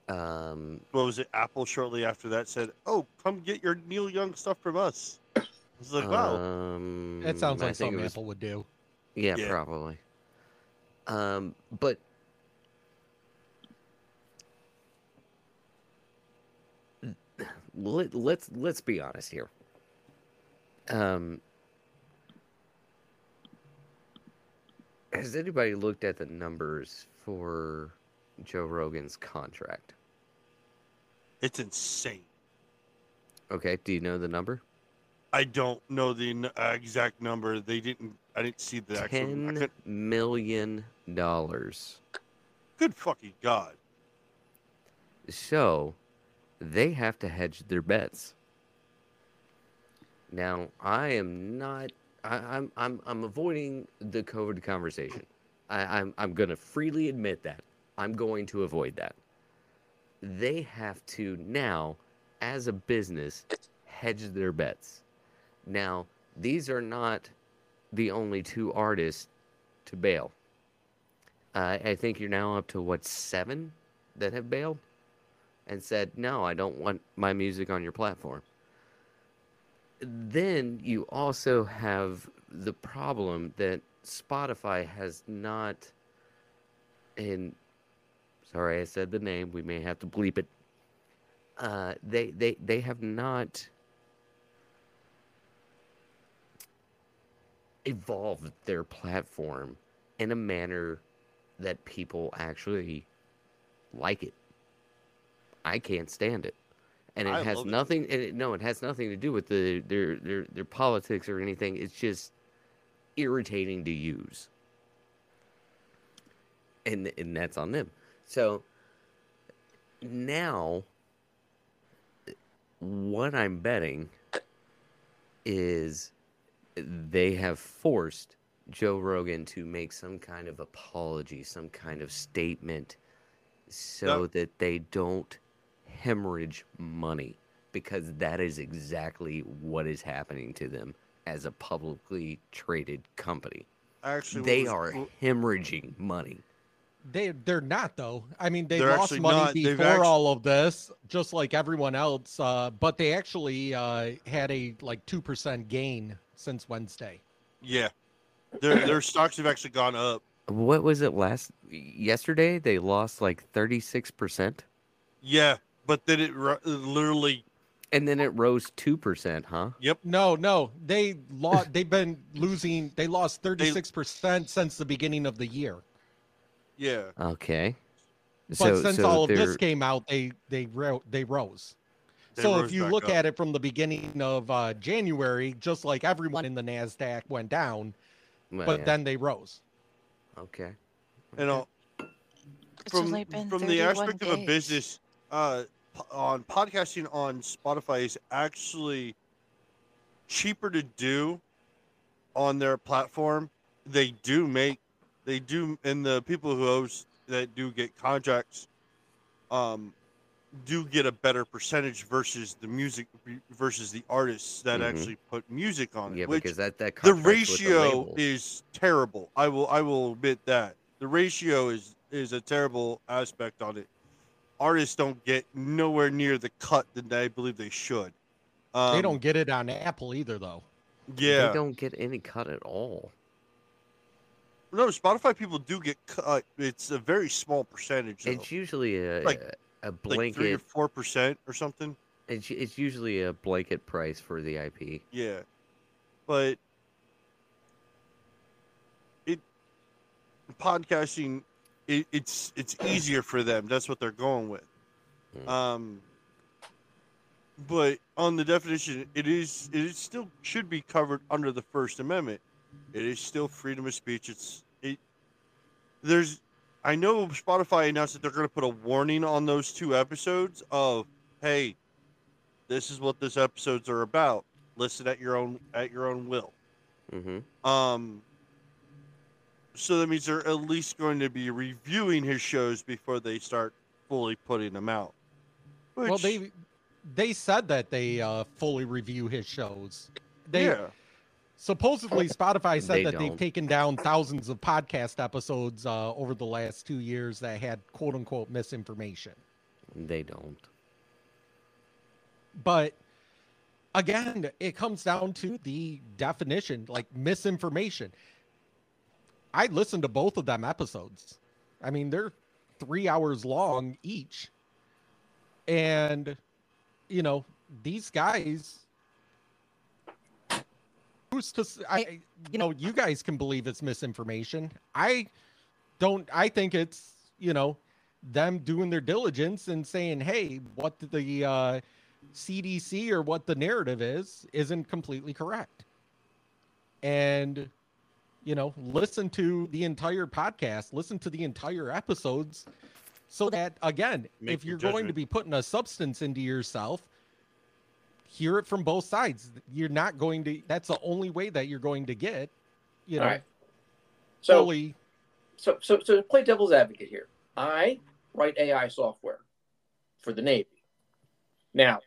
[SPEAKER 3] Um,
[SPEAKER 2] What was it? Apple shortly after that said, "Oh, come get your Neil Young stuff from us." I was like, "Wow,
[SPEAKER 3] um,
[SPEAKER 1] That sounds
[SPEAKER 3] I
[SPEAKER 1] like
[SPEAKER 3] think it
[SPEAKER 1] something
[SPEAKER 3] was
[SPEAKER 1] Apple would do.
[SPEAKER 3] Yeah,
[SPEAKER 2] Yeah.
[SPEAKER 3] probably. Um, but let, let's let's be honest here. Um, has anybody looked at the numbers for Joe Rogan's contract?
[SPEAKER 2] it's insane."
[SPEAKER 3] Okay, do you know the number?
[SPEAKER 2] I don't know the n- uh, exact number. They didn't. I didn't see the actual. I
[SPEAKER 3] Ten
[SPEAKER 2] couldn't-
[SPEAKER 3] million dollars.
[SPEAKER 2] Good fucking god.
[SPEAKER 3] So they have to hedge their bets. Now I am not I, I'm I'm I'm avoiding the COVID conversation. I, I'm I'm gonna freely admit that. I'm going to avoid that. They have to now, as a business, hedge their bets. Now, these are not the only two artists to bail. Uh, I think you're now up to what seven that have bailed and said, No, I don't want my music on your platform. Then you also have the problem that Spotify has not, and sorry, I said the name, we may have to bleep it. Uh, they, they, they have not evolved their platform in a manner that people actually like it. I can't stand it, and it
[SPEAKER 2] I
[SPEAKER 3] has
[SPEAKER 2] love it.
[SPEAKER 3] nothing. And it, no, it has nothing to do with the their their their politics or anything. It's just irritating to use, and and that's on them. So now, what I'm betting is they have forced Joe Rogan to make some kind of apology, some kind of statement so that they don't hemorrhage money because that is exactly what is happening to them as a publicly traded company.
[SPEAKER 2] Actually, what
[SPEAKER 3] They
[SPEAKER 2] was-
[SPEAKER 3] are
[SPEAKER 2] what-
[SPEAKER 3] hemorrhaging money.
[SPEAKER 1] They they're not though. I mean, they
[SPEAKER 2] They're
[SPEAKER 1] lost
[SPEAKER 2] actually
[SPEAKER 1] money
[SPEAKER 2] not. They've
[SPEAKER 1] before
[SPEAKER 2] actu-
[SPEAKER 1] all of this, just like everyone else. Uh, but they actually uh, had a like two percent gain since Wednesday.
[SPEAKER 2] Yeah, their their stocks have actually gone up.
[SPEAKER 3] What was it last yesterday? They lost like 36%
[SPEAKER 2] Yeah, but then it ru- literally.
[SPEAKER 3] and then it rose 2%, huh?
[SPEAKER 1] No, no, they lost. they've been losing. They lost thirty six percent since the beginning of the year.
[SPEAKER 2] Yeah,
[SPEAKER 3] Okay.
[SPEAKER 1] But since all of this
[SPEAKER 3] they're-
[SPEAKER 1] came out, they they ro- they rose.
[SPEAKER 2] They
[SPEAKER 1] so
[SPEAKER 2] rose
[SPEAKER 1] if you
[SPEAKER 2] back
[SPEAKER 1] look
[SPEAKER 2] up.
[SPEAKER 1] at it from the beginning of uh, January, just like everyone in the Nasdaq went down,
[SPEAKER 3] well,
[SPEAKER 1] but
[SPEAKER 3] yeah,
[SPEAKER 1] then they rose.
[SPEAKER 3] okay.
[SPEAKER 2] you know,
[SPEAKER 5] It's
[SPEAKER 2] from
[SPEAKER 5] only been
[SPEAKER 2] from the
[SPEAKER 5] 31
[SPEAKER 2] aspect of a
[SPEAKER 5] days.
[SPEAKER 2] business, uh, po- on podcasting on Spotify is actually cheaper to do on their platform. They do make, they do, and the people who host that do get contracts, um, do get a better percentage versus the music versus the artists that
[SPEAKER 3] Mhm.
[SPEAKER 2] actually put music on it.
[SPEAKER 3] Yeah,
[SPEAKER 2] which
[SPEAKER 3] because that that
[SPEAKER 2] the
[SPEAKER 3] contract's with
[SPEAKER 2] ratio
[SPEAKER 3] label.
[SPEAKER 2] is terrible. I will I will admit that the ratio is is a terrible aspect on it. Artists don't get nowhere near the cut that I believe they should. Um,
[SPEAKER 1] they don't get it on Apple either, though.
[SPEAKER 2] Yeah,
[SPEAKER 3] They don't get any cut at all.
[SPEAKER 2] No, Spotify people do get cut. It's a very small percentage. Though.
[SPEAKER 3] It's usually a
[SPEAKER 2] Like-
[SPEAKER 3] a
[SPEAKER 2] like three or
[SPEAKER 3] blanket.
[SPEAKER 2] four percent or something.
[SPEAKER 3] it's, it's usually a blanket price for the IP.
[SPEAKER 2] Yeah, but it podcasting it, it's it's easier for them. That's what they're going with.
[SPEAKER 3] Mm.
[SPEAKER 2] Um, but on the definition, it is it is still should be covered under the First Amendment. It is still freedom of speech. It's it. There's, I know Spotify announced that they're going to put a warning on those two episodes of, hey, this is what this episodes are about. Listen at your own at your own will.
[SPEAKER 3] Mm-hmm.
[SPEAKER 2] Um, so that means they're at least going to be reviewing his shows before they start fully putting them out.
[SPEAKER 1] well,
[SPEAKER 2] Which-
[SPEAKER 1] they they said that they uh, fully review his shows. They
[SPEAKER 2] yeah,
[SPEAKER 1] supposedly Spotify said
[SPEAKER 3] They
[SPEAKER 1] that they've
[SPEAKER 3] don't.
[SPEAKER 1] taken down thousands of podcast episodes uh, over the last two years that had quote unquote misinformation.
[SPEAKER 3] They don't.
[SPEAKER 1] But again, it comes down to the definition, like misinformation. I listened to both of them episodes. I mean, they're three hours long each. And, you know, these guys. Who's to, s- I, you know, you guys can believe it's misinformation. I don't, I think it's, you know, them doing their diligence and saying, hey, what the, uh, CDC or what the narrative is isn't completely correct. And you know, listen to the entire podcast, listen to the entire episodes so that again,
[SPEAKER 2] Make
[SPEAKER 1] if
[SPEAKER 2] your
[SPEAKER 1] you're going to
[SPEAKER 2] judgment.
[SPEAKER 1] be putting a substance into yourself, hear it from both sides. You're not going to that's the only way that you're going to get, you know,
[SPEAKER 6] All right. So
[SPEAKER 1] fully
[SPEAKER 6] so so so to play devil's advocate here. I write AI software for the Navy. Now,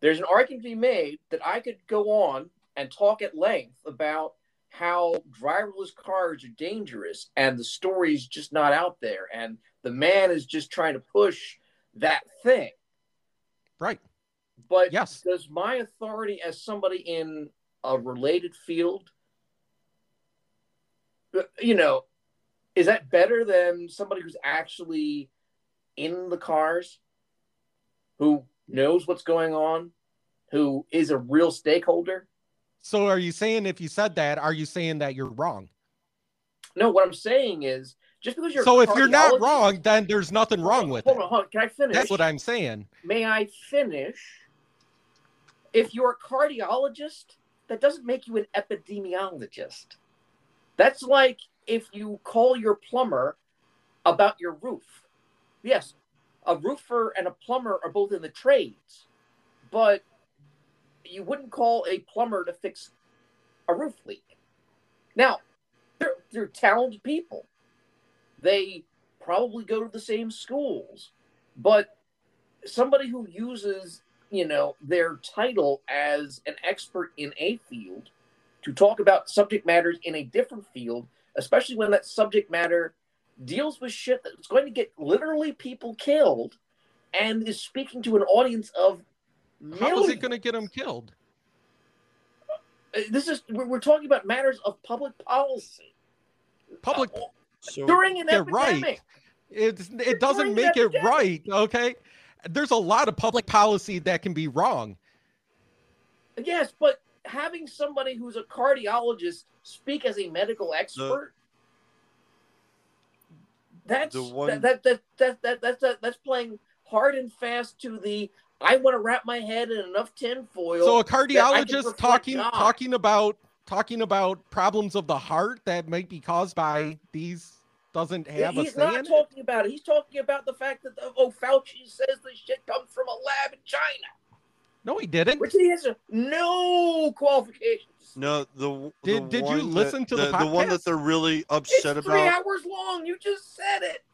[SPEAKER 6] there's an argument to be made that I could go on and talk at length about how driverless cars are dangerous and the story's just not out there and the man is just trying to push that thing.
[SPEAKER 1] right.
[SPEAKER 6] But
[SPEAKER 1] Yes.
[SPEAKER 6] does my authority as somebody in a related field, you know, is that better than somebody who's actually in the cars, who knows what's going on, who is a real stakeholder?
[SPEAKER 1] So are you saying if you said that, are you saying that you're wrong?
[SPEAKER 6] No, what I'm saying is just because you're a
[SPEAKER 1] So if you're not
[SPEAKER 6] cardiologist-
[SPEAKER 1] wrong, then there's nothing wrong with it.
[SPEAKER 6] Hold on, hold on. Can I finish?
[SPEAKER 1] That's what I'm saying.
[SPEAKER 6] May I finish? If you're a cardiologist, that doesn't make you an epidemiologist. That's like if you call your plumber about your roof. Yes, a roofer and a plumber are both in the trades, but you wouldn't call a plumber to fix a roof leak. Now, they're, they're talented people. They probably go to the same schools, but somebody who uses you know their title as an expert in a field to talk about subject matters in a different field especially when that subject matter deals with shit that's going to get literally people killed and is speaking to an audience of
[SPEAKER 1] How is
[SPEAKER 6] millions.
[SPEAKER 1] it going to get him killed?
[SPEAKER 6] Uh, this is we're, we're talking about matters of public policy
[SPEAKER 1] Public,
[SPEAKER 6] Uh,
[SPEAKER 2] so
[SPEAKER 6] during an
[SPEAKER 1] They're right.
[SPEAKER 6] epidemic
[SPEAKER 1] it's,
[SPEAKER 6] you're
[SPEAKER 1] it doesn't
[SPEAKER 6] doing
[SPEAKER 1] make
[SPEAKER 6] that
[SPEAKER 1] it
[SPEAKER 6] again.
[SPEAKER 1] right. Okay, there's a lot of public policy that can be wrong.
[SPEAKER 6] Yes, but having somebody who's a cardiologist speak as a medical expert. that's
[SPEAKER 2] the one-
[SPEAKER 6] that, that, that, that, that, that, that's playing hard and fast to the I want to wrap my head in enough tinfoil.
[SPEAKER 1] So a
[SPEAKER 6] I can
[SPEAKER 1] cardiologist
[SPEAKER 6] reflect
[SPEAKER 1] talking
[SPEAKER 6] God.
[SPEAKER 1] talking about talking about problems of the heart that might be caused by these doesn't have a
[SPEAKER 6] he's
[SPEAKER 1] say
[SPEAKER 6] not
[SPEAKER 1] in it.
[SPEAKER 6] talking about it. He's talking about the fact that oh Fauci says this shit comes from a lab in China,
[SPEAKER 1] No, he didn't.
[SPEAKER 6] which he has no qualifications.
[SPEAKER 2] no, the
[SPEAKER 1] Did-
[SPEAKER 2] the
[SPEAKER 1] did you
[SPEAKER 2] one that-
[SPEAKER 1] listen to the
[SPEAKER 2] the one
[SPEAKER 1] podcast?
[SPEAKER 2] that they're really
[SPEAKER 6] It's
[SPEAKER 2] upset
[SPEAKER 6] three
[SPEAKER 2] about?
[SPEAKER 6] hours long. You just said it.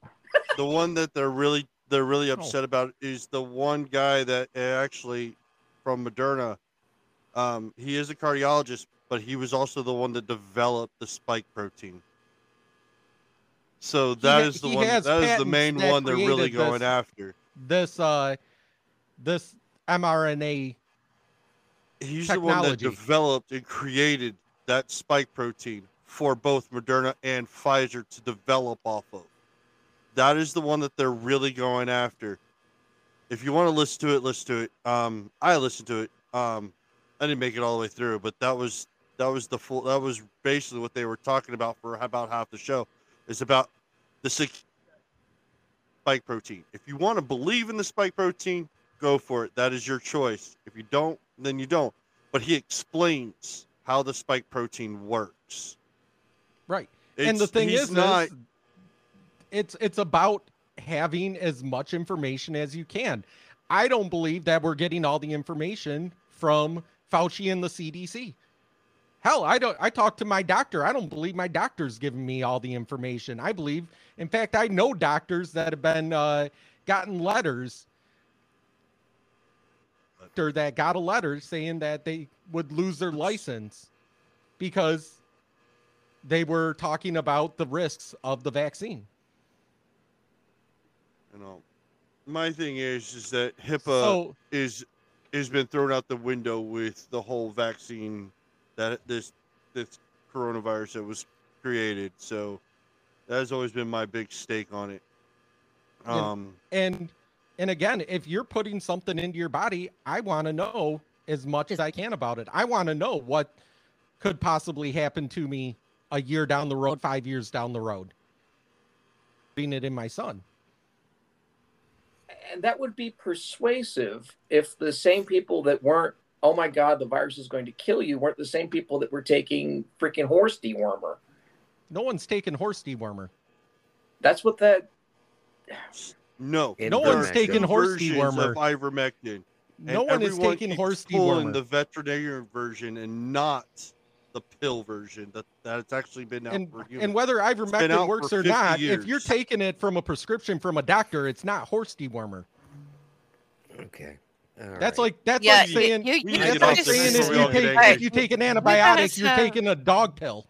[SPEAKER 2] the one that they're really they're really
[SPEAKER 1] Oh.
[SPEAKER 2] upset about is the one guy that eh, actually from Moderna. Um, he is a cardiologist, but he was also the one that developed the spike protein. So that
[SPEAKER 1] ha-
[SPEAKER 2] is the
[SPEAKER 1] he
[SPEAKER 2] one.
[SPEAKER 1] has
[SPEAKER 2] That is the
[SPEAKER 1] patents
[SPEAKER 2] main
[SPEAKER 1] that
[SPEAKER 2] one they're really
[SPEAKER 1] created
[SPEAKER 2] going
[SPEAKER 1] this.
[SPEAKER 2] after.
[SPEAKER 1] This uh, this mRNA.
[SPEAKER 2] He's the one that
[SPEAKER 1] Technology.
[SPEAKER 2] developed and created that spike protein for both Moderna and Pfizer to develop off of. That is the one that they're really going after. If you want to listen to it, listen to it. Um, I listened to it. Um, I didn't make it all the way through, but that was that was the full. That was basically what they were talking about for about half the show. It's about the sec- spike protein. If you want to believe in the spike protein, go for it. That is your choice. If you don't, then you don't. But he explains how the spike protein works.
[SPEAKER 1] Right. and the
[SPEAKER 2] It's-
[SPEAKER 1] thing
[SPEAKER 2] he's
[SPEAKER 1] is,
[SPEAKER 2] not-
[SPEAKER 1] is it's it's about having as much information as you can. I don't believe that we're getting all the information from Fauci and the CDC. Hell, I don't I talked to my doctor. I don't believe my doctor's giving me all the information. I believe in fact I know doctors that have been uh gotten letters doctor that got a letter saying that they would lose their license because they were talking about the risks of the vaccine.
[SPEAKER 2] you know, my thing is is that HIPAA
[SPEAKER 1] so
[SPEAKER 2] is has been thrown out the window with the whole vaccine that this this coronavirus that was created. So that has always been my big stake on it.
[SPEAKER 1] Yeah.
[SPEAKER 2] Um,
[SPEAKER 1] and and again, if you're putting something into your body, I want to know as much as I can about it. I want to know what could possibly happen to me a year down the road, five years down the road. Being it in my son.
[SPEAKER 6] and that would be persuasive if the same people that weren't oh my god the virus is going to kill you weren't the same people that were taking freaking horse dewormer
[SPEAKER 1] No one's taking horse dewormer.
[SPEAKER 6] that's what that
[SPEAKER 2] no,
[SPEAKER 3] In
[SPEAKER 1] No
[SPEAKER 3] the
[SPEAKER 1] one's
[SPEAKER 3] next
[SPEAKER 1] taking
[SPEAKER 3] show.
[SPEAKER 1] horse
[SPEAKER 2] versions
[SPEAKER 1] dewormer.
[SPEAKER 2] of ivermectin. And
[SPEAKER 1] No one is
[SPEAKER 2] everyone
[SPEAKER 1] taking
[SPEAKER 2] keeps
[SPEAKER 1] horse
[SPEAKER 2] pulling
[SPEAKER 1] dewormer.
[SPEAKER 2] the veterinarian version and not the pill version that that's actually been out
[SPEAKER 1] and,
[SPEAKER 2] for humans.
[SPEAKER 1] and whether
[SPEAKER 2] out
[SPEAKER 1] ivermectin
[SPEAKER 2] for
[SPEAKER 1] works or
[SPEAKER 2] 50
[SPEAKER 1] not, if you're
[SPEAKER 2] years.
[SPEAKER 1] taking it from a prescription from a doctor, it's not horse dewormer.
[SPEAKER 3] Okay. All
[SPEAKER 1] That's
[SPEAKER 3] right.
[SPEAKER 1] like that's
[SPEAKER 5] Yeah,
[SPEAKER 1] like saying
[SPEAKER 5] you,
[SPEAKER 2] We
[SPEAKER 5] you,
[SPEAKER 2] need
[SPEAKER 1] that's
[SPEAKER 2] to get
[SPEAKER 1] like
[SPEAKER 2] off this
[SPEAKER 1] saying
[SPEAKER 2] before
[SPEAKER 1] if
[SPEAKER 2] we
[SPEAKER 1] you
[SPEAKER 2] all get
[SPEAKER 1] take
[SPEAKER 5] angry.
[SPEAKER 1] if you take an
[SPEAKER 5] gotta
[SPEAKER 1] antibiotic, you're
[SPEAKER 5] stop.
[SPEAKER 1] taking a dog pill.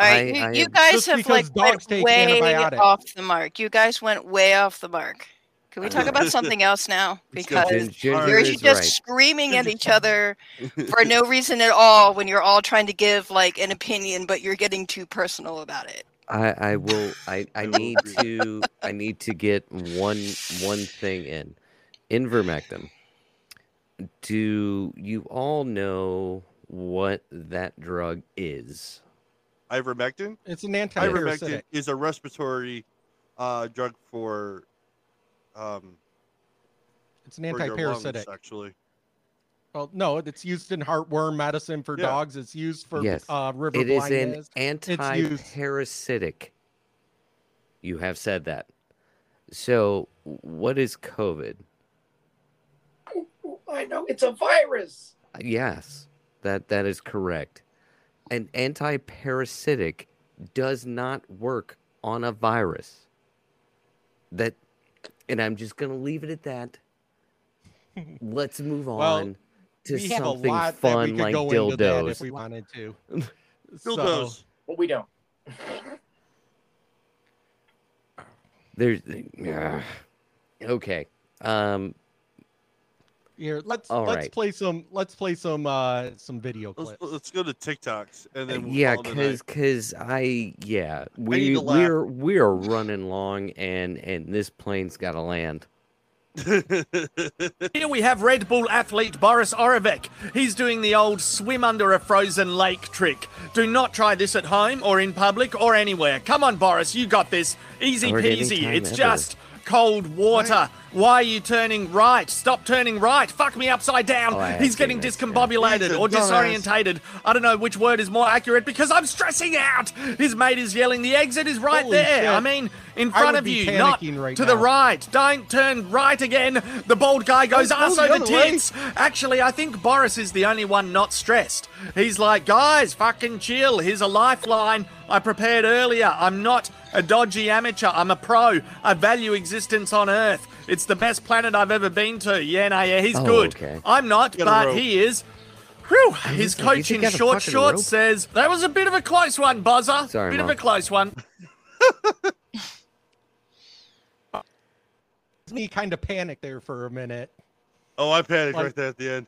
[SPEAKER 5] All right,
[SPEAKER 3] I- I
[SPEAKER 5] you, you
[SPEAKER 3] am-
[SPEAKER 5] guys
[SPEAKER 1] Just
[SPEAKER 5] have like
[SPEAKER 1] because
[SPEAKER 5] went
[SPEAKER 1] dogs take
[SPEAKER 5] way
[SPEAKER 1] antibiotic.
[SPEAKER 5] off the mark. You guys went way off the mark. Can we talk
[SPEAKER 3] Uh,
[SPEAKER 5] about something else now?
[SPEAKER 2] Let's go.
[SPEAKER 5] Because
[SPEAKER 3] Gin- Ginger
[SPEAKER 5] you're
[SPEAKER 3] is
[SPEAKER 5] just
[SPEAKER 3] right.
[SPEAKER 5] screaming at each other for no reason at all when you're all trying to give like an opinion, but you're getting too personal about it.
[SPEAKER 3] I, I will. I, I
[SPEAKER 2] I will
[SPEAKER 3] need
[SPEAKER 2] agree.
[SPEAKER 3] to. I need to get one one thing in. Invermectin. Do you all know what that drug is?
[SPEAKER 2] ivermectin.
[SPEAKER 1] It's an antiparasitic.
[SPEAKER 2] Ivermectin is a respiratory uh, drug for um,
[SPEAKER 1] It's an
[SPEAKER 2] for your lungs,
[SPEAKER 1] antiparasitic.
[SPEAKER 2] actually.
[SPEAKER 1] Well, no, it's used in heartworm medicine for
[SPEAKER 2] Yeah.
[SPEAKER 1] dogs. It's used for
[SPEAKER 3] Yes.
[SPEAKER 1] uh, river
[SPEAKER 3] It is an
[SPEAKER 1] blindness. used-
[SPEAKER 3] anti-parasitic. You have said that. So, what is COVID?
[SPEAKER 6] i know it's a virus
[SPEAKER 3] Yes, that that is correct. An antiparasitic does not work on a virus. That and I'm just going to leave it at that. Let's move
[SPEAKER 1] Well,
[SPEAKER 3] on to
[SPEAKER 1] we have a
[SPEAKER 3] something
[SPEAKER 1] lot that we
[SPEAKER 3] fun
[SPEAKER 1] could
[SPEAKER 3] like
[SPEAKER 1] go into that if we
[SPEAKER 3] dildos.
[SPEAKER 1] wanted to. So,
[SPEAKER 2] Dildos.
[SPEAKER 6] but we don't
[SPEAKER 3] There's yeah. Okay. Um
[SPEAKER 1] here, let's
[SPEAKER 3] All
[SPEAKER 1] let's
[SPEAKER 3] right.
[SPEAKER 1] play some let's play some uh some video clips.
[SPEAKER 2] Let's, let's go to TikToks and then we'll
[SPEAKER 3] yeah,
[SPEAKER 2] call it a night.
[SPEAKER 3] cause, cause I yeah
[SPEAKER 2] need
[SPEAKER 3] we
[SPEAKER 2] to laugh.
[SPEAKER 3] we're we're running long and and this plane's got to land.
[SPEAKER 11] Here we have Red Bull athlete Boris Orovec. He's doing the old swim under a frozen lake trick. Do not try this at home or in public or anywhere. Come on, Boris, you got this. Easy
[SPEAKER 3] Or at any
[SPEAKER 11] peasy.
[SPEAKER 3] time
[SPEAKER 11] It's
[SPEAKER 3] ever.
[SPEAKER 11] just cold water. Why are you turning right? Stop turning right. Fuck me upside down.
[SPEAKER 3] Oh, I have
[SPEAKER 11] He's
[SPEAKER 3] seen
[SPEAKER 11] getting
[SPEAKER 3] this, yeah.
[SPEAKER 11] discombobulated
[SPEAKER 2] He's a
[SPEAKER 11] or
[SPEAKER 2] dumbass.
[SPEAKER 11] disorientated. I don't know which word is more accurate because I'm stressing out. His mate is yelling, the exit is right
[SPEAKER 1] Holy
[SPEAKER 11] there.
[SPEAKER 1] shit.
[SPEAKER 11] I mean, in
[SPEAKER 1] I
[SPEAKER 11] front
[SPEAKER 1] would
[SPEAKER 11] of
[SPEAKER 1] be
[SPEAKER 11] you, not
[SPEAKER 1] panicking right
[SPEAKER 11] to the
[SPEAKER 1] now.
[SPEAKER 11] right. Don't turn right again. The bald guy goes,
[SPEAKER 2] Don't go
[SPEAKER 11] ah,
[SPEAKER 2] the
[SPEAKER 11] so the
[SPEAKER 2] other way."
[SPEAKER 11] tits. Actually, I think Boris is the only one not stressed. He's like, guys, fucking chill. Here's a lifeline I prepared earlier. I'm not a dodgy amateur. I'm a pro. I value existence on Earth. It's the best planet I've ever been to. Yeah, nah, yeah, he's
[SPEAKER 3] Oh,
[SPEAKER 11] good.
[SPEAKER 3] okay.
[SPEAKER 11] I'm not,
[SPEAKER 2] Get a
[SPEAKER 11] but
[SPEAKER 2] rope.
[SPEAKER 11] he is. Whew, his
[SPEAKER 3] just like, you
[SPEAKER 11] coach
[SPEAKER 3] think
[SPEAKER 11] in
[SPEAKER 3] I have a
[SPEAKER 11] short
[SPEAKER 3] fucking
[SPEAKER 11] shorts
[SPEAKER 3] rope?
[SPEAKER 11] says, that was a bit of a close one, Buzzer.
[SPEAKER 3] Sorry,
[SPEAKER 11] bit of
[SPEAKER 3] Mom.
[SPEAKER 11] a close one.
[SPEAKER 1] me kind of panicked there for a minute.
[SPEAKER 2] oh, I panicked
[SPEAKER 1] Like-
[SPEAKER 2] right there at the end.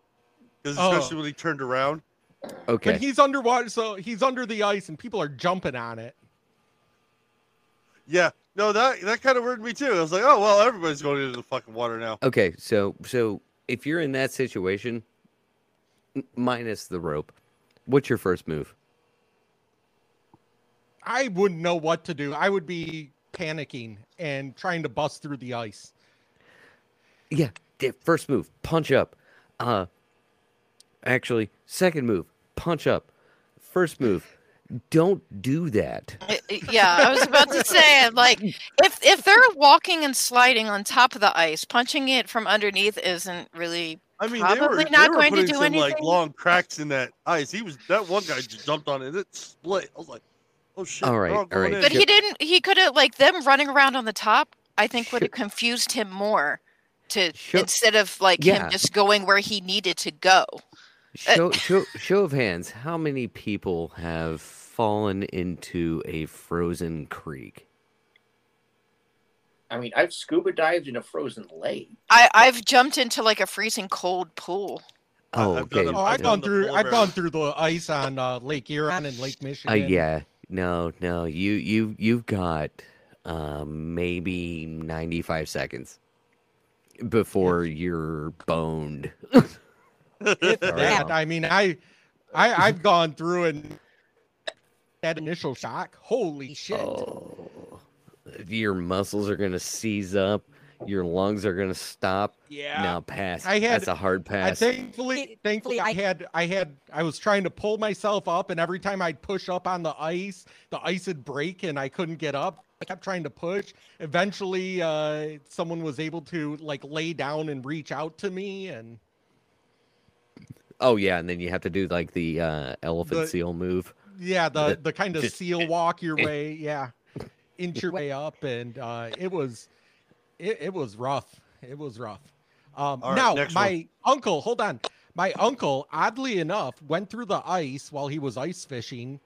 [SPEAKER 2] 'Cause
[SPEAKER 1] Oh.
[SPEAKER 2] especially when he turned around.
[SPEAKER 3] Okay.
[SPEAKER 1] But he's underwater, so he's under the ice, and people are jumping on it.
[SPEAKER 8] Yeah. No, that that kind of worried me too. I was like, oh well, everybody's going into the fucking water now.
[SPEAKER 3] Okay, so so if you're in that situation, n- minus the rope, what's your first move?
[SPEAKER 1] I wouldn't know what to do. I would be panicking and trying to bust through the ice.
[SPEAKER 3] Yeah, di- first move, punch up. Uh, actually, second move, punch up. First move, don't do that.
[SPEAKER 5] I- I- yeah, I was about to say, I'm like, if if they're walking and sliding on top of the ice, punching it from underneath isn't really.
[SPEAKER 8] I mean, they were,
[SPEAKER 5] Probably
[SPEAKER 8] they
[SPEAKER 5] not
[SPEAKER 8] were
[SPEAKER 5] going to
[SPEAKER 8] putting
[SPEAKER 5] do
[SPEAKER 8] some like
[SPEAKER 5] anything.
[SPEAKER 8] long cracks in that ice. He was that one guy just jumped on it and it split. I was like, oh shit.
[SPEAKER 3] All
[SPEAKER 8] they're
[SPEAKER 3] right, all
[SPEAKER 8] going
[SPEAKER 3] right.
[SPEAKER 8] in.
[SPEAKER 5] But he
[SPEAKER 3] Yep.
[SPEAKER 5] didn't. He could have like them running around on the top. I think would
[SPEAKER 3] Sure.
[SPEAKER 5] have confused him more. To
[SPEAKER 3] Sure.
[SPEAKER 5] instead of like
[SPEAKER 3] Yeah.
[SPEAKER 5] him just going where he needed to go. Uh,
[SPEAKER 3] Show, show, show of hands, how many people have fallen into a frozen creek?
[SPEAKER 6] I mean, I've scuba dived in a frozen lake.
[SPEAKER 5] I I've jumped into like a freezing cold pool.
[SPEAKER 8] I-
[SPEAKER 3] Oh,
[SPEAKER 8] I've done
[SPEAKER 3] okay.
[SPEAKER 8] it
[SPEAKER 1] Oh, I've
[SPEAKER 8] I've
[SPEAKER 1] gone
[SPEAKER 8] done the
[SPEAKER 1] through.
[SPEAKER 8] polar
[SPEAKER 1] I've
[SPEAKER 8] bear.
[SPEAKER 1] gone through the ice on uh, Lake Huron and Lake
[SPEAKER 3] Uh,
[SPEAKER 1] Michigan.
[SPEAKER 3] yeah, no, no. You, you, you've got uh, maybe ninety-five seconds before you're boned.
[SPEAKER 1] It's
[SPEAKER 3] Sorry,
[SPEAKER 1] bad.
[SPEAKER 3] Mom.
[SPEAKER 1] I mean, I, I, I've gone through and that initial shock. Holy shit!
[SPEAKER 3] Oh, your muscles are gonna seize up. Your lungs are gonna stop.
[SPEAKER 1] yeah.
[SPEAKER 3] Now pass.
[SPEAKER 1] I had-
[SPEAKER 3] That's a hard
[SPEAKER 1] I
[SPEAKER 3] pass.
[SPEAKER 1] thankfully, thankfully, I had, I had, I was trying to pull myself up, and every time I'd push up on the ice, the ice would break, and I couldn't get up. I kept trying to push. Eventually, uh, someone was able to like lay down and reach out to me, and
[SPEAKER 3] Oh yeah, and then you have to do like the uh, elephant
[SPEAKER 1] The-
[SPEAKER 3] seal move.
[SPEAKER 1] yeah, the
[SPEAKER 3] That-
[SPEAKER 1] the kind of
[SPEAKER 3] just-
[SPEAKER 1] seal walk your way, yeah, inch your way up, and uh, it was, it, it was rough. It was rough. Um,
[SPEAKER 8] All right,
[SPEAKER 1] now
[SPEAKER 8] next one.
[SPEAKER 1] my uncle, hold on, my uncle, oddly enough, went through the ice while he was ice fishing,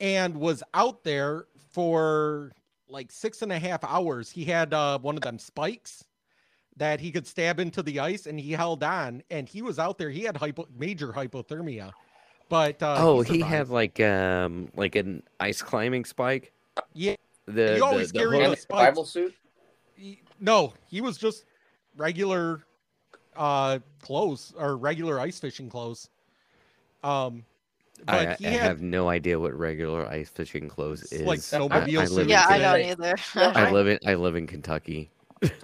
[SPEAKER 1] and was out there for like six and a half hours. He had uh, one of them spikes that he could stab into the ice, and he held on. And he was out there. He had hypo- major hypothermia. But uh,
[SPEAKER 3] oh, he
[SPEAKER 1] survived.
[SPEAKER 3] had like um like an ice climbing spike.
[SPEAKER 1] Yeah,
[SPEAKER 3] The,
[SPEAKER 1] you
[SPEAKER 3] the-
[SPEAKER 1] always
[SPEAKER 3] the
[SPEAKER 1] carry
[SPEAKER 3] hook-
[SPEAKER 6] And
[SPEAKER 1] a
[SPEAKER 6] a
[SPEAKER 1] spike.
[SPEAKER 6] survival suit.
[SPEAKER 1] He- no, he was just regular uh clothes or regular ice fishing clothes. Um
[SPEAKER 3] I,
[SPEAKER 1] but he
[SPEAKER 3] I
[SPEAKER 1] had
[SPEAKER 3] have no idea what regular ice fishing clothes
[SPEAKER 1] It's
[SPEAKER 3] is.
[SPEAKER 1] like
[SPEAKER 3] I- I
[SPEAKER 1] snowmobile
[SPEAKER 3] live in
[SPEAKER 1] suit.
[SPEAKER 5] Yeah, I
[SPEAKER 3] Kentucky.
[SPEAKER 5] don't either.
[SPEAKER 3] I live in I live in Kentucky.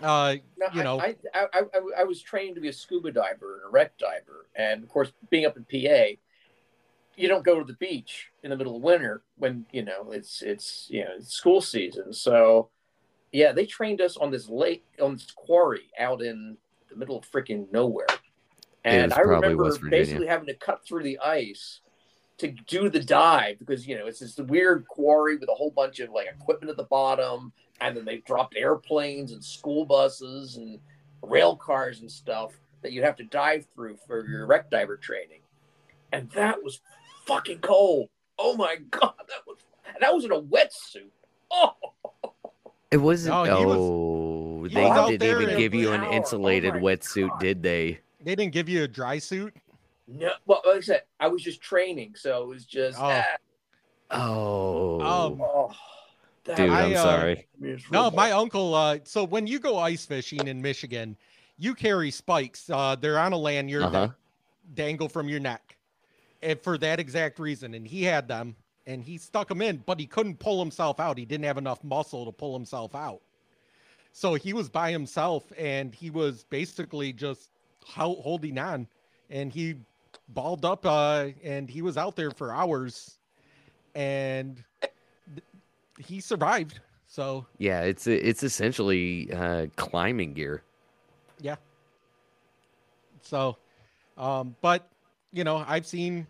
[SPEAKER 1] uh
[SPEAKER 6] No,
[SPEAKER 1] you
[SPEAKER 6] I-
[SPEAKER 1] know.
[SPEAKER 6] I, I, I, I- I was trained to be a scuba diver and a wreck diver, and of course, being up in PA, you don't go to the beach in the middle of winter when you know it's it's you know it's school season. So, yeah, they trained us on this lake on this quarry out in the middle of freaking nowhere, and
[SPEAKER 3] was
[SPEAKER 6] I
[SPEAKER 3] probably
[SPEAKER 6] remember
[SPEAKER 3] West Virginia.
[SPEAKER 6] basically having to cut through the ice to do the dive because you know it's this weird quarry with a whole bunch of like equipment at the bottom and then they dropped airplanes and school buses and rail cars and stuff that you have to dive through for your wreck diver training. And that was fucking cold. Oh my god, that was and that was in a wetsuit. Oh,
[SPEAKER 3] It wasn't.
[SPEAKER 1] No, he was-
[SPEAKER 3] oh,
[SPEAKER 1] he
[SPEAKER 3] they
[SPEAKER 1] was out
[SPEAKER 3] didn't
[SPEAKER 1] there
[SPEAKER 3] even
[SPEAKER 1] in
[SPEAKER 3] give you an
[SPEAKER 6] Broward. Oh
[SPEAKER 3] insulated
[SPEAKER 6] my
[SPEAKER 3] wetsuit,
[SPEAKER 6] God.
[SPEAKER 3] did they?
[SPEAKER 1] They didn't give you a dry suit.
[SPEAKER 6] no, well, like I said, I was just training, so it was just
[SPEAKER 1] Oh.
[SPEAKER 6] ah,
[SPEAKER 3] Oh,
[SPEAKER 1] Um
[SPEAKER 6] oh, that
[SPEAKER 3] dude,
[SPEAKER 1] I,
[SPEAKER 3] I'm
[SPEAKER 1] uh,
[SPEAKER 3] sorry.
[SPEAKER 1] no,
[SPEAKER 6] miserable.
[SPEAKER 1] my uncle uh so when you go ice fishing in Michigan, you carry spikes. Uh they're on a lanyard
[SPEAKER 3] Uh-huh.
[SPEAKER 1] that dangle from your neck. And for that exact reason and he had them and he stuck them in, but he couldn't pull himself out. He didn't have enough muscle to pull himself out. So he was by himself and he was basically just ho- holding on and he balled up uh, and he was out there for hours and th- he survived. So
[SPEAKER 3] Yeah, it's it's essentially uh, climbing gear.
[SPEAKER 1] So, um, but you know, I've seen.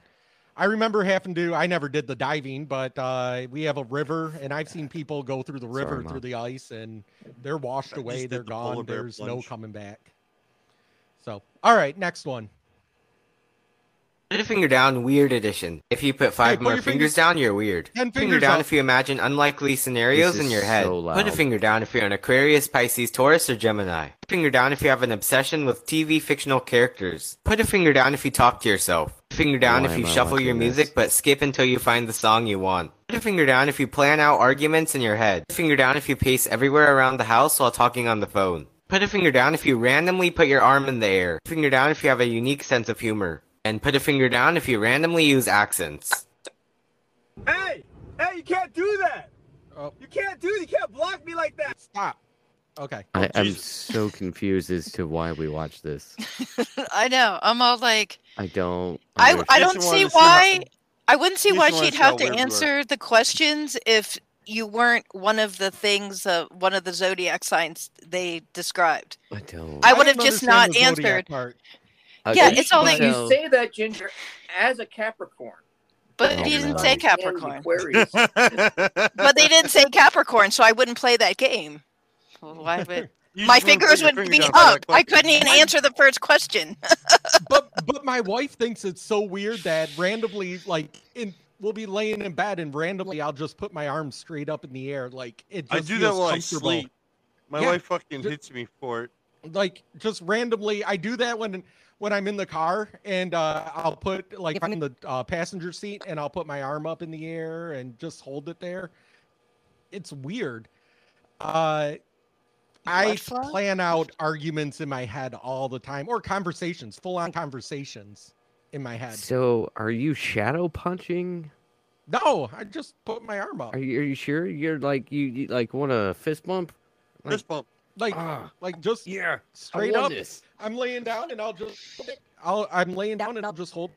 [SPEAKER 1] I remember having to. I never did the diving, but uh, we have a river, and I've seen people go through the
[SPEAKER 3] Sorry,
[SPEAKER 1] river
[SPEAKER 3] Mom.
[SPEAKER 1] through the ice, and they're washed
[SPEAKER 8] I just
[SPEAKER 1] away.
[SPEAKER 8] did
[SPEAKER 1] They're
[SPEAKER 8] the polar
[SPEAKER 1] gone.
[SPEAKER 8] bear
[SPEAKER 1] There's no
[SPEAKER 8] plunge.
[SPEAKER 1] coming back. So, all right, next one.
[SPEAKER 12] Put a finger down, weird edition. If you put five
[SPEAKER 1] put
[SPEAKER 12] more
[SPEAKER 1] your
[SPEAKER 12] fingers,
[SPEAKER 1] finger-
[SPEAKER 12] down, you're weird.
[SPEAKER 1] Ten
[SPEAKER 12] Finger
[SPEAKER 1] fingers
[SPEAKER 12] down
[SPEAKER 1] up.
[SPEAKER 12] if you imagine unlikely scenarios
[SPEAKER 3] This
[SPEAKER 12] in
[SPEAKER 3] is
[SPEAKER 12] your head.
[SPEAKER 3] so
[SPEAKER 12] Put a
[SPEAKER 3] loud.
[SPEAKER 12] finger down if you're an Aquarius, Pisces, Taurus, or Gemini. Put a finger down if you have an obsession with TV fictional characters. Put a finger down if you talk to yourself. finger down
[SPEAKER 3] Why
[SPEAKER 12] if you
[SPEAKER 3] am I
[SPEAKER 12] shuffle your
[SPEAKER 3] watching
[SPEAKER 12] music,
[SPEAKER 3] this?
[SPEAKER 12] but skip until you find the song you want. Put a finger down if you plan out arguments in your head. Put a finger down if you pace everywhere around the house while talking on the phone. Put a finger down if you randomly put your arm in the air. Put a finger down if you have a unique sense of humor. And put a finger down if you randomly use accents.
[SPEAKER 6] Hey, hey, you can't do that. You can't do. You can't block me like that.
[SPEAKER 1] Stop. Okay.
[SPEAKER 3] I, I'm so confused as to why we watch this.
[SPEAKER 5] I know. I'm all like,
[SPEAKER 3] I don't.
[SPEAKER 5] I, I
[SPEAKER 3] understand.
[SPEAKER 5] don't see why. I wouldn't see
[SPEAKER 3] Jason
[SPEAKER 5] why
[SPEAKER 3] wanted
[SPEAKER 5] she'd
[SPEAKER 3] to know
[SPEAKER 5] have
[SPEAKER 3] where
[SPEAKER 5] to
[SPEAKER 3] we were.
[SPEAKER 5] answer the questions if you weren't one of the things uh, one of the zodiac signs they described.
[SPEAKER 3] I don't.
[SPEAKER 5] I would have just not answered. Yeah, it's all
[SPEAKER 13] But
[SPEAKER 5] that-
[SPEAKER 13] you say that Ginger as a Capricorn.
[SPEAKER 5] But
[SPEAKER 13] Oh,
[SPEAKER 5] he didn't
[SPEAKER 13] man.
[SPEAKER 5] say
[SPEAKER 13] Understand
[SPEAKER 5] Capricorn.
[SPEAKER 13] Aquarius.
[SPEAKER 5] But they didn't say Capricorn, so I wouldn't play that game. Well, why would
[SPEAKER 2] You
[SPEAKER 5] my
[SPEAKER 2] just wouldn't put
[SPEAKER 5] fingers
[SPEAKER 2] your
[SPEAKER 5] would
[SPEAKER 2] finger
[SPEAKER 5] be
[SPEAKER 2] down for that
[SPEAKER 5] up? I
[SPEAKER 2] question.
[SPEAKER 5] couldn't even answer the first question.
[SPEAKER 1] But my wife thinks it's so weird that randomly, like, in we'll be laying in bed and randomly I'll just put my arms straight up in the air, like it. Just
[SPEAKER 2] I do that
[SPEAKER 1] feels
[SPEAKER 2] while I
[SPEAKER 1] comfortable.
[SPEAKER 2] sleep. My
[SPEAKER 1] Yeah,
[SPEAKER 2] wife fucking
[SPEAKER 1] ju-
[SPEAKER 2] hits me for it.
[SPEAKER 1] like just randomly i do that when when i'm in the car and uh i'll put like if i'm in the uh, passenger seat and i'll put my arm up in the air and just hold it there it's weird uh i plan out arguments in my head all the time or conversations full-on conversations in my head
[SPEAKER 3] So, are you shadow punching?
[SPEAKER 1] no i just put my arm up
[SPEAKER 3] Are you, are you sure you're like you, you like want a fist bump? Like,
[SPEAKER 2] Fist bump.
[SPEAKER 1] like like just
[SPEAKER 3] Ah, yeah
[SPEAKER 1] straight
[SPEAKER 3] want
[SPEAKER 1] up
[SPEAKER 3] this.
[SPEAKER 1] i'm laying down and i'll just i'll i'm laying down and i'll just hold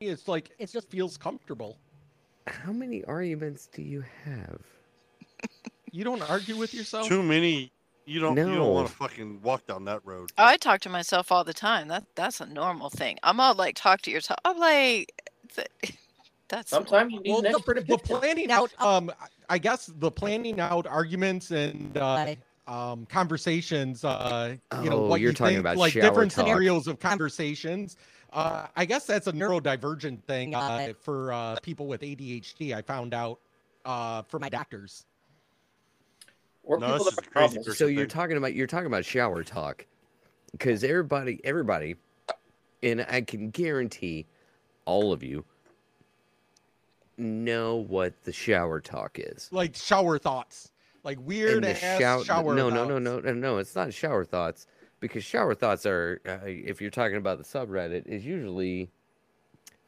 [SPEAKER 1] it's like it just feels comfortable
[SPEAKER 3] How many arguments do you have?
[SPEAKER 1] you don't argue with yourself
[SPEAKER 2] Too many. You don't. You
[SPEAKER 3] No.
[SPEAKER 2] don't want to fucking walk down that road.
[SPEAKER 13] Oh,
[SPEAKER 5] I talk to myself all the time. That that's a normal thing. I'm all like talk to yourself. I'm like th- that's
[SPEAKER 13] Sometimes you need
[SPEAKER 1] well
[SPEAKER 13] an
[SPEAKER 1] the,
[SPEAKER 13] extra
[SPEAKER 1] the planning out um i guess the planning out arguments and uh um conversations uh you know
[SPEAKER 3] Oh,
[SPEAKER 1] what
[SPEAKER 3] you're
[SPEAKER 1] you
[SPEAKER 3] talking
[SPEAKER 1] think,
[SPEAKER 3] about
[SPEAKER 1] like
[SPEAKER 3] shower
[SPEAKER 1] different
[SPEAKER 3] talk.
[SPEAKER 1] scenarios of conversations uh i guess that's a neurodivergent thing uh, for uh people with adhd i found out uh from my doctors
[SPEAKER 13] Or
[SPEAKER 3] No, people this that is So you're talking about you're talking about shower talk, because everybody, everybody, and I can guarantee all of you know what the shower talk is.
[SPEAKER 1] like shower thoughts, like weird
[SPEAKER 3] And the
[SPEAKER 1] ass
[SPEAKER 3] shou-
[SPEAKER 1] shower.
[SPEAKER 3] No,
[SPEAKER 1] thoughts.
[SPEAKER 3] no, no, no, no, no. It's not shower thoughts because shower thoughts are, uh, if you're talking about the subreddit, is usually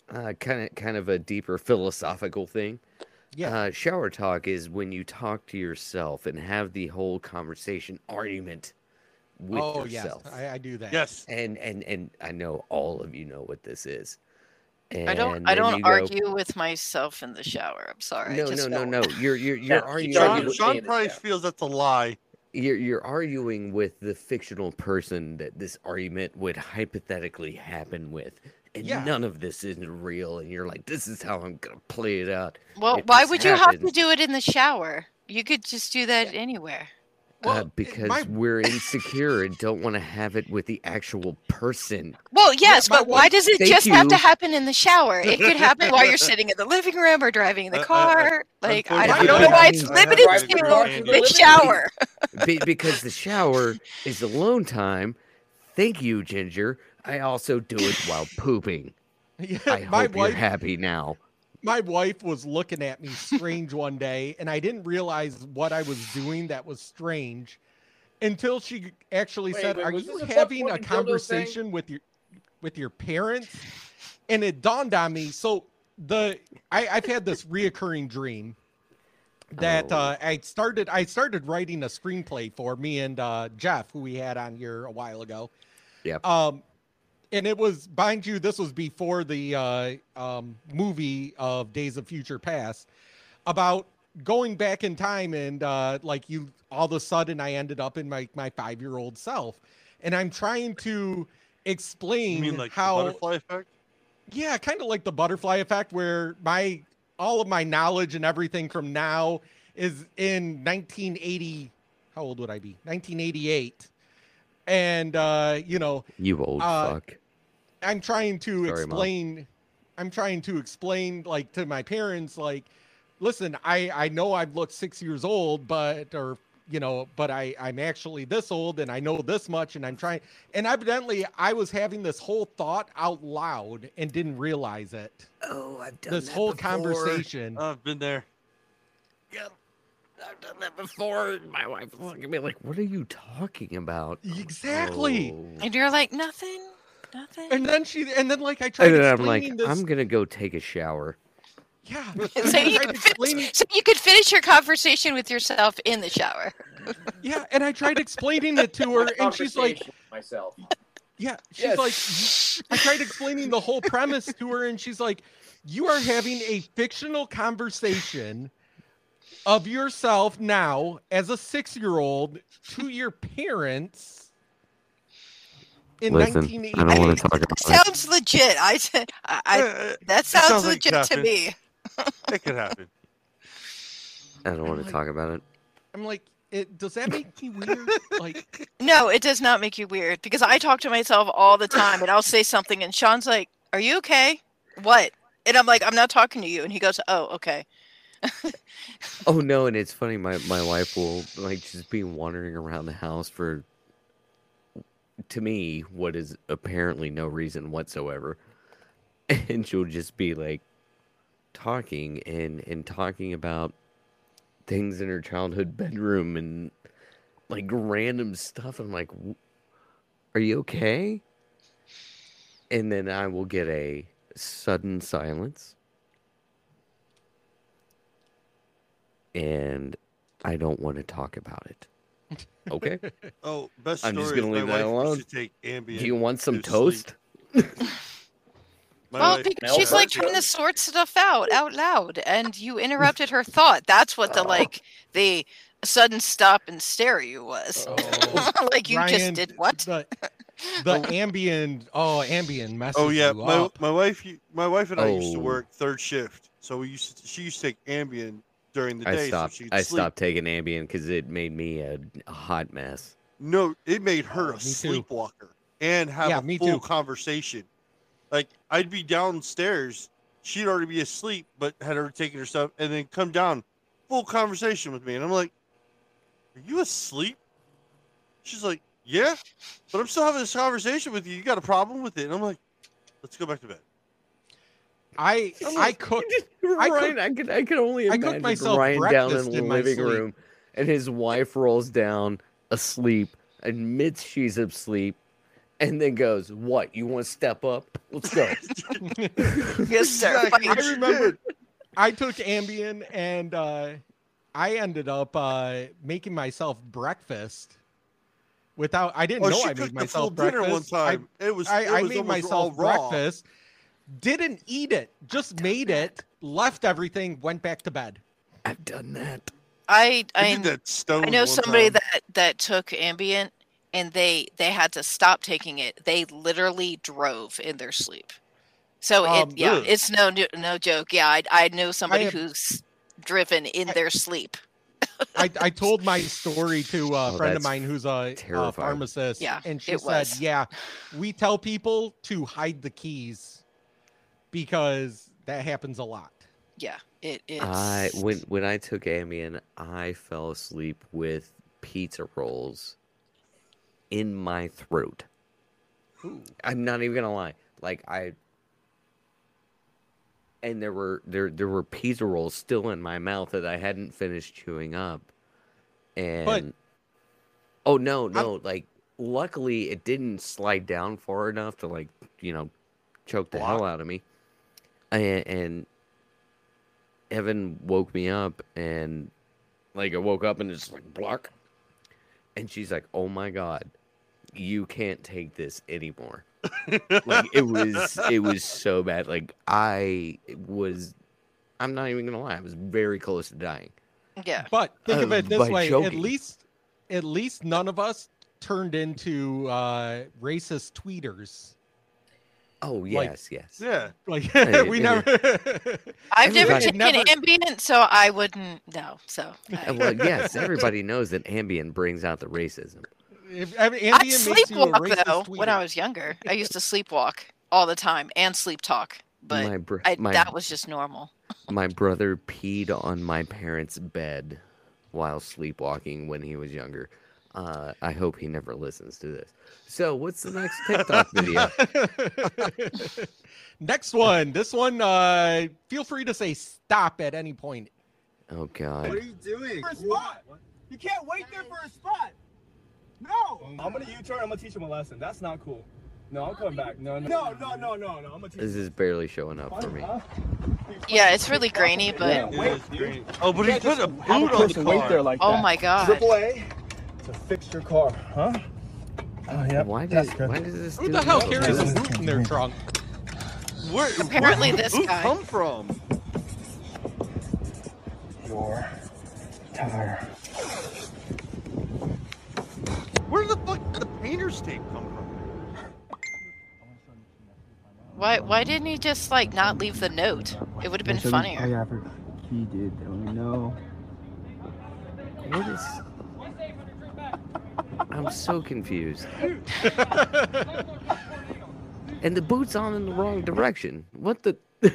[SPEAKER 3] uh, kind of kind of a deeper philosophical thing.
[SPEAKER 1] Yeah.
[SPEAKER 3] Uh, shower talk is when you talk to yourself and have the whole conversation argument with
[SPEAKER 1] oh
[SPEAKER 3] yourself.
[SPEAKER 1] yes, I, I do that.
[SPEAKER 2] Yes.
[SPEAKER 3] And and and I know all of you know what this is. And
[SPEAKER 5] I don't I
[SPEAKER 3] then
[SPEAKER 5] don't
[SPEAKER 3] you go-
[SPEAKER 5] argue with myself in the shower. I'm sorry. I
[SPEAKER 3] No, no,
[SPEAKER 5] just
[SPEAKER 3] no,
[SPEAKER 5] don't.
[SPEAKER 3] no. You're you're you're arguing.
[SPEAKER 2] Sean,
[SPEAKER 3] with-
[SPEAKER 2] Sean Price feels that's a lie.
[SPEAKER 3] you're you're arguing with the fictional person that this argument would hypothetically happen with and
[SPEAKER 5] Yeah.
[SPEAKER 3] none of this is real and you're like this is how i'm gonna play it out
[SPEAKER 5] Well,
[SPEAKER 3] if
[SPEAKER 5] why
[SPEAKER 3] this
[SPEAKER 5] would you have to
[SPEAKER 3] happens."
[SPEAKER 5] do it in the shower? You could just do that anywhere.
[SPEAKER 3] uh, because we're insecure and don't want to have it with the actual person
[SPEAKER 5] Well, yes,
[SPEAKER 3] my
[SPEAKER 5] but why
[SPEAKER 3] wife-
[SPEAKER 5] does it
[SPEAKER 3] Thank
[SPEAKER 5] just have to
[SPEAKER 3] you.
[SPEAKER 5] happen in the shower? It could happen while you're sitting in the living room or driving
[SPEAKER 1] Uh,
[SPEAKER 5] in the car. like I, I don't know why it's
[SPEAKER 3] unfortunately,
[SPEAKER 5] limited
[SPEAKER 3] I
[SPEAKER 5] to
[SPEAKER 3] have to drive to the
[SPEAKER 5] the
[SPEAKER 3] living
[SPEAKER 5] shower.
[SPEAKER 3] Be- because the shower is alone time thank you ginger i also do it while pooping
[SPEAKER 1] Yeah,
[SPEAKER 3] i
[SPEAKER 1] my wife-
[SPEAKER 3] hope you're happy now
[SPEAKER 1] My wife was looking at me strange one day, and I didn't realize what I was doing that was strange until she actually
[SPEAKER 13] Wait,
[SPEAKER 1] said,
[SPEAKER 13] wait,
[SPEAKER 1] "Are
[SPEAKER 13] was
[SPEAKER 1] you
[SPEAKER 13] this a
[SPEAKER 1] having
[SPEAKER 13] fucking
[SPEAKER 1] a
[SPEAKER 13] dildo thing?
[SPEAKER 1] conversation with your with your parents?" And it dawned on me. So the I, I've had this reoccurring dream that
[SPEAKER 2] Oh.
[SPEAKER 1] uh, I started I started writing a screenplay for me and uh, Jeff, who we had on here a while ago.
[SPEAKER 3] Yeah.
[SPEAKER 1] Um, and it was, mind you, this was before the uh, um, movie of Days of Future Past about going back in time and uh, like you all of a sudden I ended up in my my five year old self, and I'm trying to explain
[SPEAKER 2] You mean like the
[SPEAKER 1] how
[SPEAKER 2] butterfly effect?
[SPEAKER 1] yeah, kind of like the butterfly effect, where my all of my knowledge and everything from now is in 1980. How old would I be? 1988, and uh, you know,
[SPEAKER 3] you old
[SPEAKER 1] Uh,
[SPEAKER 3] fuck
[SPEAKER 1] I'm trying to
[SPEAKER 3] Sorry, Mom.
[SPEAKER 1] explain. I'm trying to explain like to my parents, like, listen, I I know I've looked six years old, but or you know, but I, I'm actually this old and I know this much and I'm trying. And evidently, I was having this whole thought out loud and didn't realize it.
[SPEAKER 4] Oh, I've done
[SPEAKER 1] This
[SPEAKER 4] that
[SPEAKER 1] whole
[SPEAKER 4] before.
[SPEAKER 1] conversation.
[SPEAKER 8] I've been there.
[SPEAKER 4] I've done that before. and My wife was
[SPEAKER 3] Look at me like, what are you talking about?
[SPEAKER 1] Exactly.
[SPEAKER 3] Oh.
[SPEAKER 7] And you're like nothing, nothing.
[SPEAKER 1] And then she, and then like I tried
[SPEAKER 3] And then I'm like,
[SPEAKER 1] explaining this.
[SPEAKER 3] I'm gonna go take a shower.
[SPEAKER 1] Yeah.
[SPEAKER 5] so, you could finish, so you could finish your conversation with yourself in the shower.
[SPEAKER 1] yeah, and I tried explaining it to her, and she's like,
[SPEAKER 6] Conversation with myself.
[SPEAKER 1] Yeah, she's like, I tried explaining the whole premise to her, and she's like, You are having a fictional conversation of yourself now as a six year old to your parents in
[SPEAKER 3] Listen,
[SPEAKER 1] 1980.
[SPEAKER 3] I don't want to talk about it.
[SPEAKER 5] Sounds legit. I, I,
[SPEAKER 1] Uh,
[SPEAKER 5] I that sounds,
[SPEAKER 3] sounds like
[SPEAKER 5] legit to
[SPEAKER 3] nothing.
[SPEAKER 5] me.
[SPEAKER 8] It could happen.
[SPEAKER 3] I don't want to talk about it.
[SPEAKER 1] I'm like, it, does that make me weird? Like,
[SPEAKER 5] No, it does not make you weird because I talk to myself all the time and I'll say something and Sean's like, Are you okay? What? And I'm like, I'm not talking to you. And he goes, Oh, okay.
[SPEAKER 3] Oh no, and it's funny. My my wife will like just be wandering around the house for, to me, what is apparently no reason whatsoever, and she'll just be like, talking and and talking about things in her childhood bedroom and like random stuff. I'm like, "W- are you okay? And then I will get a sudden silence. and I don't want to talk about it. Okay.
[SPEAKER 8] Oh, best
[SPEAKER 3] I'm
[SPEAKER 8] story.
[SPEAKER 3] just gonna
[SPEAKER 8] is my
[SPEAKER 3] leave
[SPEAKER 8] wife
[SPEAKER 3] that alone.
[SPEAKER 8] used to take
[SPEAKER 3] Do
[SPEAKER 8] Ambien
[SPEAKER 3] you want some
[SPEAKER 8] to sleep.
[SPEAKER 3] toast?
[SPEAKER 8] My
[SPEAKER 5] well,
[SPEAKER 8] wife-
[SPEAKER 5] because Oh, she's like trying to sort stuff out out loud and you interrupted her thought. That's what
[SPEAKER 1] Oh.
[SPEAKER 5] the like the sudden stop and stare at you was.
[SPEAKER 1] Oh.
[SPEAKER 5] like you
[SPEAKER 1] Ryan,
[SPEAKER 5] just did what?
[SPEAKER 1] The, the ambient, oh, ambient message.
[SPEAKER 8] Oh yeah,
[SPEAKER 1] you
[SPEAKER 8] my,
[SPEAKER 1] up.
[SPEAKER 8] my wife u- my wife and I used to
[SPEAKER 3] Oh.
[SPEAKER 8] work third shift, so we used to, she used to take Ambien during the
[SPEAKER 3] I
[SPEAKER 8] day.
[SPEAKER 3] stopped.
[SPEAKER 8] So she'd
[SPEAKER 3] I
[SPEAKER 8] sleep.
[SPEAKER 3] stopped taking Ambien because it made me a, a hot mess.
[SPEAKER 8] No, it made her a
[SPEAKER 1] Oh, me too.
[SPEAKER 8] sleepwalker and have
[SPEAKER 1] Yeah,
[SPEAKER 8] a
[SPEAKER 1] me
[SPEAKER 8] full
[SPEAKER 1] too.
[SPEAKER 8] conversation. Like I'd be downstairs, she'd already be asleep, but had already taken her stuff, and then come down, full conversation with me, and I'm like, "Are you asleep?" She's like, "Yeah," but I'm still having this conversation with you. You got a problem with it? And I'm like, "Let's go back to bed."
[SPEAKER 1] I, I cooked. I
[SPEAKER 3] Ryan,
[SPEAKER 1] cooked-
[SPEAKER 3] I could I could only
[SPEAKER 1] I
[SPEAKER 3] imagine
[SPEAKER 1] cooked myself
[SPEAKER 3] Ryan down in
[SPEAKER 1] breakfast
[SPEAKER 3] the
[SPEAKER 1] in my
[SPEAKER 3] living
[SPEAKER 1] sleep.
[SPEAKER 3] room, and his wife rolls down asleep, admits she's asleep, and then goes, "What? You want to step up? Let's go."
[SPEAKER 5] Yes, sir.
[SPEAKER 1] I remember I took Ambien and uh, I ended up uh, making myself breakfast without. I didn't
[SPEAKER 8] oh,
[SPEAKER 1] know
[SPEAKER 8] she
[SPEAKER 1] I
[SPEAKER 8] cooked
[SPEAKER 1] made
[SPEAKER 8] a full
[SPEAKER 1] myself
[SPEAKER 8] dinner
[SPEAKER 1] breakfast.
[SPEAKER 8] one
[SPEAKER 1] I-
[SPEAKER 8] time. it was
[SPEAKER 1] I,
[SPEAKER 8] it
[SPEAKER 1] I
[SPEAKER 8] was
[SPEAKER 1] made
[SPEAKER 8] almost all
[SPEAKER 1] myself
[SPEAKER 8] raw.
[SPEAKER 1] breakfast, didn't eat it, just made it, left everything, went back to bed.
[SPEAKER 3] I've done that.
[SPEAKER 5] I
[SPEAKER 8] I
[SPEAKER 5] I
[SPEAKER 8] did that stone.
[SPEAKER 5] I know
[SPEAKER 8] one
[SPEAKER 5] somebody
[SPEAKER 8] time.
[SPEAKER 5] that that took Ambien and they they had to stop taking it. They literally drove in their sleep. So
[SPEAKER 1] Um,
[SPEAKER 5] it yeah,
[SPEAKER 1] ugh.
[SPEAKER 5] it's no jo- no joke. Yeah, I I know somebody
[SPEAKER 1] have-
[SPEAKER 5] who's driven in their sleep.
[SPEAKER 1] I, I told my story to a
[SPEAKER 3] Oh,
[SPEAKER 1] friend of
[SPEAKER 3] that's
[SPEAKER 1] mine who's a, a
[SPEAKER 3] terrifying.
[SPEAKER 1] pharmacist.
[SPEAKER 5] Yeah,
[SPEAKER 1] And she
[SPEAKER 5] it
[SPEAKER 1] said,
[SPEAKER 5] was.
[SPEAKER 1] Yeah, we tell people to hide the keys because that happens a lot.
[SPEAKER 5] Yeah, it it's
[SPEAKER 3] I when when I took Ambien, I fell asleep with pizza rolls in my throat.
[SPEAKER 1] Ooh.
[SPEAKER 3] I'm not even gonna lie. Like I and there were there there were pizza rolls still in my mouth that I hadn't finished chewing up. And oh no, no, like luckily it didn't slide down far enough to like, you know, choke the hell out of me. And, and Evan woke me up and like I woke up and it's like block. And she's like, "Oh my god, you can't take this anymore." like it was it was so bad. Like I was I'm not even going to lie. I was very close to dying.
[SPEAKER 5] yeah.
[SPEAKER 1] But think of
[SPEAKER 3] Uh,
[SPEAKER 1] it this
[SPEAKER 3] by
[SPEAKER 1] way: at
[SPEAKER 3] joking.
[SPEAKER 1] least, at least none of us turned into uh, racist tweeters.
[SPEAKER 3] Oh,
[SPEAKER 1] Like-
[SPEAKER 3] yes, yes.
[SPEAKER 8] Yeah.
[SPEAKER 1] Like
[SPEAKER 3] Hey,
[SPEAKER 1] we
[SPEAKER 3] it-
[SPEAKER 1] never.
[SPEAKER 5] I've never
[SPEAKER 1] everybody-
[SPEAKER 5] taken
[SPEAKER 1] never-
[SPEAKER 5] Ambien, so I wouldn't know. So
[SPEAKER 3] Uh,
[SPEAKER 5] I,
[SPEAKER 3] Well, yes, everybody knows that Ambien brings out the racism.
[SPEAKER 1] If, I mean,
[SPEAKER 5] I
[SPEAKER 1] Ambien makes you a
[SPEAKER 5] sleepwalk
[SPEAKER 1] racist
[SPEAKER 5] though.
[SPEAKER 1] tweeter.
[SPEAKER 5] When I was younger, I used to sleepwalk all the time and sleep talk, but
[SPEAKER 3] my br-
[SPEAKER 5] I,
[SPEAKER 3] my
[SPEAKER 5] that was just normal.
[SPEAKER 3] my brother peed on my parents' bed while sleepwalking when he was younger. Uh, I hope he never listens to this. So, what's the next TikTok video?
[SPEAKER 1] Next one. This one. Uh, feel free to say stop at any point.
[SPEAKER 3] Oh
[SPEAKER 10] What are
[SPEAKER 3] God!
[SPEAKER 10] you doing? For a spot. You can't wait there for a spot. No. I'm gonna U-turn. I'm gonna teach him a lesson. That's not cool. No, I'm coming back. No, no, no, no, no, no. I'm gonna teach.
[SPEAKER 3] This is barely showing up for me.
[SPEAKER 5] Yeah, it's really grainy, but
[SPEAKER 10] Yeah, wait, dude.
[SPEAKER 2] Oh, but
[SPEAKER 10] You
[SPEAKER 2] he
[SPEAKER 10] can't
[SPEAKER 2] put
[SPEAKER 10] just
[SPEAKER 2] a
[SPEAKER 10] have
[SPEAKER 2] boot on the
[SPEAKER 10] person wait
[SPEAKER 2] car.
[SPEAKER 10] there like
[SPEAKER 5] Oh
[SPEAKER 10] that.
[SPEAKER 5] my God.
[SPEAKER 10] Triple A to fix your car, huh? Oh yeah.
[SPEAKER 3] Why did- why does this
[SPEAKER 1] Who the hell carries a boot in their trunk?
[SPEAKER 2] Where,
[SPEAKER 5] Apparently
[SPEAKER 2] where did
[SPEAKER 5] this
[SPEAKER 2] the boot
[SPEAKER 5] guy.
[SPEAKER 2] come from?
[SPEAKER 10] Your tire.
[SPEAKER 2] Where the fuck did the painter's tape come from?
[SPEAKER 5] why why didn't he just like not leave the note? It would have been funnier.
[SPEAKER 10] yeah, he did. Let me know.
[SPEAKER 3] What is? I'm so confused. and the boot's on in the wrong direction. What the?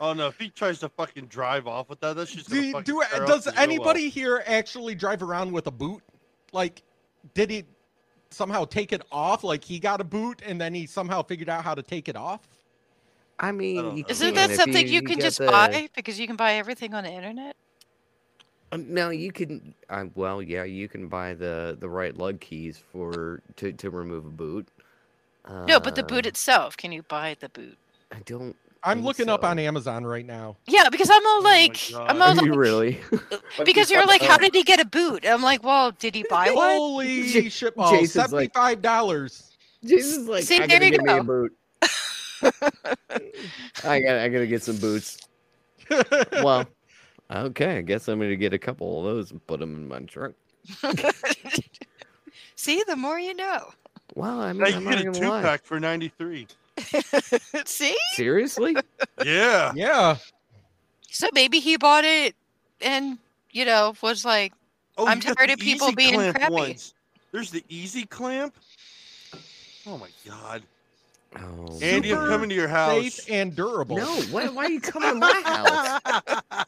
[SPEAKER 2] Oh no! If he tries to fucking drive off with that, that's just gonna
[SPEAKER 1] Do,
[SPEAKER 2] fucking
[SPEAKER 1] do
[SPEAKER 2] tear up
[SPEAKER 1] does
[SPEAKER 2] his wheel
[SPEAKER 1] anybody
[SPEAKER 2] well.
[SPEAKER 1] here actually drive around with a boot? Like, did he somehow take it off? Like he got a boot and then he somehow figured out how to take it off.
[SPEAKER 3] I mean,
[SPEAKER 2] don't
[SPEAKER 3] you
[SPEAKER 2] know.
[SPEAKER 5] Isn't
[SPEAKER 3] can
[SPEAKER 5] that
[SPEAKER 3] if
[SPEAKER 5] something you,
[SPEAKER 3] got
[SPEAKER 5] can just
[SPEAKER 3] the-
[SPEAKER 5] buy because you can buy everything on the internet?
[SPEAKER 3] Um, No, you can. Uh, well, yeah, you can buy the the right lug keys for to to remove a boot. Uh,
[SPEAKER 5] No, but the boot itself, can you buy the boot?
[SPEAKER 3] I don't.
[SPEAKER 1] I'm
[SPEAKER 3] think
[SPEAKER 1] looking up
[SPEAKER 3] so.
[SPEAKER 1] on Amazon right now.
[SPEAKER 5] Yeah, because I'm all like,
[SPEAKER 2] Oh
[SPEAKER 5] I'm all
[SPEAKER 3] Are you
[SPEAKER 5] like-
[SPEAKER 3] really?
[SPEAKER 5] because you're like, how did he get a boot? I'm like, well, did he buy one?
[SPEAKER 1] Holy
[SPEAKER 3] Ja-
[SPEAKER 1] shit! Oh,
[SPEAKER 3] Jason's like-
[SPEAKER 1] seventy-five dollars.
[SPEAKER 3] Jason's like,
[SPEAKER 5] See,
[SPEAKER 3] I
[SPEAKER 5] there
[SPEAKER 3] gotta
[SPEAKER 5] you
[SPEAKER 3] get me a
[SPEAKER 5] go.
[SPEAKER 3] boot. I got, I gotta get some boots. Well, okay, I guess I'm gonna get a couple of those and put them in my trunk.
[SPEAKER 5] See, the more you know.
[SPEAKER 3] Wow, I mean,
[SPEAKER 2] Now
[SPEAKER 3] I'm
[SPEAKER 2] you
[SPEAKER 3] not
[SPEAKER 2] get a
[SPEAKER 3] gonna
[SPEAKER 2] two
[SPEAKER 3] lie.
[SPEAKER 2] pack for ninety three.
[SPEAKER 5] See,
[SPEAKER 3] Seriously?
[SPEAKER 2] Yeah.
[SPEAKER 1] yeah.
[SPEAKER 5] so maybe he bought it, and you know, was like,
[SPEAKER 2] Oh,
[SPEAKER 5] I'm
[SPEAKER 2] you got
[SPEAKER 5] tired
[SPEAKER 2] the
[SPEAKER 5] of people
[SPEAKER 2] easy
[SPEAKER 5] being
[SPEAKER 2] clamp
[SPEAKER 5] crappy.
[SPEAKER 2] ones. There's the easy clamp. Oh my god,
[SPEAKER 3] Oh,
[SPEAKER 2] Andy, I'm
[SPEAKER 1] Super
[SPEAKER 2] coming to your
[SPEAKER 1] Safe
[SPEAKER 2] house.
[SPEAKER 1] and durable.
[SPEAKER 3] no! Why, why are you coming to my house?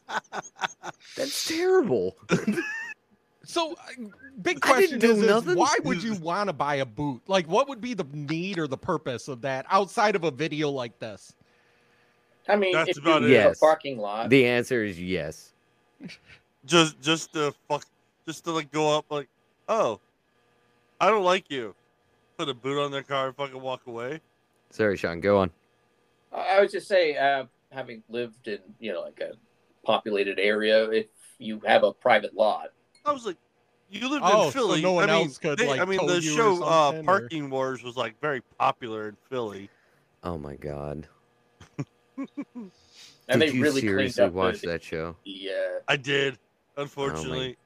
[SPEAKER 3] That's terrible.
[SPEAKER 1] So, uh, big
[SPEAKER 3] I
[SPEAKER 1] question
[SPEAKER 3] didn't
[SPEAKER 1] is,
[SPEAKER 3] do
[SPEAKER 1] is
[SPEAKER 3] nothing.
[SPEAKER 1] why would you want to buy a boot? Like, what would be the need or the purpose of that outside of a video like this?
[SPEAKER 6] I mean,
[SPEAKER 2] That's
[SPEAKER 6] if you
[SPEAKER 2] about
[SPEAKER 6] leave
[SPEAKER 3] it. Yes.
[SPEAKER 6] a parking lot,
[SPEAKER 3] The answer is yes.
[SPEAKER 2] Just, just to fuck, just to like go up like, oh, I don't like you. Put a boot on their car and fucking walk away.
[SPEAKER 3] Sorry, Sean. Go on.
[SPEAKER 6] I I would just say, uh, having lived in you know like a populated area, if you have a private lot,
[SPEAKER 2] I was like, you lived
[SPEAKER 1] Oh,
[SPEAKER 2] in
[SPEAKER 1] so
[SPEAKER 2] Philly.
[SPEAKER 1] no one
[SPEAKER 2] I mean,
[SPEAKER 1] else could,
[SPEAKER 2] they-
[SPEAKER 1] like,
[SPEAKER 2] I mean,
[SPEAKER 1] tow
[SPEAKER 2] the
[SPEAKER 1] you or
[SPEAKER 2] show uh,
[SPEAKER 1] something, or-
[SPEAKER 2] Parking Wars was like very popular in Philly.
[SPEAKER 3] Oh my God!
[SPEAKER 6] and
[SPEAKER 3] Did
[SPEAKER 6] they
[SPEAKER 3] you
[SPEAKER 6] really cleaned
[SPEAKER 3] seriously
[SPEAKER 6] up
[SPEAKER 3] watch
[SPEAKER 6] the,
[SPEAKER 3] that show?
[SPEAKER 6] the uh,
[SPEAKER 2] I did,
[SPEAKER 3] Oh
[SPEAKER 2] unfortunately.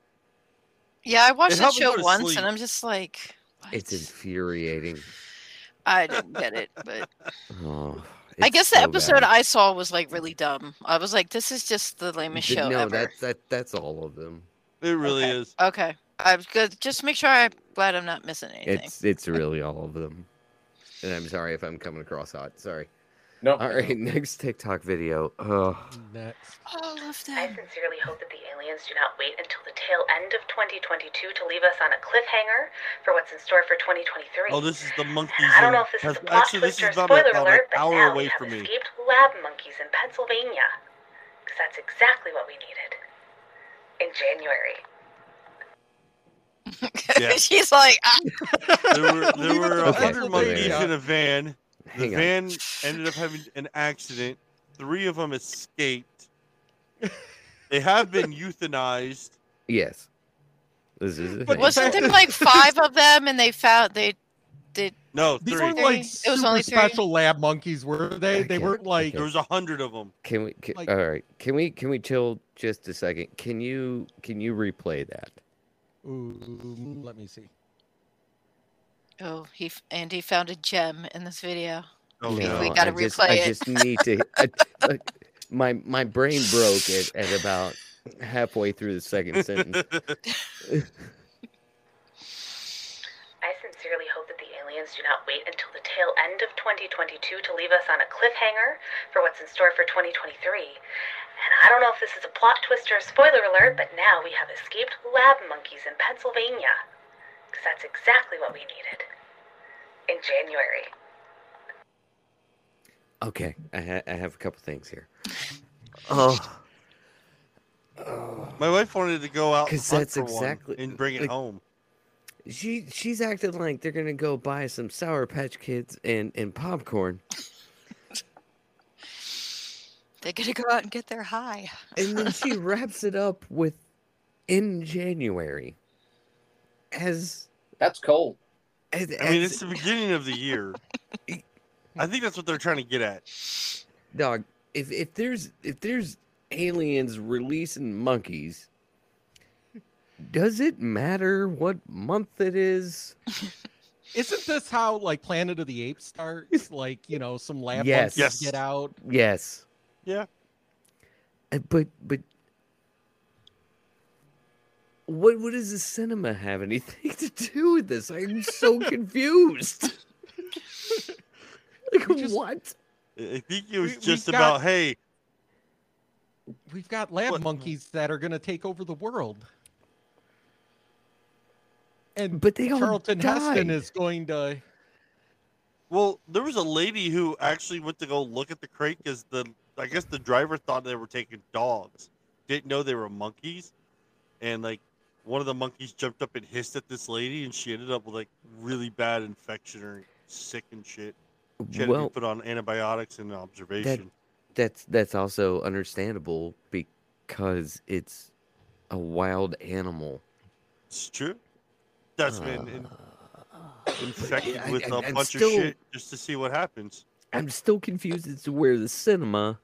[SPEAKER 5] yeah, I watched that
[SPEAKER 2] helped me go
[SPEAKER 5] show
[SPEAKER 2] to
[SPEAKER 5] once,
[SPEAKER 2] sleep.
[SPEAKER 5] and I'm just like, what?
[SPEAKER 3] It's infuriating.
[SPEAKER 5] I didn't get it, but
[SPEAKER 3] Oh,
[SPEAKER 5] I
[SPEAKER 3] it's
[SPEAKER 5] guess the
[SPEAKER 3] so
[SPEAKER 5] episode
[SPEAKER 3] bad.
[SPEAKER 5] I saw was like really dumb. I was like, this is just the lamest
[SPEAKER 3] Th-
[SPEAKER 5] show
[SPEAKER 3] no,
[SPEAKER 5] ever.
[SPEAKER 3] that that that's all of them.
[SPEAKER 2] it really
[SPEAKER 5] Okay.
[SPEAKER 2] is.
[SPEAKER 5] Okay, I'm good. Just make sure I'm glad I'm not missing anything.
[SPEAKER 3] It's it's really all of them. And I'm sorry if I'm coming across hot. Sorry.
[SPEAKER 6] no.
[SPEAKER 3] All right, next TikTok video. Oh,
[SPEAKER 1] Next.
[SPEAKER 5] All of
[SPEAKER 14] I
[SPEAKER 5] them.
[SPEAKER 14] sincerely hope that the aliens do not wait until the tail end of 2022 to leave us on a cliffhanger for what's in store for 2023.
[SPEAKER 2] Oh, this is the monkeys.
[SPEAKER 14] I don't
[SPEAKER 2] in
[SPEAKER 14] know if this is a
[SPEAKER 2] Pes-
[SPEAKER 14] plot
[SPEAKER 2] Actually, this
[SPEAKER 14] twist or
[SPEAKER 2] is
[SPEAKER 14] a
[SPEAKER 2] about,
[SPEAKER 14] spoiler
[SPEAKER 2] about an
[SPEAKER 14] alert, but
[SPEAKER 2] hour
[SPEAKER 14] now
[SPEAKER 2] away
[SPEAKER 14] we have
[SPEAKER 2] from me.
[SPEAKER 14] escaped lab monkeys in Pennsylvania. Because that's exactly what we needed. In January.
[SPEAKER 2] Yeah.
[SPEAKER 5] She's like, ah,
[SPEAKER 2] There were there were uh, a
[SPEAKER 3] Okay.
[SPEAKER 2] hundred monkeys
[SPEAKER 1] Yeah.
[SPEAKER 2] in a van. The
[SPEAKER 3] hang on.
[SPEAKER 2] van ended up having an accident. Three of them escaped. They have been euthanized.
[SPEAKER 3] Yes. This is the
[SPEAKER 1] But
[SPEAKER 3] thing.
[SPEAKER 1] what's-
[SPEAKER 5] wasn't there like five of them, and they found they
[SPEAKER 2] No,
[SPEAKER 1] These
[SPEAKER 2] three.
[SPEAKER 1] weren't like
[SPEAKER 5] It was
[SPEAKER 1] super
[SPEAKER 5] only three.
[SPEAKER 1] special lab monkeys, were they? They
[SPEAKER 3] Okay,
[SPEAKER 1] weren't like
[SPEAKER 2] There was a hundred of them.
[SPEAKER 3] Can we can,
[SPEAKER 1] like-
[SPEAKER 3] All right. Can we can we chill just a second? Can you can you replay that?
[SPEAKER 1] Ooh, let me see.
[SPEAKER 5] Oh, he f- and he found a gem in this video.
[SPEAKER 2] Oh,
[SPEAKER 5] we-
[SPEAKER 2] no.
[SPEAKER 5] we gotta
[SPEAKER 3] I just,
[SPEAKER 5] replay
[SPEAKER 3] I
[SPEAKER 5] it.
[SPEAKER 3] just need to I, look, my my brain broke at, at about halfway through the second sentence.
[SPEAKER 14] I sincerely hope that the aliens do not wait until the tail end of 2022 to leave us on a cliffhanger for what's in store for 2023. And I don't know if this is a plot twist or a spoiler alert, but now we have escaped lab monkeys in Pennsylvania. Because that's exactly what we needed in January.
[SPEAKER 3] Okay, I, ha- I have a couple things here. Oh,
[SPEAKER 2] My wife wanted to go out and
[SPEAKER 3] 'Cause
[SPEAKER 2] hunt
[SPEAKER 3] that's
[SPEAKER 2] for one
[SPEAKER 3] exactly-
[SPEAKER 2] and bring it
[SPEAKER 3] like-
[SPEAKER 2] home.
[SPEAKER 3] she she's acting like they're gonna go buy some Sour Patch Kids and and popcorn,
[SPEAKER 5] They're gonna go out and get their high.
[SPEAKER 3] and then she wraps it up with in January. As
[SPEAKER 6] that's cold.
[SPEAKER 2] I mean, it's the beginning of the year. I think that's what they're trying to get at.
[SPEAKER 3] dog if if there's if there's aliens releasing monkeys does it matter what month it is
[SPEAKER 1] Isn't this how like Planet of the Apes starts? Like you know, some lab
[SPEAKER 3] Yes.
[SPEAKER 1] monkeys
[SPEAKER 3] Yes.
[SPEAKER 1] get out.
[SPEAKER 3] yes
[SPEAKER 2] Yeah.
[SPEAKER 3] Uh, but but what what does the cinema have anything to do with this i'm so confused like what
[SPEAKER 2] I think it was
[SPEAKER 1] we
[SPEAKER 2] just
[SPEAKER 1] got-
[SPEAKER 2] about hey,
[SPEAKER 1] We've got lab monkeys that are going to take over the world. And
[SPEAKER 3] but they all
[SPEAKER 1] Charlton Heston
[SPEAKER 2] died.
[SPEAKER 1] is going to
[SPEAKER 2] well, there was a lady who actually went to go look at the crate because the I guess the driver thought they were taking dogs, didn't know they were monkeys, and like one of the monkeys jumped up and hissed at this lady, and she ended up with like really bad infection or sick and shit. She had
[SPEAKER 3] Well-
[SPEAKER 2] to be put on antibiotics and
[SPEAKER 3] that,
[SPEAKER 2] observation.
[SPEAKER 3] that's that's also understandable because it's a wild animal
[SPEAKER 2] It's true. That's been in-
[SPEAKER 3] Uh,
[SPEAKER 2] infected
[SPEAKER 3] yeah, I-
[SPEAKER 2] with a
[SPEAKER 3] I- I'm
[SPEAKER 2] bunch
[SPEAKER 3] still-
[SPEAKER 2] of shit just to see what happens.
[SPEAKER 3] I'm still confused as to where the cinema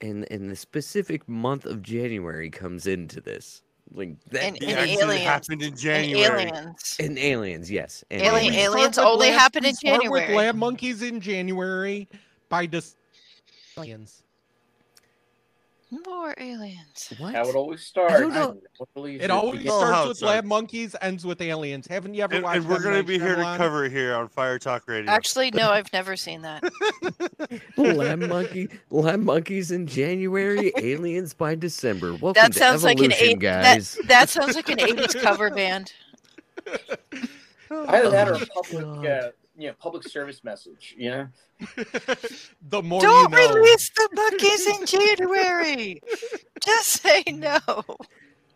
[SPEAKER 3] and and the specific month of January comes into this. Like that
[SPEAKER 5] And-
[SPEAKER 3] that
[SPEAKER 5] and actually aliens. happened
[SPEAKER 2] in
[SPEAKER 5] January. aliens.
[SPEAKER 3] And aliens, yes. and
[SPEAKER 5] Alien-
[SPEAKER 3] aliens.
[SPEAKER 5] alien- Aliens only
[SPEAKER 1] lab-
[SPEAKER 5] happen
[SPEAKER 1] we
[SPEAKER 5] in
[SPEAKER 1] start With
[SPEAKER 5] January.
[SPEAKER 1] lab monkeys in January by just aliens.
[SPEAKER 5] More aliens.
[SPEAKER 3] What?
[SPEAKER 6] How it always
[SPEAKER 1] I
[SPEAKER 6] starts.
[SPEAKER 1] don't know.
[SPEAKER 6] Totally
[SPEAKER 1] It always
[SPEAKER 2] Oh,
[SPEAKER 6] begins-
[SPEAKER 1] starts with lab monkeys, ends with aliens. Haven't you ever
[SPEAKER 2] And,
[SPEAKER 1] watched?
[SPEAKER 2] and we're
[SPEAKER 1] M.
[SPEAKER 2] going to
[SPEAKER 1] Night
[SPEAKER 2] be here to
[SPEAKER 1] Shyamalan?
[SPEAKER 2] cover it here on Fire Talk Radio.
[SPEAKER 5] Actually, no, I've never seen that.
[SPEAKER 3] lab monkey, lab monkeys in January, aliens by December. Welcome
[SPEAKER 5] that
[SPEAKER 3] to
[SPEAKER 5] sounds like
[SPEAKER 3] evolution,
[SPEAKER 5] an eight,
[SPEAKER 3] guys.
[SPEAKER 5] That, that sounds like an eighties cover band.
[SPEAKER 6] Either that or
[SPEAKER 3] Oh,
[SPEAKER 6] a public, uh, you know, public service message. You know,
[SPEAKER 1] the more
[SPEAKER 5] Don't
[SPEAKER 6] you know.
[SPEAKER 5] release the monkeys in January. Just say no.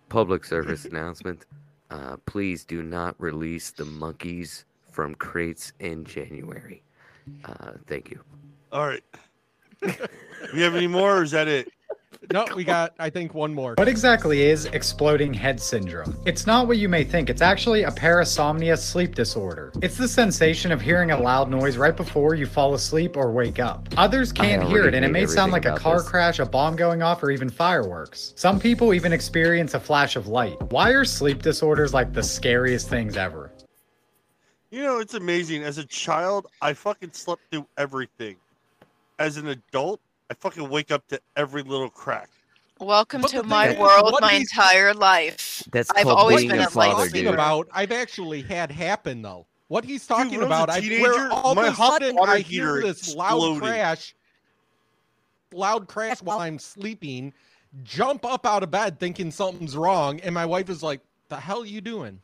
[SPEAKER 3] Public service announcement: uh, Please do not release the monkeys from crates in January. Uh, thank you.
[SPEAKER 2] All right. we have any more, or is that it?
[SPEAKER 1] No, we got. I think one more.
[SPEAKER 13] What exactly is exploding head syndrome? It's not what you may think. It's actually a parasomnia sleep disorder. It's the sensation of hearing a loud noise right before you fall asleep or wake up. Others
[SPEAKER 15] I
[SPEAKER 13] can't hear
[SPEAKER 15] already
[SPEAKER 13] it, and it
[SPEAKER 15] hate
[SPEAKER 13] may sound
[SPEAKER 15] everything
[SPEAKER 13] like a
[SPEAKER 15] about
[SPEAKER 13] car
[SPEAKER 15] this.
[SPEAKER 13] crash, a bomb going off, or even fireworks. Some people even experience a flash of light. Why are sleep disorders like the scariest things ever?
[SPEAKER 2] You know, it's amazing. As a child, I fucking slept through everything. As an adult, I fucking wake up to every little crack.
[SPEAKER 5] Welcome
[SPEAKER 1] the
[SPEAKER 5] to
[SPEAKER 1] thing
[SPEAKER 5] my
[SPEAKER 1] is,
[SPEAKER 5] world,
[SPEAKER 1] what
[SPEAKER 5] my
[SPEAKER 1] these-
[SPEAKER 5] entire life. I've always been a light
[SPEAKER 1] talking
[SPEAKER 5] sleeper.
[SPEAKER 1] about. I've actually had happen though. What he's talking
[SPEAKER 2] when I was a
[SPEAKER 1] about, I
[SPEAKER 2] teenager,
[SPEAKER 1] where all
[SPEAKER 2] my
[SPEAKER 1] of a
[SPEAKER 2] hot
[SPEAKER 1] sudden
[SPEAKER 2] water
[SPEAKER 1] I hear
[SPEAKER 2] heater
[SPEAKER 1] this loud
[SPEAKER 2] exploded.
[SPEAKER 1] crash, loud crash while I'm sleeping, jump up out of bed thinking something's wrong, and my wife is like, "The hell you doing?"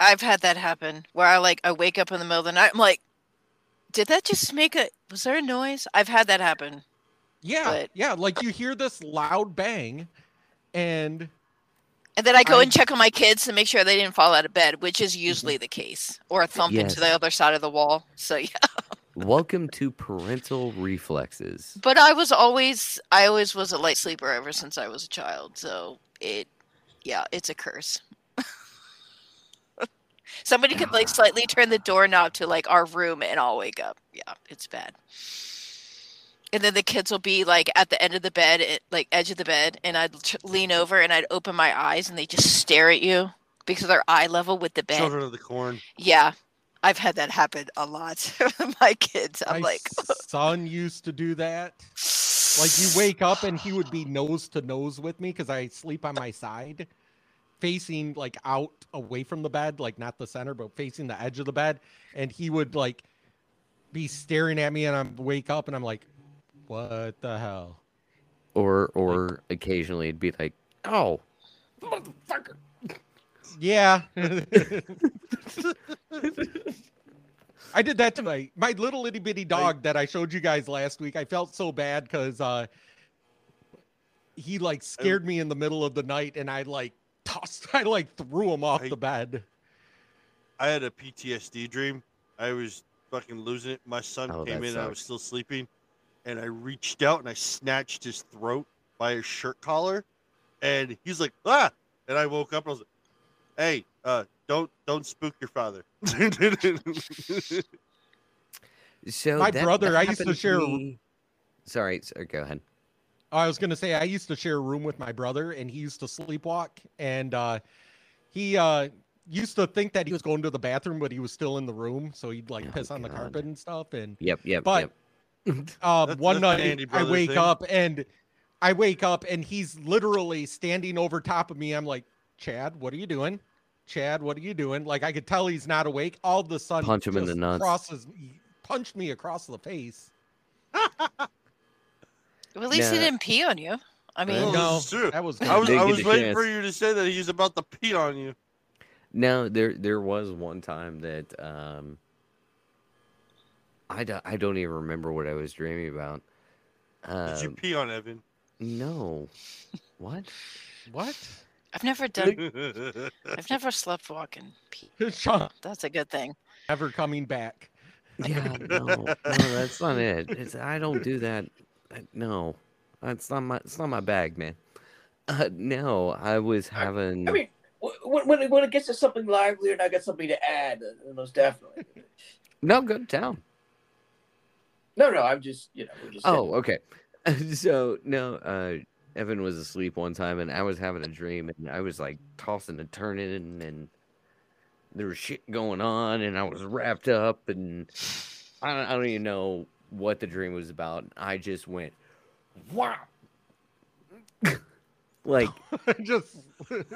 [SPEAKER 5] I've had that happen where I like I wake up in the middle of the night. I'm like, did that just make a? Was there a noise? I've had that happen.
[SPEAKER 1] Yeah, yeah, like you hear this loud bang, and
[SPEAKER 5] And then I go
[SPEAKER 1] I-
[SPEAKER 5] and check on my kids to make sure they didn't fall out of bed, which is usually the case, or thump
[SPEAKER 3] Mm-hmm. Yes.
[SPEAKER 5] into the other side of the wall. So yeah.
[SPEAKER 3] Welcome to parental reflexes.
[SPEAKER 5] But I was always I always was a light sleeper ever since I was a child. So it yeah, it's a curse. Somebody could like slightly turn the doorknob to like our room and I'll wake up. Yeah, it's bad. And then the kids will be like at the end of the bed, it, like edge of the bed, and I'd tr- lean over and I'd open my eyes and they just stare at you because they're eye level with the bed.
[SPEAKER 2] Children of the Corn.
[SPEAKER 5] Yeah, I've had that happen a lot with my kids. I'm
[SPEAKER 1] my
[SPEAKER 5] like,
[SPEAKER 1] son used to do that. Like you wake up and he would be nose to nose with me because I sleep on my side, facing like out away from the bed, like not the center, but facing the edge of the bed. And he would like be staring at me and I wake up and I'm like, what the hell?
[SPEAKER 3] Or or occasionally it'd be like, oh,
[SPEAKER 1] Motherfucker. Yeah. I did that to my my little itty bitty dog that I showed you guys last week. I felt so bad because uh, he like scared me in the middle of the night, and I like tossed, I like threw him off the bed.
[SPEAKER 2] I had a PTSD dream. I was fucking losing it. My son
[SPEAKER 1] Oh,
[SPEAKER 2] came
[SPEAKER 1] that
[SPEAKER 2] in and I was
[SPEAKER 1] sucks.
[SPEAKER 2] still sleeping. And I reached out and I snatched his throat by his shirt collar. And he's like, ah. And I woke up and I was like, hey, uh, don't don't spook your father.
[SPEAKER 3] so
[SPEAKER 1] my
[SPEAKER 3] that-
[SPEAKER 1] brother,
[SPEAKER 3] that
[SPEAKER 1] I used to
[SPEAKER 3] happened
[SPEAKER 1] share.
[SPEAKER 3] me- Sorry, sorry, go ahead.
[SPEAKER 1] I was gonna say I used to share a room with my brother, and he used to sleepwalk, and uh, he uh, used to think that he was going to the bathroom, but he was still in the room, so he'd like piss on the carpet and stuff. And
[SPEAKER 3] Oh, Yep, yep,
[SPEAKER 1] but
[SPEAKER 3] yep.
[SPEAKER 1] um,
[SPEAKER 3] That's-
[SPEAKER 1] one
[SPEAKER 3] that's an
[SPEAKER 1] night
[SPEAKER 3] Andy
[SPEAKER 1] I
[SPEAKER 3] Brothers
[SPEAKER 1] wake
[SPEAKER 3] thing.
[SPEAKER 1] up and I wake up and he's literally standing over top of me. I'm like, Chad, what are you doing? Chad, what are you doing? Like I could tell he's not awake. All of a sudden,
[SPEAKER 3] Punch him in the
[SPEAKER 1] just
[SPEAKER 3] nuts.
[SPEAKER 1] Crosses, he punched me across the face.
[SPEAKER 5] Well, at least he
[SPEAKER 1] Yeah.
[SPEAKER 5] didn't pee on you. I mean,
[SPEAKER 1] No,
[SPEAKER 2] It's true.
[SPEAKER 1] that was
[SPEAKER 2] I was,
[SPEAKER 3] good.
[SPEAKER 2] I
[SPEAKER 3] Big
[SPEAKER 2] was waiting
[SPEAKER 3] chance.
[SPEAKER 2] for you to say that he's about to pee on you.
[SPEAKER 3] No, there there was one time that um I, do, I don't even remember what I was dreaming about. Um,
[SPEAKER 2] Did you pee on Evan?
[SPEAKER 3] No. What?
[SPEAKER 1] What?
[SPEAKER 5] I've never done. I've never slept walking. Pee.
[SPEAKER 1] Sean.
[SPEAKER 5] That's a good thing.
[SPEAKER 1] Ever coming back.
[SPEAKER 3] Yeah, Uh, no, no, that's not it. It's, I don't do that. I- No, that's not my. It's not my bag, man. Uh, no, I was having.
[SPEAKER 6] I mean, wh- when, when, it- when it gets to something livelier and I got something to add, uh, most definitely.
[SPEAKER 3] no, go to town.
[SPEAKER 6] No, no, I'm just, you know, we're just
[SPEAKER 3] Oh, okay. so no, uh, Evan was asleep one time, and I was having a dream, and I was like tossing and turning, and, and there was shit going on, and I was wrapped up, and I don't, I don't even know what the dream was about. I just went, wow, like
[SPEAKER 1] just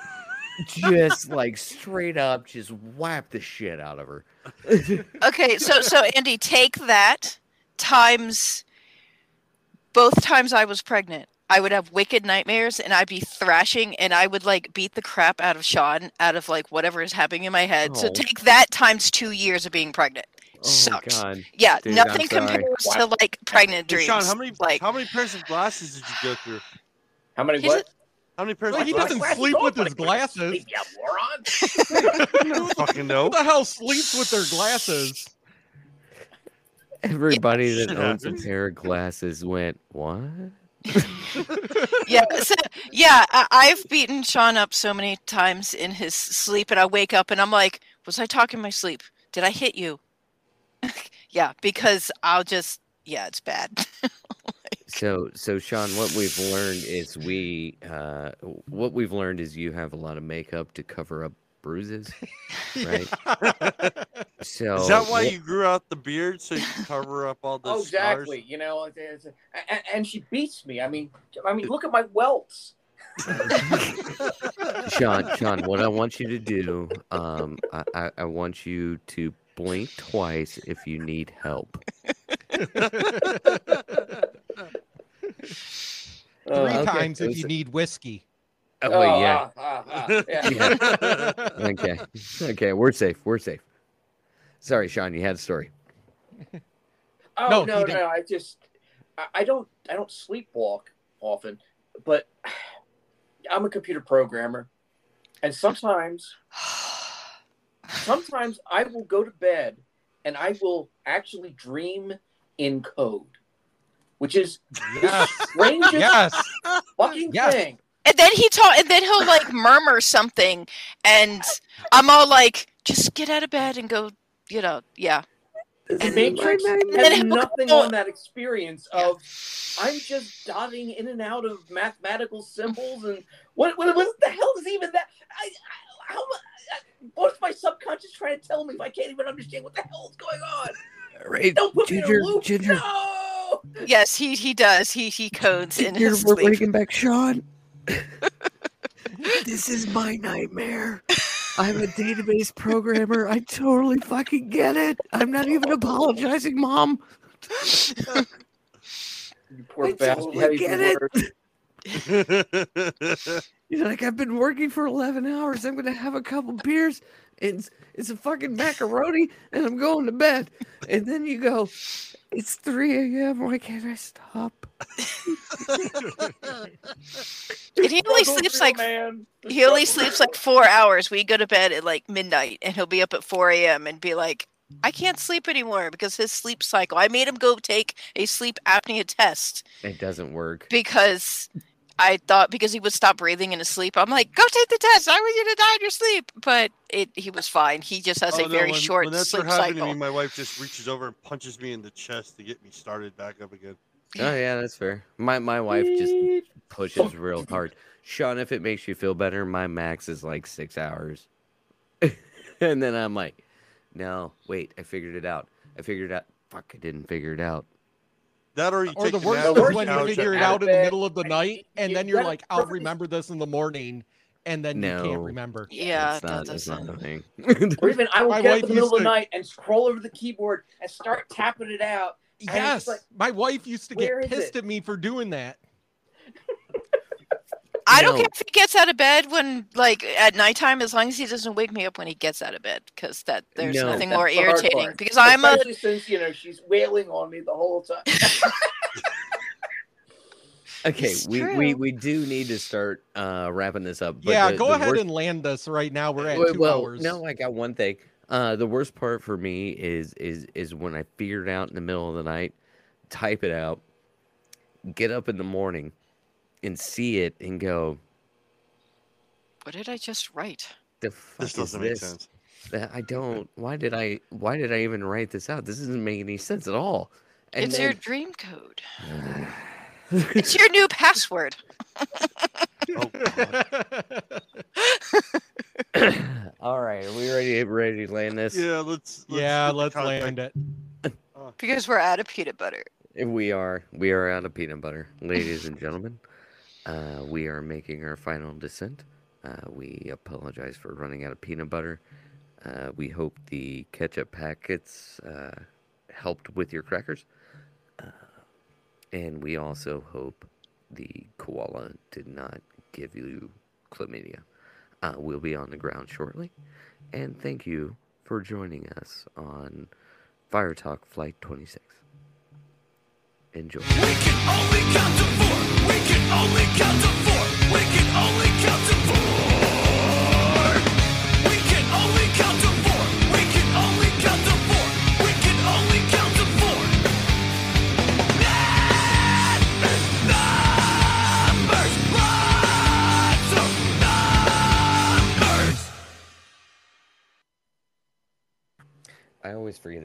[SPEAKER 3] just like straight up, just whap the shit out of her. Oh,
[SPEAKER 5] Okay, so so Andy, take that times both times I was pregnant. I would have wicked nightmares and I'd be thrashing and I would like beat the crap out of Sean out of like whatever is happening in my head. So
[SPEAKER 3] Oh.
[SPEAKER 5] take that times 2 years of being pregnant.
[SPEAKER 3] Oh
[SPEAKER 5] Sucks.
[SPEAKER 3] God,
[SPEAKER 5] Yeah,
[SPEAKER 3] dude, I'm
[SPEAKER 5] nothing
[SPEAKER 3] sorry.
[SPEAKER 5] compares to like pregnant
[SPEAKER 2] Hey,
[SPEAKER 5] dreams.
[SPEAKER 2] Sean, how many
[SPEAKER 5] like
[SPEAKER 2] how many pairs of glasses did you go through?
[SPEAKER 6] How many
[SPEAKER 5] He's what?
[SPEAKER 2] How many pairs?
[SPEAKER 1] Well,
[SPEAKER 2] of
[SPEAKER 1] he doesn't
[SPEAKER 2] glasses?
[SPEAKER 1] sleep with his glasses.
[SPEAKER 6] Yeah, moron.
[SPEAKER 2] Fucking no.
[SPEAKER 1] Who the hell sleeps with their glasses?
[SPEAKER 3] Everybody that
[SPEAKER 1] Shit
[SPEAKER 3] owns a
[SPEAKER 1] happens.
[SPEAKER 3] pair of glasses went, What?
[SPEAKER 5] yeah, so, yeah. I, I've beaten Sean up so many times in his sleep, and I wake up and I'm like, "Was I talking in my sleep? Did I hit you?" yeah, because I'll just yeah, it's bad.
[SPEAKER 3] So, so Sean, what we've learned is we, uh, what we've learned is you have a lot of makeup to cover up bruises, right? so,
[SPEAKER 2] Is that why
[SPEAKER 3] what-
[SPEAKER 2] you grew out the beard so you can cover up all the
[SPEAKER 6] Oh, exactly.
[SPEAKER 2] scars?
[SPEAKER 6] You know, like, it's- and, and she beats me. I mean, I mean, look at my welts.
[SPEAKER 3] Sean, Sean, what I want you to do, um, I, I, I want you to blink twice if you need help. Uh,
[SPEAKER 1] Three
[SPEAKER 3] Oh, okay,
[SPEAKER 1] times if
[SPEAKER 3] is
[SPEAKER 1] you
[SPEAKER 3] it-
[SPEAKER 1] need whiskey.
[SPEAKER 3] Oh, well, yeah.
[SPEAKER 6] ah, ah, yeah.
[SPEAKER 3] Yeah. okay. Okay. We're safe. We're safe. Sorry, Sean, you had a story. No,
[SPEAKER 6] Oh no,
[SPEAKER 3] he
[SPEAKER 6] no,
[SPEAKER 3] didn't.
[SPEAKER 6] I just, I, I don't, I don't sleepwalk often, but I'm a computer programmer, and sometimes, sometimes I will go to bed, and I will actually dream in code, which is the strangest
[SPEAKER 1] Yes.
[SPEAKER 6] fucking thing.
[SPEAKER 5] And then he taught, and then he'll like murmur something, and I'm all like, "Just get out of bed and go," you know, yeah.
[SPEAKER 6] The Matrix has nothing on that experience of I'm just dotting in and out of mathematical symbols and what what, what the hell is even that? I, I, how, mu- what's my subconscious trying to tell me if I can't even understand what the hell is going on?
[SPEAKER 3] Right.
[SPEAKER 6] Don't put me in
[SPEAKER 3] Ginger,
[SPEAKER 6] a loop.
[SPEAKER 3] Ginger.
[SPEAKER 6] No.
[SPEAKER 5] Yes, he he does. He he codes in his
[SPEAKER 3] we're
[SPEAKER 5] sleep.
[SPEAKER 3] breaking back, Sean.
[SPEAKER 4] This is my nightmare.
[SPEAKER 15] I'm a database programmer. I totally fucking get it. I'm not even apologizing, mom.
[SPEAKER 6] You poor
[SPEAKER 15] I
[SPEAKER 6] bastard.
[SPEAKER 15] totally
[SPEAKER 6] How you
[SPEAKER 15] get
[SPEAKER 6] can
[SPEAKER 15] it.
[SPEAKER 6] work.
[SPEAKER 15] You're like, I've been working for 11 hours. I'm going to have a couple beers. And it's, it's a fucking macaroni, and I'm going to bed. And then you go, It's 3 a.m. Why can't I stop?
[SPEAKER 5] And he only sleeps like he only sleeps like four hours. We go to bed at like midnight, and he'll be up at four a.m. and be like, "I can't sleep anymore because his sleep cycle." I made him go take a sleep apnea test
[SPEAKER 3] It doesn't work.
[SPEAKER 5] because I thought because he would stop breathing in his sleep. I'm like, "Go take the test. I want you to die in your sleep." But it he was fine. He just has
[SPEAKER 8] Oh,
[SPEAKER 5] a
[SPEAKER 8] no,
[SPEAKER 5] very
[SPEAKER 8] when-
[SPEAKER 5] short
[SPEAKER 8] when that's
[SPEAKER 5] sleep
[SPEAKER 8] what happened
[SPEAKER 5] cycle.
[SPEAKER 8] To me, my wife just reaches over and punches me in the chest to get me started back up again.
[SPEAKER 3] Oh yeah, that's fair. My my wife just pushes real hard. Sean, if it makes you feel better, my max is like six hours. and then I'm like, no, wait, I figured it out. I figured it out. Fuck, I didn't figure it out.
[SPEAKER 8] That or you
[SPEAKER 1] Or
[SPEAKER 8] take
[SPEAKER 1] the
[SPEAKER 8] the
[SPEAKER 1] worst
[SPEAKER 8] nap
[SPEAKER 1] is when
[SPEAKER 8] couch
[SPEAKER 1] you figure it
[SPEAKER 8] after.
[SPEAKER 1] out in the middle of the night, and then you're like, "I'll remember this in the morning," and then you
[SPEAKER 3] No.
[SPEAKER 1] can't remember.
[SPEAKER 5] Yeah,
[SPEAKER 3] It's not, that's not the thing.
[SPEAKER 6] or even I will
[SPEAKER 1] My
[SPEAKER 6] get up
[SPEAKER 1] wife
[SPEAKER 6] in the middle of
[SPEAKER 1] used
[SPEAKER 6] the
[SPEAKER 1] to-
[SPEAKER 6] night and scroll over the keyboard and start tapping it out. and it's
[SPEAKER 1] Yes,
[SPEAKER 6] like,
[SPEAKER 1] my wife used to
[SPEAKER 6] where
[SPEAKER 1] get
[SPEAKER 6] is
[SPEAKER 1] pissed
[SPEAKER 6] it?
[SPEAKER 1] at me for doing that.
[SPEAKER 5] I don't
[SPEAKER 1] No.
[SPEAKER 5] care if he gets out of bed when, like, at nighttime, as long as he doesn't wake me up when he gets out of bed, because that there's
[SPEAKER 6] No.
[SPEAKER 5] nothing
[SPEAKER 6] That's
[SPEAKER 5] more
[SPEAKER 6] the hard
[SPEAKER 5] irritating.
[SPEAKER 6] part.
[SPEAKER 5] Because I'm a
[SPEAKER 6] Especially since you know she's wailing on me the whole time.
[SPEAKER 3] Okay,
[SPEAKER 1] It's
[SPEAKER 3] we,
[SPEAKER 1] true.
[SPEAKER 3] we we do need to start uh wrapping this up. but
[SPEAKER 1] yeah,
[SPEAKER 3] the-
[SPEAKER 1] go
[SPEAKER 3] the
[SPEAKER 1] ahead
[SPEAKER 3] worst-
[SPEAKER 1] and land us right now. We're at
[SPEAKER 3] Wait,
[SPEAKER 1] two
[SPEAKER 3] well,
[SPEAKER 1] hours.
[SPEAKER 3] No, I got one thing. Uh, the worst part for me is is is when I figure it out in the middle of the night, type it out, get up in the morning, and see it and go,
[SPEAKER 5] what did I just write?
[SPEAKER 3] "The fuck is
[SPEAKER 8] doesn't make
[SPEAKER 3] this?
[SPEAKER 8] sense."
[SPEAKER 3] That I don't. Why did I? Why did I even write this out? This doesn't make any sense at all." And
[SPEAKER 5] it's your
[SPEAKER 3] then,
[SPEAKER 5] dream code. it's your new password.
[SPEAKER 3] all right, are we ready? Ready to land this?
[SPEAKER 8] Yeah, let's.
[SPEAKER 1] yeah, let's land it.
[SPEAKER 5] because we're out of peanut butter.
[SPEAKER 3] We are we are out of peanut butter, ladies and gentlemen. Uh, we are making our final descent. Uh, we apologize for running out of peanut butter. Uh, we hope the ketchup packets uh, helped with your crackers, uh, and we also hope the koala did not give you chlamydia. Uh, we'll be on the ground shortly, and thank you for joining us on Fire Talk Flight 26. Enjoy. I always forget about.